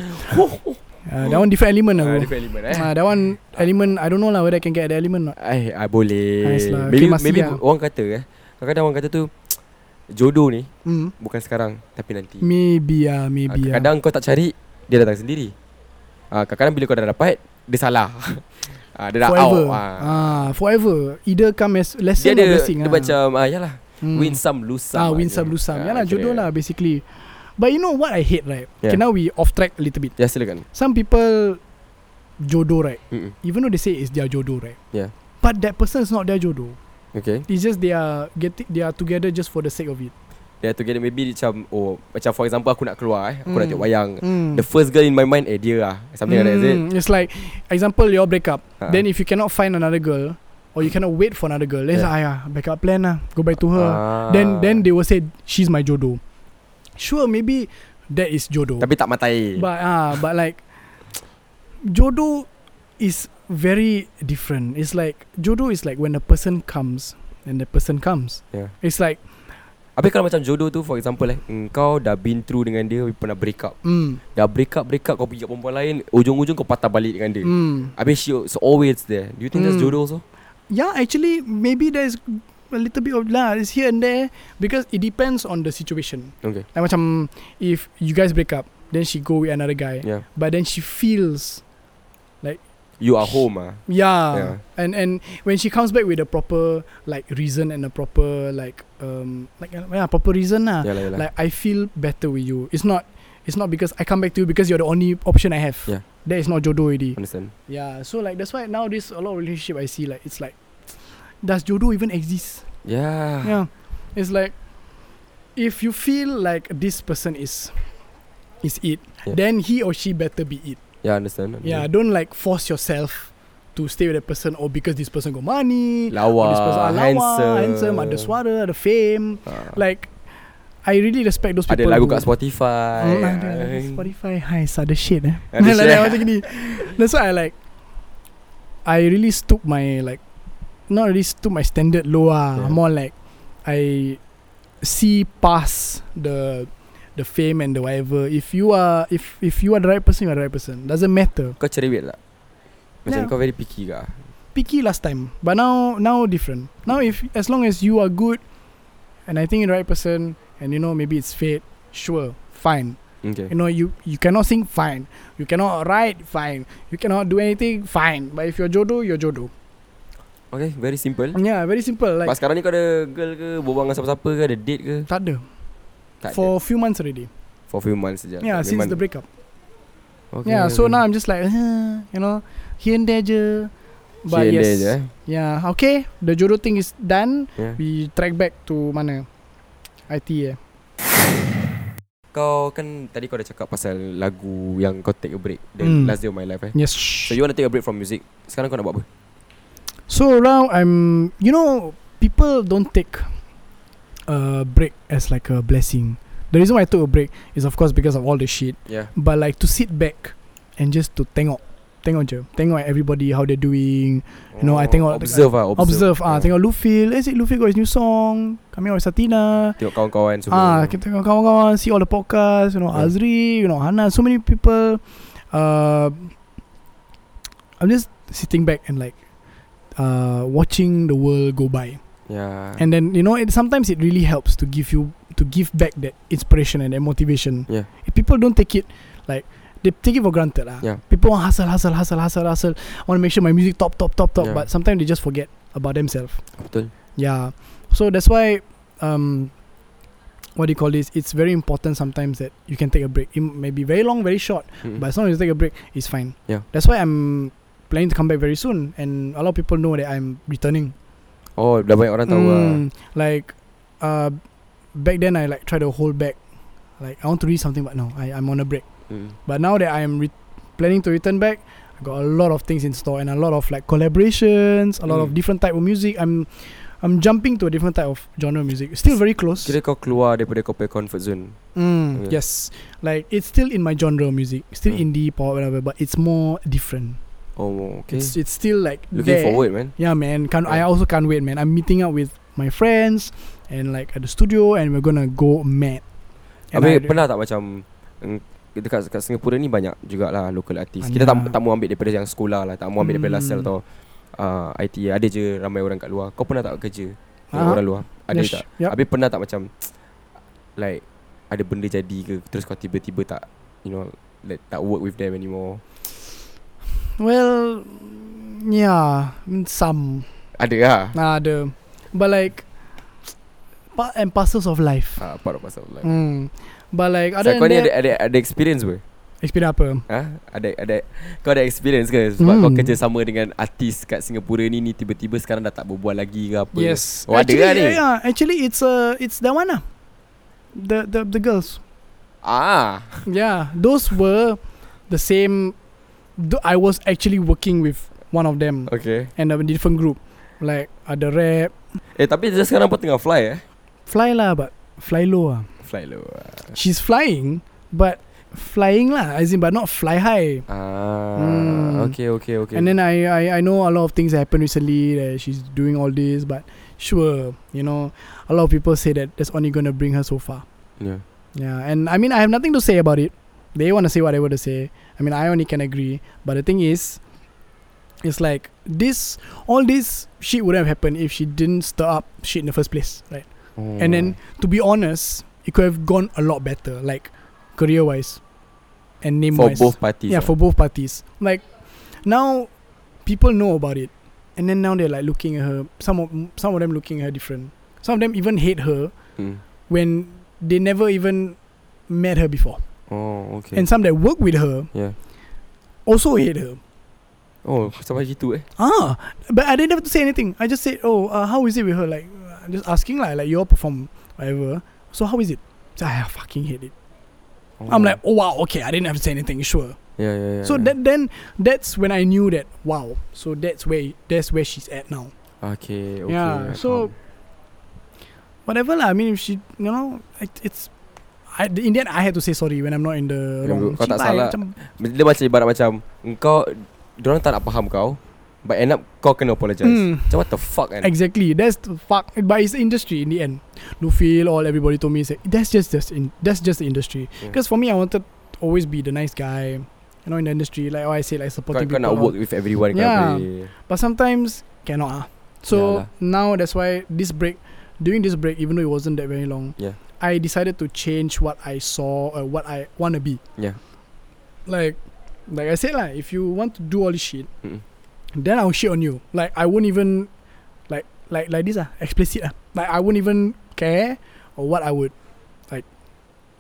Speaker 3: Ah, that one different element lah
Speaker 2: Ah,
Speaker 3: bro.
Speaker 2: different elemen eh.
Speaker 3: Ah, that one element I don't know lah whether I can get the element or not.
Speaker 2: Eh, ah, boleh.
Speaker 3: Nice lah.
Speaker 2: Maybe
Speaker 3: Okay, masih
Speaker 2: maybe
Speaker 3: lah.
Speaker 2: orang kata eh. Kadang-kadang orang kata tu jodoh ni
Speaker 3: Hmm.
Speaker 2: bukan sekarang tapi nanti.
Speaker 3: Maybe
Speaker 2: Ah,
Speaker 3: ah, maybe ah.
Speaker 2: Kadang-kadang kau tak cari Dia datang sendiri Ah, Kadang-kadang bila kau dah dapat Dia salah Ah, Dia dah
Speaker 3: forever.
Speaker 2: out Ah.
Speaker 3: Ah, forever. Either come as
Speaker 2: Dia
Speaker 3: lesson
Speaker 2: ada
Speaker 3: or blessing.
Speaker 2: Dia
Speaker 3: ah.
Speaker 2: macam ah, Yalah
Speaker 3: Hmm.
Speaker 2: Win some lose some ah,
Speaker 3: Ah, win
Speaker 2: je.
Speaker 3: some, lose some.
Speaker 2: Ah,
Speaker 3: Yalah,
Speaker 2: kira.
Speaker 3: jodoh lah basically. But you know what I hate right?
Speaker 2: Yeah.
Speaker 3: Okay, now we off track a little bit.
Speaker 2: Ya silakan
Speaker 3: Some people jodoh right?
Speaker 2: Mm-mm.
Speaker 3: Even though they say it's their jodoh right?
Speaker 2: Yeah.
Speaker 3: But that person is not their jodoh.
Speaker 2: Okay
Speaker 3: It's just they are getting they are together just for the sake of it.
Speaker 2: Dia together maybe dia macam Oh Macam for example Aku nak keluar eh Aku nak
Speaker 3: Mm.
Speaker 2: tengok wayang
Speaker 3: Mm.
Speaker 2: The first girl in my mind Eh dia lah Something like that is it
Speaker 3: It's like Hmm, example you all break up.
Speaker 2: Ah.
Speaker 3: Then if you cannot find another girl, or you cannot wait for another girl. Let's
Speaker 2: Yeah.
Speaker 3: yeah. ayah, backup plan lah. Go back to her.
Speaker 2: Ah.
Speaker 3: Then then they will say she's my jodoh. Sure, maybe that is jodoh.
Speaker 2: Tapi tak matai
Speaker 3: But ah, but like jodoh is very different. It's like jodoh is like when the person comes and the person comes.
Speaker 2: Yeah.
Speaker 3: It's like
Speaker 2: Habis kalau macam jodoh tu For example eh Kau dah been through dengan dia Pernah break up
Speaker 3: mm,
Speaker 2: Dah break up Break up kau pergi kat perempuan lain Ujung-ujung kau patah balik dengan dia
Speaker 3: mm.
Speaker 2: Habis she is always there Do you think that's
Speaker 3: Mm.
Speaker 2: jodoh also?
Speaker 3: Yeah, actually maybe there's a little bit of lah. It's here and there because it depends on the situation.
Speaker 2: Okay
Speaker 3: Like macam if you guys break up, then she go with another guy,
Speaker 2: Yeah
Speaker 3: but then she feels
Speaker 2: You are home ah.
Speaker 3: yeah.
Speaker 2: Yeah.
Speaker 3: and and when she comes back with a proper like reason and a proper like um like uh, yeah proper reason lah.
Speaker 2: Yalah yalah
Speaker 3: like I feel better with you. It's not it's not because I come back to you because you're the only option I have.
Speaker 2: Yeah.
Speaker 3: That is not jodoh already.
Speaker 2: Understand
Speaker 3: Yeah. So like that's why nowadays a lot of relationship I see like it's like does jodoh even exist?
Speaker 2: Yeah,
Speaker 3: Yeah. It's like if you feel like this person is is it,
Speaker 2: Yeah.
Speaker 3: then he or she better be it.
Speaker 2: yeah understand,
Speaker 3: Yeah.
Speaker 2: understand.
Speaker 3: Don't like force yourself to stay with a person or because this person got money. or
Speaker 2: Lawa
Speaker 3: this person ah, lawa,
Speaker 2: Handsome
Speaker 3: handsome, ada suara, ada fame.
Speaker 2: Ah.
Speaker 3: Like I really respect those
Speaker 2: Ada
Speaker 3: people.
Speaker 2: lagu
Speaker 3: who-
Speaker 2: kat Spotify
Speaker 3: Mm, ada lagu Spotify Hai sada shit eh
Speaker 2: Ada
Speaker 3: Like that
Speaker 2: shit.
Speaker 3: macam gini That's why I like I really stoop my like Not really stoop my standard low ah
Speaker 2: Yeah.
Speaker 3: yeah. More like I See past the The fame and the whatever If you are If if you are the right person You are the right person Doesn't matter
Speaker 2: Kau cerewet tak? Macam
Speaker 3: No.
Speaker 2: kau very picky ke?
Speaker 3: Picky last time But now Now different Now if As long as you are good And I think you're the right person And you know maybe it's fate Sure Fine
Speaker 2: Okay
Speaker 3: You know, you you cannot sing fine, you cannot write fine, you cannot do anything fine. But if you're jodoh, you're jodoh.
Speaker 2: Okay very simple
Speaker 3: Yeah, very simple.
Speaker 2: Pas
Speaker 3: Like
Speaker 2: sekarang ni kau ada girl ke Berbual dengan siapa-siapa ke Ada date ke
Speaker 3: tak ada.
Speaker 2: Tak
Speaker 3: for a few months already.
Speaker 2: ada For few months je
Speaker 3: Yeah, since
Speaker 2: Memang-
Speaker 3: the breakup.
Speaker 2: okay,
Speaker 3: yeah,
Speaker 2: okay.
Speaker 3: so now I'm just like, uh, you know, here and there je.
Speaker 2: Here
Speaker 3: But
Speaker 2: and
Speaker 3: yes,
Speaker 2: there je, eh?
Speaker 3: yeah, okay. The jodoh thing is done.
Speaker 2: Yeah.
Speaker 3: We track back to mana? IT eh.
Speaker 2: Kau kan tadi kau dah cakap pasal lagu yang kau take a break The
Speaker 3: Hmm.
Speaker 2: last day of my life eh
Speaker 3: Yes.
Speaker 2: So you want to take a break from music Sekarang kau nak buat apa?
Speaker 3: So now I'm, you know, people don't take a break as like a blessing. The reason why I took a break is of course because of all the shit.
Speaker 2: Yeah
Speaker 3: But like to sit back and just to tengok, tengok je, tengok everybody how they're doing. You know, I tengok-
Speaker 2: Observe lah
Speaker 3: Observe,
Speaker 2: Yeah.
Speaker 3: ah, tengok Luffy. Eh, si Luffy got his new song coming out with Satina.
Speaker 2: Tengok kawan-kawan semua
Speaker 3: Ah, kita tengok kawan-kawan, see all the podcast. You know,
Speaker 2: Yeah.
Speaker 3: Azri, you know, Hana. So many people. Uh, I'm just sitting back and like uh, watching the world go by.
Speaker 2: Yeah
Speaker 3: and then you know it sometimes it really helps to give you to give back that inspiration and that motivation
Speaker 2: Yeah.
Speaker 3: if people don't take it like they take it for granted lah.
Speaker 2: Yeah.
Speaker 3: people want hustle hustle hustle hustle hustle want to make sure my music top top top top
Speaker 2: Yeah.
Speaker 3: but sometimes they just forget about themselves
Speaker 2: Betul
Speaker 3: yeah so that's why um what do you call this it's very important sometimes that you can take a break it may be very long very short
Speaker 2: Mm.
Speaker 3: but as long as you take a break it's fine
Speaker 2: Yeah.
Speaker 3: that's why i'm planning to come back very soon and a lot of people know that i'm returning
Speaker 2: Oh dah banyak orang tahu lah
Speaker 3: Mm, Like uh, back then I like try to hold back. Like I want to read something but no, I, I'm on a break.
Speaker 2: Mm.
Speaker 3: But now that I'm re- planning to return back, I got a lot of things in store and a lot of like collaborations, a lot
Speaker 2: Mm.
Speaker 3: of different type of music. I'm I'm jumping to a different type of genre of music. Still very close.
Speaker 2: Kira kau keluar daripada kau punya comfort zone
Speaker 3: Mm,
Speaker 2: Yeah.
Speaker 3: Yes. Like it's still in my genre of music. Still
Speaker 2: Mm.
Speaker 3: indie pop whatever, but it's more different.
Speaker 2: Oh okay
Speaker 3: It's it's still like
Speaker 2: Looking
Speaker 3: there.
Speaker 2: forward man
Speaker 3: Yeah, man. Can't, I
Speaker 2: Yeah.
Speaker 3: also can't wait, man. I'm meeting up with my friends and like at the studio, and we're gonna go mad. And
Speaker 2: Habis
Speaker 3: I-
Speaker 2: pernah tak macam mm, Dekat, dekat Singapura ni banyak jugalah local artist Kita tak,
Speaker 3: Banyak.
Speaker 2: tak mau ambil daripada yang sekolah lah Tak mau ambil daripada
Speaker 3: Hmm.
Speaker 2: LASAL atau uh, IT Ada je ramai orang kat luar Kau pernah tak kerja Dengan
Speaker 3: Ah.
Speaker 2: orang luar Ada
Speaker 3: Yes,
Speaker 2: tak
Speaker 3: yup.
Speaker 2: Habis pernah tak macam Like Ada benda jadi ke Terus kau tiba-tiba tak You know like, Tak work with them anymore
Speaker 3: Well, yeah, mm, some
Speaker 2: Ada lah
Speaker 3: nah, the, but like part and parcels of life.
Speaker 2: ha, Part of pasal lah
Speaker 3: Mm. But like
Speaker 2: Ah, so,
Speaker 3: other
Speaker 2: Kau ni
Speaker 3: than
Speaker 2: ada,
Speaker 3: that,
Speaker 2: ada, ada experience ke
Speaker 3: experience apa?
Speaker 2: Ha? Ada ada kau ada experience ke sebab hmm. kau
Speaker 3: Hmm.
Speaker 2: kerja sama dengan artis kat Singapura ni ni tiba-tiba sekarang dah tak berbual lagi ke apa?
Speaker 3: Yes.
Speaker 2: Oh, ada
Speaker 3: actually,
Speaker 2: lah ni.
Speaker 3: yeah, yeah, actually, it's uh, it's that one lah. The the the girls.
Speaker 2: Ah.
Speaker 3: Yeah, those were the same. Th- I was actually working with one of them
Speaker 2: Okay.
Speaker 3: and a different group. Like ada rap
Speaker 2: Eh tapi dia sekarang pun tengah fly eh
Speaker 3: Fly lah but Fly low lah
Speaker 2: Fly low
Speaker 3: She's flying But Flying lah As in but not fly high
Speaker 2: Ah,
Speaker 3: Hmm.
Speaker 2: okay, okay, okay.
Speaker 3: And then I, I I know a lot of things happened recently that she's doing all this but sure you know a lot of people say that that's only gonna bring her so far
Speaker 2: yeah.
Speaker 3: yeah and I mean I have nothing to say about it they wanna say whatever to say I mean I only can agree but the thing is it's like this all this shit would have happened if she didn't stir up shit in the first place right and
Speaker 2: Mm.
Speaker 3: then
Speaker 2: Oh.
Speaker 3: to be honest it could have gone a lot better like career wise and name
Speaker 2: for
Speaker 3: wise
Speaker 2: both parties. ah.
Speaker 3: yeah, for both parties. Like now, people know about it, and then now they're like looking at her. Some of some of them looking at her different. Some of them even hate her
Speaker 2: Mm.
Speaker 3: when they never even met her before.
Speaker 2: Oh, okay.
Speaker 3: And some that work with her
Speaker 2: yeah.
Speaker 3: also hate her.
Speaker 2: Oh, sampai gitu eh.
Speaker 3: Ah, but I didn't have to say anything. I just said, "Oh, uh, how is it with her?" Like, uh, just asking like, like you all perform whatever. So how is it? So, I fucking hate it.
Speaker 2: Oh. Ya,
Speaker 3: I'm like, oh wow, okay. I didn't have to say anything. Sure.
Speaker 2: yeah, yeah, yeah.
Speaker 3: So
Speaker 2: yeah.
Speaker 3: that then that's when I knew that wow. So that's where that's where she's at now.
Speaker 2: Okay, okay.
Speaker 3: Yeah,
Speaker 2: I
Speaker 3: so-
Speaker 2: faham.
Speaker 3: Whatever lah. I mean, if she, you know, it, it's. I, in the end, I had to say sorry when I'm not in
Speaker 2: Ya,
Speaker 3: the wrong.
Speaker 2: bro, kau tak
Speaker 3: Cheebye,
Speaker 2: salah.
Speaker 3: Macam,
Speaker 2: dia macam ibarat macam engkau orang tak nak faham kau, but end up kau kena apologize.
Speaker 3: Hmm.
Speaker 2: Macam what the fuck kan?
Speaker 3: exactly. That's the fuck. But it's the industry in the end. Lufil, all everybody told me say that's just just in that's just the industry.
Speaker 2: Yeah.
Speaker 3: Because for me, I wanted to always be the nice guy. You know, in the industry, like how I say, like
Speaker 2: kau,
Speaker 3: supporting
Speaker 2: kau
Speaker 3: people.
Speaker 2: nak work with everyone
Speaker 3: Yeah.
Speaker 2: kau boleh.
Speaker 3: But sometimes cannot. Ah. So
Speaker 2: Yeah lah.
Speaker 3: now that's why this break, during this break, even though it wasn't that very long,
Speaker 2: Yeah.
Speaker 3: I decided to change what I saw or what I wanna be.
Speaker 2: Yeah.
Speaker 3: Like, like I said lah, if you want to do all this shit,
Speaker 2: Mm-mm.
Speaker 3: then I'll shit on you. Like I won't even, like like like this ah, explicit ah. Like I won't even care or what I would, like,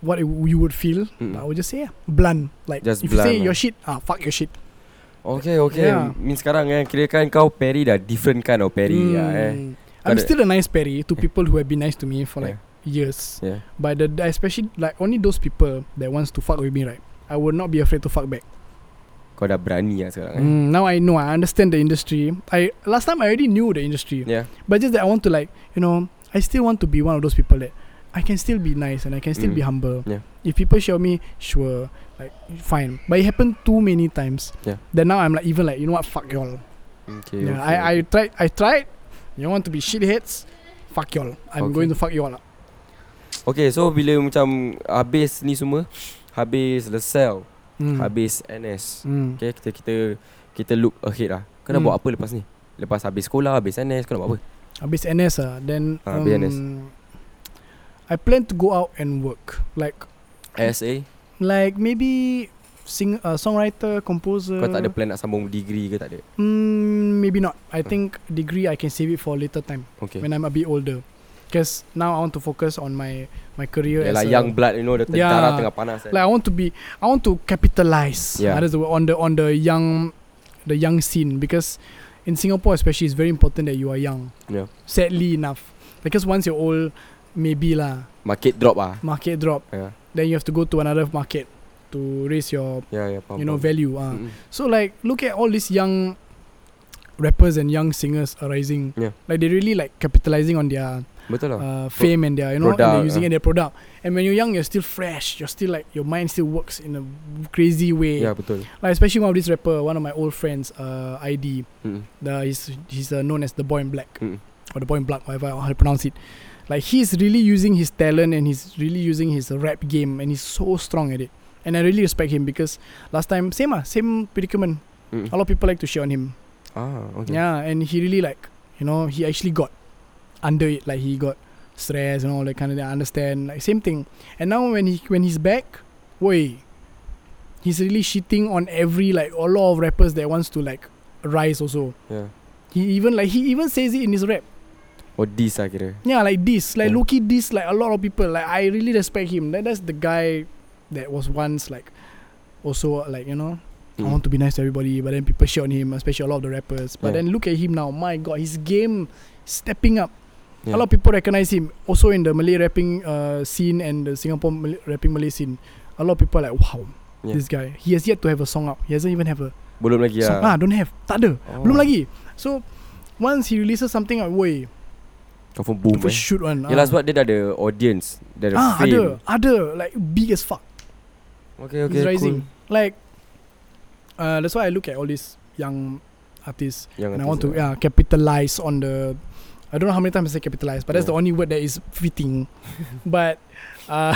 Speaker 3: what it, you would feel.
Speaker 2: Mm.
Speaker 3: I would just say ah, blunt. Like
Speaker 2: Just
Speaker 3: if you say
Speaker 2: blunt
Speaker 3: your
Speaker 2: ah.
Speaker 3: shit, ah fuck your shit.
Speaker 2: Okay, okay.
Speaker 3: Yeah.
Speaker 2: Min sekarang kan kira kan kau Perry dah different kind of Perry mm. lah eh.
Speaker 3: Mm.
Speaker 2: Got
Speaker 3: I'm
Speaker 2: it.
Speaker 3: still a nice Perry to
Speaker 2: Yeah.
Speaker 3: people who have been nice to me for like years.
Speaker 2: Yeah.
Speaker 3: But the, the- especially like only those people that wants to fuck with me, right? I would not be afraid to fuck back.
Speaker 2: Kau dah berani lah sekarang. Mm.
Speaker 3: Mm, now I know, I understand the industry. I last time I already knew the industry,
Speaker 2: Yeah.
Speaker 3: but just that I want to like you know I still want to be one of those people that I can still be nice and I can still
Speaker 2: Mm.
Speaker 3: be humble.
Speaker 2: Yeah.
Speaker 3: If people show me, sure, like fine. But it happened too many times.
Speaker 2: Yeah.
Speaker 3: That now I'm like even like you know what, fuck y'all.
Speaker 2: Okay.
Speaker 3: yeah.
Speaker 2: okay.
Speaker 3: Ya, I I tried. I tried. You want to be shitheads? Fuck y'all. I'm
Speaker 2: Okay.
Speaker 3: going to fuck y'all up.
Speaker 2: Okay so bila macam Habis ni semua Habis LaSalle hmm.
Speaker 3: Mm.
Speaker 2: Habis NS
Speaker 3: Mm.
Speaker 2: Okay kita Kita kita look ahead lah Kau nak
Speaker 3: Hmm.
Speaker 2: buat apa lepas ni Lepas habis sekolah Habis NS Kau nak buat apa
Speaker 3: Habis NS ah, then um,
Speaker 2: Ah, habis NS.
Speaker 3: I plan to go out and work like Hmm.
Speaker 2: SA
Speaker 3: like maybe sing uh, songwriter composer.
Speaker 2: Kau tak ada plan nak sambung degree ke tak ada
Speaker 3: Mm, maybe not. I think degree I can save it for later time
Speaker 2: Okay
Speaker 3: when I'm a bit older. Because now I want to focus on my my career.
Speaker 2: Yalah
Speaker 3: as a- Ya. Lah.
Speaker 2: young blood You know the
Speaker 3: Yeah.
Speaker 2: yeah. darah tengah panas eh.
Speaker 3: like I want to be I want to capitalize
Speaker 2: Yeah.
Speaker 3: that is the word, on the on the young the young scene because in Singapore especially it's very important that you are young.
Speaker 2: Yeah.
Speaker 3: Sadly enough. Because once you're old, maybe lah,
Speaker 2: Market drop ah.
Speaker 3: market drop,
Speaker 2: Yeah
Speaker 3: then you have to go to another market to raise your
Speaker 2: Yeah yeah ya, faham
Speaker 3: you know
Speaker 2: faham.
Speaker 3: value. Uh.
Speaker 2: Mm-mm.
Speaker 3: So like look at all these young rappers and young singers arising.
Speaker 2: Yeah.
Speaker 3: Like they really like capitalizing on their
Speaker 2: Betul lah
Speaker 3: uh, fame and their you know and
Speaker 2: Product,
Speaker 3: they're using
Speaker 2: uh.
Speaker 3: it their product. And when you're young, you're still fresh. You're still like your mind still works in a crazy way.
Speaker 2: Yeah Ya, betul
Speaker 3: Like especially one of these rapper, one of my old friends, uh, ID.
Speaker 2: Mm-mm.
Speaker 3: The he's he's uh, known as the boy in black
Speaker 2: Mm-mm.
Speaker 3: or the boy in black, however how to pronounce it. Like he's really using his talent and he's really using his rap game and he's so strong at it. And I really respect him because last time same ah same predicament.
Speaker 2: Mm-mm.
Speaker 3: A lot of people like to shit on him.
Speaker 2: Ah okay
Speaker 3: Yeah, and he really like you know he actually got under it. Like he got stress and all that kind of thing. I understand. Like same thing. And now when he when he's back, wait, he's really shitting on every like a lot of rappers that wants to like rise also.
Speaker 2: yeah.
Speaker 3: He even like he even says it in his rap.
Speaker 2: Oh this lah kira
Speaker 3: Yeah, like this, like
Speaker 2: Yeah.
Speaker 3: Loki this, like a lot of people. Like I really respect him. That, that's the guy that was once like also like you know I
Speaker 2: Mm.
Speaker 3: want to be nice to everybody, but then people shit on him, especially a lot of the rappers. But
Speaker 2: Yeah.
Speaker 3: then look at him now, my god, his game stepping up.
Speaker 2: Yeah.
Speaker 3: A lot of people recognize him, also in the Malay rapping uh, scene and the Singapore Mal- rapping Malay scene. A lot of people are like, wow,
Speaker 2: Yeah.
Speaker 3: this guy. He has yet to have a song out. He hasn't even have a
Speaker 2: Belum lagi
Speaker 3: song. Ah,
Speaker 2: lah
Speaker 3: don't have, tak ada,
Speaker 2: oh.
Speaker 3: belum lagi. So Once he releases something out, way
Speaker 2: Confirm boom
Speaker 3: for
Speaker 2: eh.
Speaker 3: shoot one.
Speaker 2: Yelah sebab dia dah ada audience Dah ada
Speaker 3: ah,
Speaker 2: fame
Speaker 3: ada, ada like big as fuck.
Speaker 2: Okay okay
Speaker 3: He's rising.
Speaker 2: cool
Speaker 3: Like, uh, that's why I look at all these young artists
Speaker 2: Yang
Speaker 3: and I
Speaker 2: atas
Speaker 3: want to ya.
Speaker 2: lah.
Speaker 3: yeah, capitalize on the. I don't know how many times I say capitalize, but that's
Speaker 2: Yeah.
Speaker 3: the only word that is fitting. but, uh,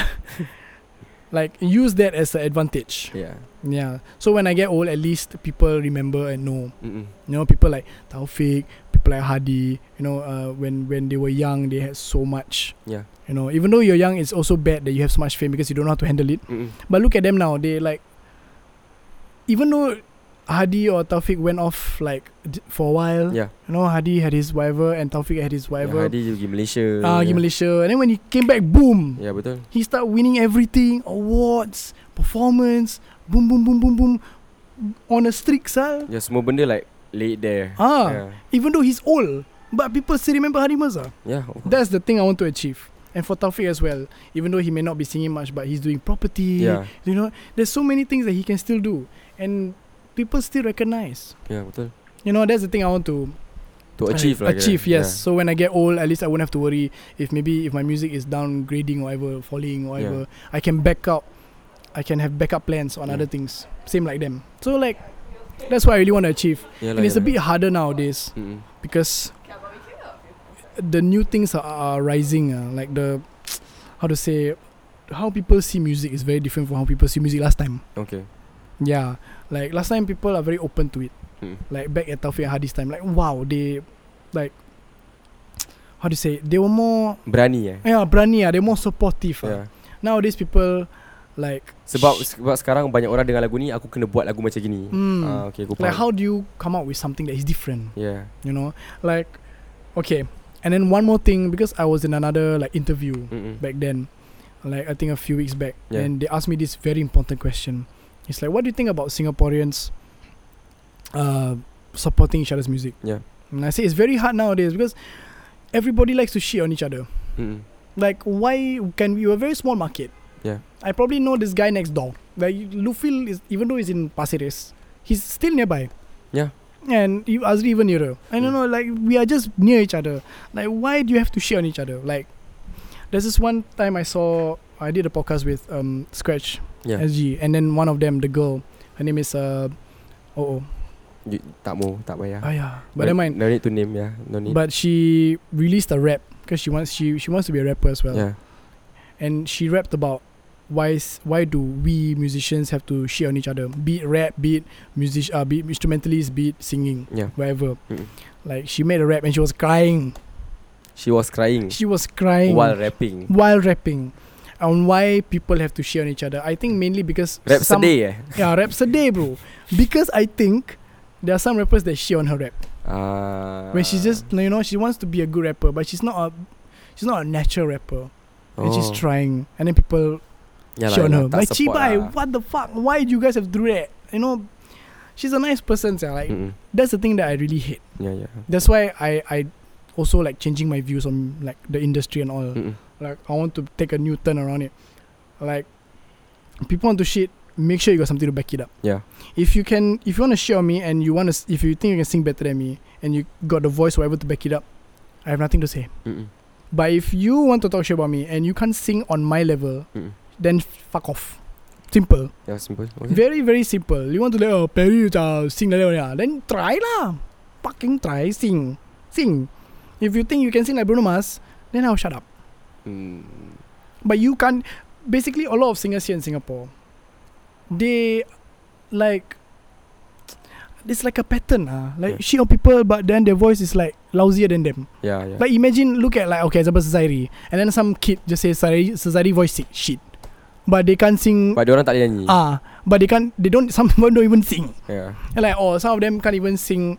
Speaker 3: like use that as an advantage.
Speaker 2: Yeah
Speaker 3: Yeah. So when I get old, at least people remember and know.
Speaker 2: Mm-mm.
Speaker 3: You know, people like Taufik, people like Hadi. You know, uh, when when they were young, they had so much.
Speaker 2: Yeah.
Speaker 3: You know, even though you're young, it's also bad that you have so much fame because you don't know how to handle it.
Speaker 2: Mm-mm.
Speaker 3: But look at them now. They like, even though Hadi or Taufik went off like d- for a while.
Speaker 2: Yeah
Speaker 3: You know, Hadi had his whatever and Taufik had his
Speaker 2: Yang
Speaker 3: whatever.
Speaker 2: Hadi juga pergi Malaysia
Speaker 3: Ah,
Speaker 2: yeah.
Speaker 3: yeah, Malaysia. And then when he came back, boom,
Speaker 2: Ya yeah, betul
Speaker 3: he started winning everything, awards, performance, boom, boom, boom, boom, boom, on a streak, sal.
Speaker 2: Ya yeah, semua benda like Laid there Ya.
Speaker 3: Ah,
Speaker 2: Yeah Oh.
Speaker 3: even though he's old, but people still remember Hadi Mirza.
Speaker 2: yeah. Ya, of course.
Speaker 3: That's the thing I want to achieve. And for Taufik as well, even though he may not be singing much, but he's doing property.
Speaker 2: Yeah
Speaker 3: You know, there's so many things that he can still do, and people still recognize.
Speaker 2: Ya yeah, betul
Speaker 3: You know, that's the thing I want to
Speaker 2: To achieve lah kira.
Speaker 3: Achieve, yes.
Speaker 2: yeah.
Speaker 3: So when I get old, at least I won't have to worry if maybe if my music is downgrading or ever falling or
Speaker 2: Yeah.
Speaker 3: ever, I can back up. I can have backup plans on
Speaker 2: Yeah.
Speaker 3: other things, same like them. So like, that's what I really want to achieve.
Speaker 2: Yalah,
Speaker 3: and it's a
Speaker 2: yalah.
Speaker 3: bit harder
Speaker 2: lah,
Speaker 3: nowadays
Speaker 2: ya Mm-mm.
Speaker 3: because the new things are, are rising. Uh, like the how to say how people see music is very different from how people see music last time.
Speaker 2: Okay
Speaker 3: Yeah, like last time people are very open to it.
Speaker 2: Mm.
Speaker 3: Like back at Taufik and Hadi's time, like wow, they like how do you say? They were more
Speaker 2: Berani eh Ya.
Speaker 3: yeah berani ah, they're more supportive
Speaker 2: yeah.
Speaker 3: ah. Nowadays people like
Speaker 2: Sebab sebab sekarang banyak orang dengar lagu ni Aku kena buat lagu macam gini
Speaker 3: Hmm.
Speaker 2: Ah, Okay aku faham Ya,
Speaker 3: like how do you come up with something that is different?
Speaker 2: Yeah
Speaker 3: You know, like okay, and then one more thing because I was in another like interview
Speaker 2: Mm-mm.
Speaker 3: back then, like I think a few weeks back,
Speaker 2: Mm. Yeah.
Speaker 3: and they asked me this very important question. It's like, what do you think about Singaporeans uh, supporting each other's music?
Speaker 2: Yeah.
Speaker 3: And I say it's very hard nowadays because everybody likes to shit on each other.
Speaker 2: Mm-mm.
Speaker 3: Like, why can we? We're a very small market.
Speaker 2: Yeah.
Speaker 3: I probably know this guy next door. Like Lufil is even though he's in Pasir Ris, he's still nearby.
Speaker 2: Yeah.
Speaker 3: And you Azri even nearer. I
Speaker 2: Mm.
Speaker 3: don't know. Like we are just near each other. Like why do you have to shit on each other? Like there's this one time I saw I did a podcast with um Scratch
Speaker 2: Yeah.
Speaker 3: SG and then one of them the girl her name is uh oh, oh.
Speaker 2: You, tak mau tak payah
Speaker 3: Ah, yeah. but never mind.
Speaker 2: No need to name yeah. No need
Speaker 3: But she released a rap because she wants she she wants to be a rapper as well.
Speaker 2: Yeah
Speaker 3: and she rapped about why s- why do we musicians have to shit on each other be it rap be it music uh, be it instrumentalists be it singing
Speaker 2: Yeah.
Speaker 3: whatever
Speaker 2: Mm.
Speaker 3: like she made a rap and she was crying
Speaker 2: She was crying
Speaker 3: she was crying
Speaker 2: While rapping
Speaker 3: while rapping on why people have to shit on each other i think mainly because
Speaker 2: Rap
Speaker 3: some,
Speaker 2: sedih eh
Speaker 3: yeah raps a day bro because i think there are some rappers that shit on her rap
Speaker 2: Ah.
Speaker 3: when she's just you know she wants to be a good rapper but she's not a she's not a natural rapper
Speaker 2: Oh.
Speaker 3: and she's trying and then people
Speaker 2: Yalah,
Speaker 3: Sure
Speaker 2: yalah,
Speaker 3: no.
Speaker 2: tak
Speaker 3: Like
Speaker 2: support
Speaker 3: Chibai,
Speaker 2: lah.
Speaker 3: what the fuck? Why do you guys have to do that? You know, she's a nice person, sia. Like
Speaker 2: Mm-mm. Ya,
Speaker 3: that's the thing that I really hate.
Speaker 2: Yeah yeah
Speaker 3: That's why I I also like changing my views on like the industry and all.
Speaker 2: Mm-mm.
Speaker 3: Like I want to take a new turn around it. Like people want to shit, make sure you got something to back it up.
Speaker 2: Yeah.
Speaker 3: If you can, if you want to shit on me and you want to, if you think you can sing better than me and you got the voice or whatever to back it up, I have nothing to say.
Speaker 2: Mm-mm.
Speaker 3: But if you want to talk shit about me and you can't sing on my level,
Speaker 2: Mm-mm.
Speaker 3: then fuck off. Simple.
Speaker 2: Yeah Ya, simple okay.
Speaker 3: Very very simple. You want to like oh Perry uh, sing like that only, ah. Then try lah. Fucking try sing. Sing. If you think you can sing like Bruno Mars, then I'll shut up.
Speaker 2: mm.
Speaker 3: But you can't basically a lot of singers here in Singapore, they like it's like a pattern ah.
Speaker 2: Yeah.
Speaker 3: Like shit on people but then their voice is like lousier than them.
Speaker 2: Yeah yeah
Speaker 3: Like imagine look at like okay example Cesari and then some kid just says Cesari Cesari voice sick shit. But they can't sing
Speaker 2: But diorang tak boleh nyanyi Ya.
Speaker 3: Ah, but they can't. They don't. Some people don't even sing.
Speaker 2: yeah.
Speaker 3: And like, oh, some of them can't even sing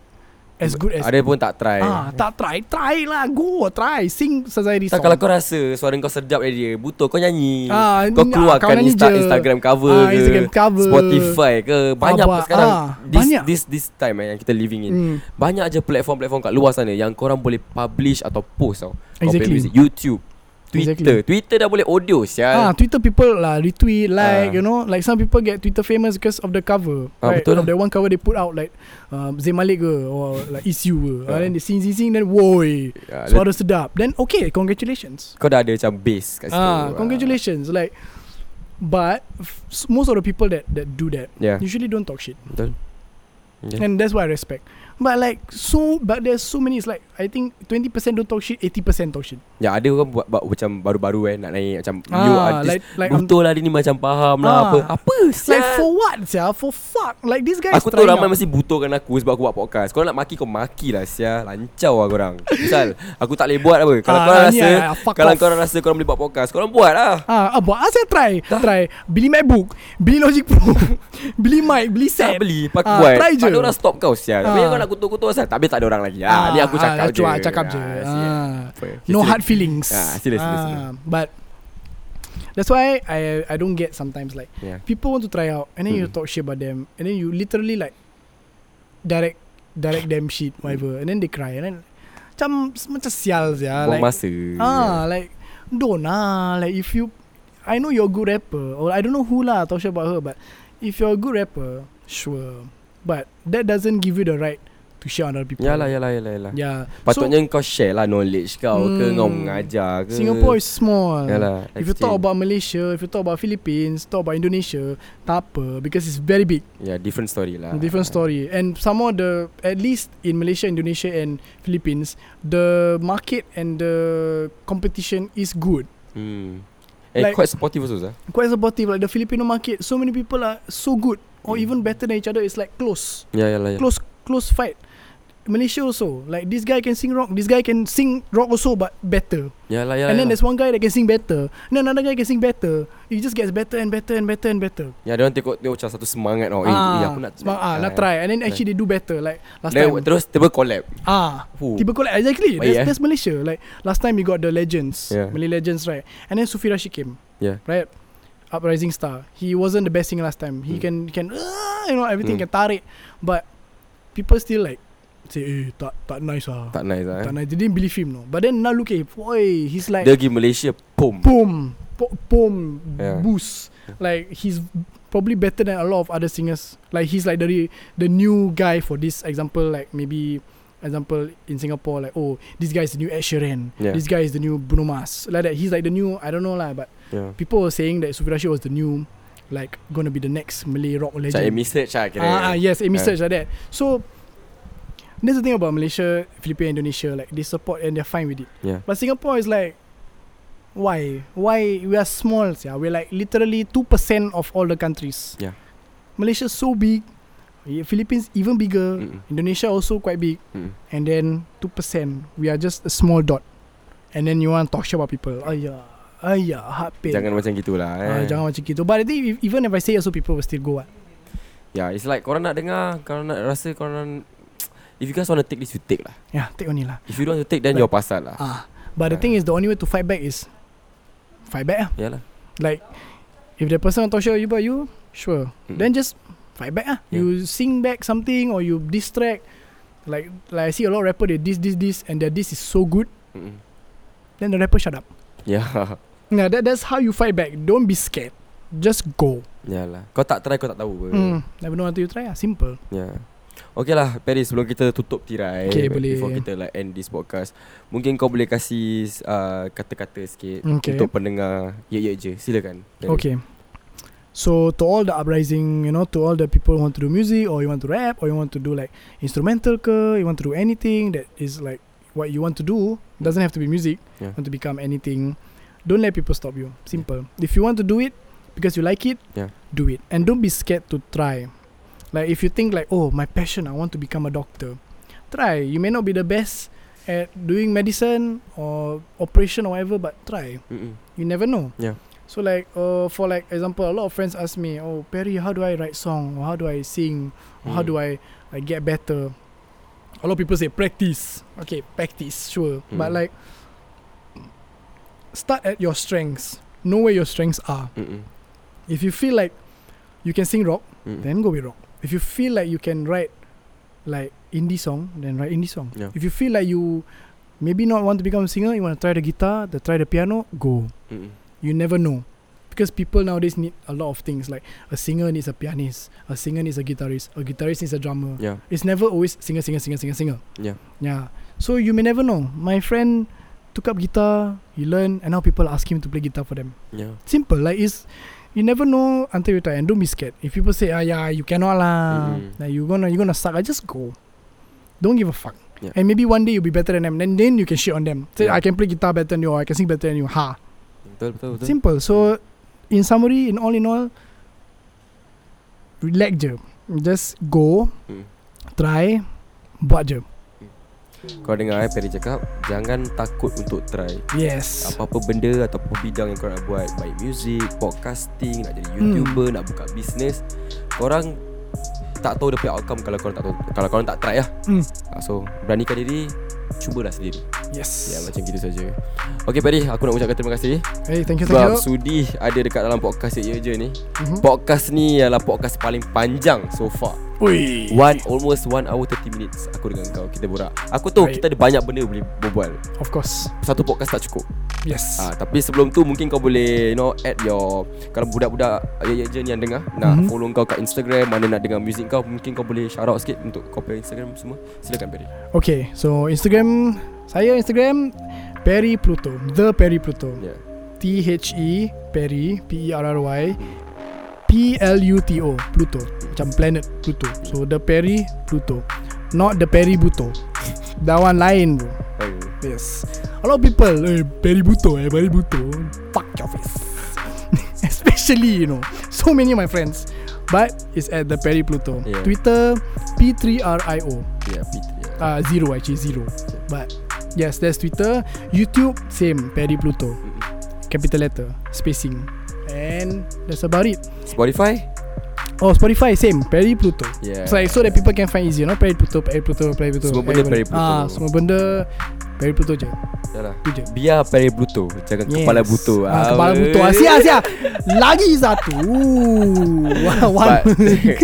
Speaker 3: as good as.
Speaker 2: Ada ya. pun tak try
Speaker 3: Ah, tak try, try lah, go, try, sing Sazairi
Speaker 2: Tak
Speaker 3: song.
Speaker 2: Kan kalau kau rasa Suara kau sedap dari dia Butuh kau nyanyi
Speaker 3: Ah,
Speaker 2: Kau
Speaker 3: nah,
Speaker 2: keluarkan
Speaker 3: kawan
Speaker 2: Insta-
Speaker 3: je.
Speaker 2: Instagram cover
Speaker 3: Ah,
Speaker 2: ke
Speaker 3: Instagram cover.
Speaker 2: Spotify ke Banyak
Speaker 3: Abah,
Speaker 2: sekarang
Speaker 3: ah,
Speaker 2: this,
Speaker 3: banyak.
Speaker 2: this this time eh, Yang kita living in
Speaker 3: Mm.
Speaker 2: Banyak je platform-platform kat luar sana Yang korang boleh publish Atau post tau Kau punya
Speaker 3: Exactly.
Speaker 2: music YouTube Twitter. Exactly. Twitter dah boleh audio
Speaker 3: Ah,
Speaker 2: sial.
Speaker 3: Twitter people lah retweet,
Speaker 2: Ah.
Speaker 3: like, you know, like some people get Twitter famous because of the cover.
Speaker 2: Ah,
Speaker 3: right?
Speaker 2: betul
Speaker 3: Of
Speaker 2: lah.
Speaker 3: that one cover they put out like um, Zayn Malik ke or like Issue ke.
Speaker 2: Ah.
Speaker 3: And then they sing sing sing then woi.
Speaker 2: Ah,
Speaker 3: Suara sedap. Then okay, congratulations.
Speaker 2: kau dah ada macam base kat situ.
Speaker 3: Ah, congratulations. Like but f- s- most of the people that that do that
Speaker 2: Ya. Yeah.
Speaker 3: usually don't talk shit.
Speaker 2: Betul. Yeah.
Speaker 3: And that's what I respect. But like so but there's so many it's like I think 20% don't talk shit, 80% talk shit.
Speaker 2: Ya ada orang buat, buat macam baru-baru eh nak naik macam ah, new artist. Like,
Speaker 3: like I'm-
Speaker 2: Betul lah dia ni macam faham lah
Speaker 3: Ah.
Speaker 2: apa. Apa sial?
Speaker 3: Like for what sia? For fuck. Like this guy
Speaker 2: Aku
Speaker 3: is
Speaker 2: tahu
Speaker 3: trying
Speaker 2: ramai
Speaker 3: out.
Speaker 2: mesti butuhkan aku sebab aku buat podcast. Kau nak maki kau maki lah sia. Lancau lah korang. Misal aku tak boleh buat apa. Kalau
Speaker 3: Ah,
Speaker 2: korang
Speaker 3: ni
Speaker 2: rasa
Speaker 3: lah, fuck
Speaker 2: kalau
Speaker 3: off.
Speaker 2: korang rasa korang boleh buat podcast, korang buat lah.
Speaker 3: Ah, ah buat ah, saya try.
Speaker 2: Dah.
Speaker 3: Try beli MacBook, beli Logic Pro, beli mic, beli
Speaker 2: Tak
Speaker 3: set.
Speaker 2: beli Pak
Speaker 3: Ah,
Speaker 2: buat
Speaker 3: try je.
Speaker 2: Tak ada orang stop kau sial
Speaker 3: Ah.
Speaker 2: Tapi kau nak kutuk-kutuk asal Tak habis tak ada orang lagi ah, Ni aku cakap je
Speaker 3: cuak, cakap je.
Speaker 2: Ah,
Speaker 3: Ah,
Speaker 2: sial. Apa?
Speaker 3: No
Speaker 2: Sila-
Speaker 3: hard feelings.
Speaker 2: Ah, sila, sila,
Speaker 3: Ah,
Speaker 2: sila.
Speaker 3: But that's why I I don't get sometimes like
Speaker 2: Yeah.
Speaker 3: people want to try out and then you
Speaker 2: Hmm.
Speaker 3: talk shit about them and then you literally like direct direct them shit whatever and then they cry and then macam macam sial sia
Speaker 2: Buang
Speaker 3: like
Speaker 2: masa
Speaker 3: Ah, like don't lah. Like if you, I know you're a good rapper, or I don't know who lah talk shit about her, but if you're a good rapper, sure. But that doesn't give you the right to share on other people.
Speaker 2: Yalah yalah yalah, yalah.
Speaker 3: Yeah.
Speaker 2: Patutnya kau share lah knowledge kau ke
Speaker 3: Hmm.
Speaker 2: Kau mengajar
Speaker 3: so,
Speaker 2: ke
Speaker 3: Singapore is small.
Speaker 2: Yalah
Speaker 3: If you talk about Malaysia, if you talk about Philippines, talk about Indonesia, tak apa because it's very big,
Speaker 2: Yeah different story lah
Speaker 3: different story. And some more the at least in Malaysia, Indonesia, and Philippines, the market and the competition is good.
Speaker 2: hmm. Eh
Speaker 3: Like-
Speaker 2: quite supportive also Zah
Speaker 3: quite supportive. Like the Filipino market, so many people are so good or
Speaker 2: Mm.
Speaker 3: even better than each other. It's like close,
Speaker 2: Ya yalah yalah
Speaker 3: close, close fight. Malaysia also like this guy can sing rock, this guy can sing rock also but better.
Speaker 2: Yalah yalah
Speaker 3: and then
Speaker 2: yalah.
Speaker 3: there's one guy that can sing better, and then another guy can sing better. It just gets better and better and better and better.
Speaker 2: Ya dia orang tengok Dia macam satu semangat oh. Eh, eh aku nak
Speaker 3: smart, ah, nak try. And then actually they do better. Like last
Speaker 2: Then
Speaker 3: time,
Speaker 2: terus tiba collab
Speaker 3: ah,
Speaker 2: Fuh.
Speaker 3: tiba collab exactly.
Speaker 2: Baik,
Speaker 3: That's,
Speaker 2: eh.
Speaker 3: that's Malaysia. Like last time you got the legends,
Speaker 2: Yeah.
Speaker 3: Malay legends, right? And then Sufi Rashid came,
Speaker 2: Yeah.
Speaker 3: right? Uprising star. He wasn't the best singer last time. He
Speaker 2: Hmm.
Speaker 3: can can uh, you know everything
Speaker 2: Hmm.
Speaker 3: can tarik, but people still like say eh tak tak nice lah.
Speaker 2: Tak nice lah eh.
Speaker 3: tak nice. They didn't believe him no. But then now look at him. Oi, he's like
Speaker 2: Dia pergi Malaysia Pum
Speaker 3: boom, po- boom,
Speaker 2: Yeah.
Speaker 3: boost. Like he's probably better than a lot of other singers. Like he's like the re- the new guy for this example. Like maybe example in Singapore, like oh this guy is the new Ed Sheeran,
Speaker 2: Yeah.
Speaker 3: this guy is the new Bruno Mars, like that. He's like the new I don't know lah, but
Speaker 2: Yeah
Speaker 3: people were saying that Sufi Rashid was the new like gonna be the next Malay rock
Speaker 2: Macam
Speaker 3: legend.
Speaker 2: Amy Search lah kira
Speaker 3: Ah, ah, yes, Amy
Speaker 2: Ah.
Speaker 3: Search like that. So that's the thing about Malaysia, Philippines, Indonesia. Like they support and they're fine with it.
Speaker 2: Yeah.
Speaker 3: But Singapore is like, why? Why we are small? Yeah, we're like literally two percent of all the countries.
Speaker 2: Yeah.
Speaker 3: Malaysia's so big. eh, Philippines even bigger.
Speaker 2: Mm-mm.
Speaker 3: Indonesia also quite big.
Speaker 2: Mm.
Speaker 3: And then two percent, we are just a small dot. And then you want to talk shit about people? Ayah, ayah, heart pain.
Speaker 2: Jangan macam gitulah eh.
Speaker 3: Ah, jangan macam gitu. But I think if, even if I say also people will still go. What?
Speaker 2: Yeah, Ya, it's like korang nak dengar, korang nak rasa korang If you guys want to take this, you take lah.
Speaker 3: Yeah, take only lah.
Speaker 2: If you don't want to take, then
Speaker 3: Like-
Speaker 2: your pasal lah.
Speaker 3: Ah, but the thing is, the only way to fight back is fight back. ah.
Speaker 2: Yalah.
Speaker 3: Like, if the person talk shit about you, sure.
Speaker 2: Mm.
Speaker 3: Then just fight back. Ah,
Speaker 2: Yeah.
Speaker 3: you sing back something or you distract. Like, like I see a lot of rapper they this this this and their this is so good.
Speaker 2: Mm.
Speaker 3: Then the rapper shut up.
Speaker 2: Yeah.
Speaker 3: Yeah, that that's how you fight back. Don't be scared. Just go.
Speaker 2: Yalah. Kau tak try, kau tak tahu.
Speaker 3: Mm. Never know until you try. Ah, simple.
Speaker 2: Yeah. Okay Ya. lah Paris Sebelum kita tutup tirai
Speaker 3: Okay,
Speaker 2: be-
Speaker 3: boleh.
Speaker 2: Before kita like end this podcast Mungkin kau boleh kasih uh, Kata-kata sikit
Speaker 3: Okay.
Speaker 2: Untuk pendengar Ya ya je Silakan Paris.
Speaker 3: Okay. So to all the uprising, you know, to all the people who want to do music or you want to rap or you want to do like instrumental ke, you want to do anything that is like what you want to do, doesn't have to be music,
Speaker 2: Yeah.
Speaker 3: want to become anything. Don't let people stop you. Simple. If you want to do it because you like it,
Speaker 2: Yeah.
Speaker 3: do it. And don't be scared to try. Like if you think like, oh, my passion, I want to become a doctor. Try. You may not be the best at doing medicine or operation or whatever, but try.
Speaker 2: Mm-mm.
Speaker 3: You never know.
Speaker 2: Yeah.
Speaker 3: So like uh for like example, a lot of friends ask me, Oh Perry, how do I write song? Or how do I sing? Or Oh, how
Speaker 2: Mm.
Speaker 3: do I like get better? A lot of people say practice. Okay, practice, sure. But
Speaker 2: Mm.
Speaker 3: like start at your strengths. Know where your strengths are.
Speaker 2: Mm-mm.
Speaker 3: If you feel like you can sing rock,
Speaker 2: Mm-mm.
Speaker 3: then go with rock. If you feel like you can write like indie song, then write indie song.
Speaker 2: Yeah.
Speaker 3: If you feel like you maybe not want to become a singer, you want to try the guitar, to try the piano, go.
Speaker 2: Mm.
Speaker 3: You never know. Because people nowadays need a lot of things like a singer needs a pianist, a singer needs a guitarist, a guitarist needs a drummer.
Speaker 2: Yeah.
Speaker 3: It's never always singer, singer, singer, singer, singer.
Speaker 2: Yeah.
Speaker 3: Yeah. So you may never know. My friend took up guitar, he learned, and now people ask him to play guitar for them.
Speaker 2: Yeah.
Speaker 3: Simple. Like it's you never know until you try and don't be scared. If people say, ah yeah, you cannot lah,
Speaker 2: Mhm.
Speaker 3: like you're gonna you're gonna suck, I just go. Don't give a fuck.
Speaker 2: Yeah.
Speaker 3: And maybe one day you'll be better than them. Then then you can shit on them. Say
Speaker 2: Yeah.
Speaker 3: I can play guitar better than you or I can sing better than you. Ha.
Speaker 2: Betul betul betul.
Speaker 3: Simple. So in summary, in all in all, relax je. Just go,
Speaker 2: Mm.
Speaker 3: try, buat je.
Speaker 2: Kau dengar eh Perry cakap Jangan takut untuk try
Speaker 3: Yes.
Speaker 2: Apa-apa benda atau apa bidang yang korang nak buat Baik music, podcasting, nak
Speaker 3: Hmm.
Speaker 2: jadi YouTuber, nak buka bisnes Korang tak tahu dia punya outcome kalau korang tak tahu, kalau korang tak try lah
Speaker 3: Mm.
Speaker 2: Ah, So beranikan diri Cubalah sendiri
Speaker 3: Yes.
Speaker 2: Ya macam gitu saja. Okay Perry aku nak ucapkan terima kasih
Speaker 3: Hey, thank you, thank
Speaker 2: Sebab
Speaker 3: you.
Speaker 2: sudi ada dekat dalam podcast Ye Ye Je ni
Speaker 3: Mhm.
Speaker 2: Podcast ni ialah podcast paling panjang so far
Speaker 3: Ui.
Speaker 2: One almost 1 hour 30 minutes aku dengan kau kita borak Aku tahu
Speaker 3: Baik.
Speaker 2: kita ada banyak benda boleh berbual
Speaker 3: Of course.
Speaker 2: Satu podcast tak cukup
Speaker 3: Yes.
Speaker 2: Ah, tapi sebelum tu mungkin kau boleh you know add your kalau budak-budak ya ya je ni yang dengar nak
Speaker 3: Mhm.
Speaker 2: mm-hmm. follow kau kat Instagram mana nak dengar muzik kau mungkin kau boleh shout out sikit untuk kau punya Instagram semua. Silakan Perry.
Speaker 3: Okay, so Instagram saya Instagram Perry Pluto, the Perry Pluto.
Speaker 2: Ya. Yeah.
Speaker 3: T H E Perry P E R R Y P L U T O Pluto. Macam planet Pluto. So the Perry Pluto. Not the Perry Buto. That one lain bro.
Speaker 2: Okay.
Speaker 3: Yes. A lot of people, eh, Perry Buto, eh, Perry Buto. Fuck your face. Especially, you know, so many of my friends. But it's at the Perry Pluto.
Speaker 2: Yeah.
Speaker 3: Twitter P3RIO.
Speaker 2: Ya, yeah, Peter. Yeah.
Speaker 3: Uh, zero actually, zero. But yes, there's Twitter. YouTube, same, Perry Pluto.
Speaker 2: Mm-mm.
Speaker 3: Capital letter, spacing. And that's about it.
Speaker 2: Spotify?
Speaker 3: Oh, Spotify, same, Perry Pluto.
Speaker 2: Yeah.
Speaker 3: It's like so that people can find easy, you know, Perry Pluto, Perry Pluto, Perry Pluto.
Speaker 2: Semua benda Perry Pluto.
Speaker 3: Ah, semua benda Perry Pluto je.
Speaker 2: Yalah.
Speaker 3: Tu je.
Speaker 2: lah. Biar Perry Pluto Jangan yes. kepala buto
Speaker 3: ah, Kepala buto ah, Sia sia Lagi satu Wah, One
Speaker 2: But,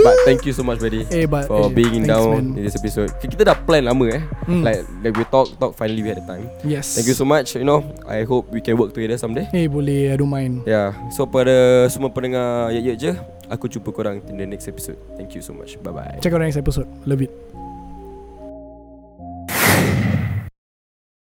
Speaker 2: but thank you so much Perry
Speaker 3: Eh but
Speaker 2: For
Speaker 3: eh,
Speaker 2: being
Speaker 3: thanks,
Speaker 2: down In
Speaker 3: man.
Speaker 2: this episode Kita dah plan lama eh
Speaker 3: Mm.
Speaker 2: Like like we talk talk Finally we had the time
Speaker 3: Yes
Speaker 2: Thank you so much You know I hope we can work together someday
Speaker 3: Eh boleh I don't mind
Speaker 2: Yeah So pada semua pendengar Yek Yek je Aku jumpa korang In the next episode Thank you so much Bye bye
Speaker 3: Check out the next episode Love it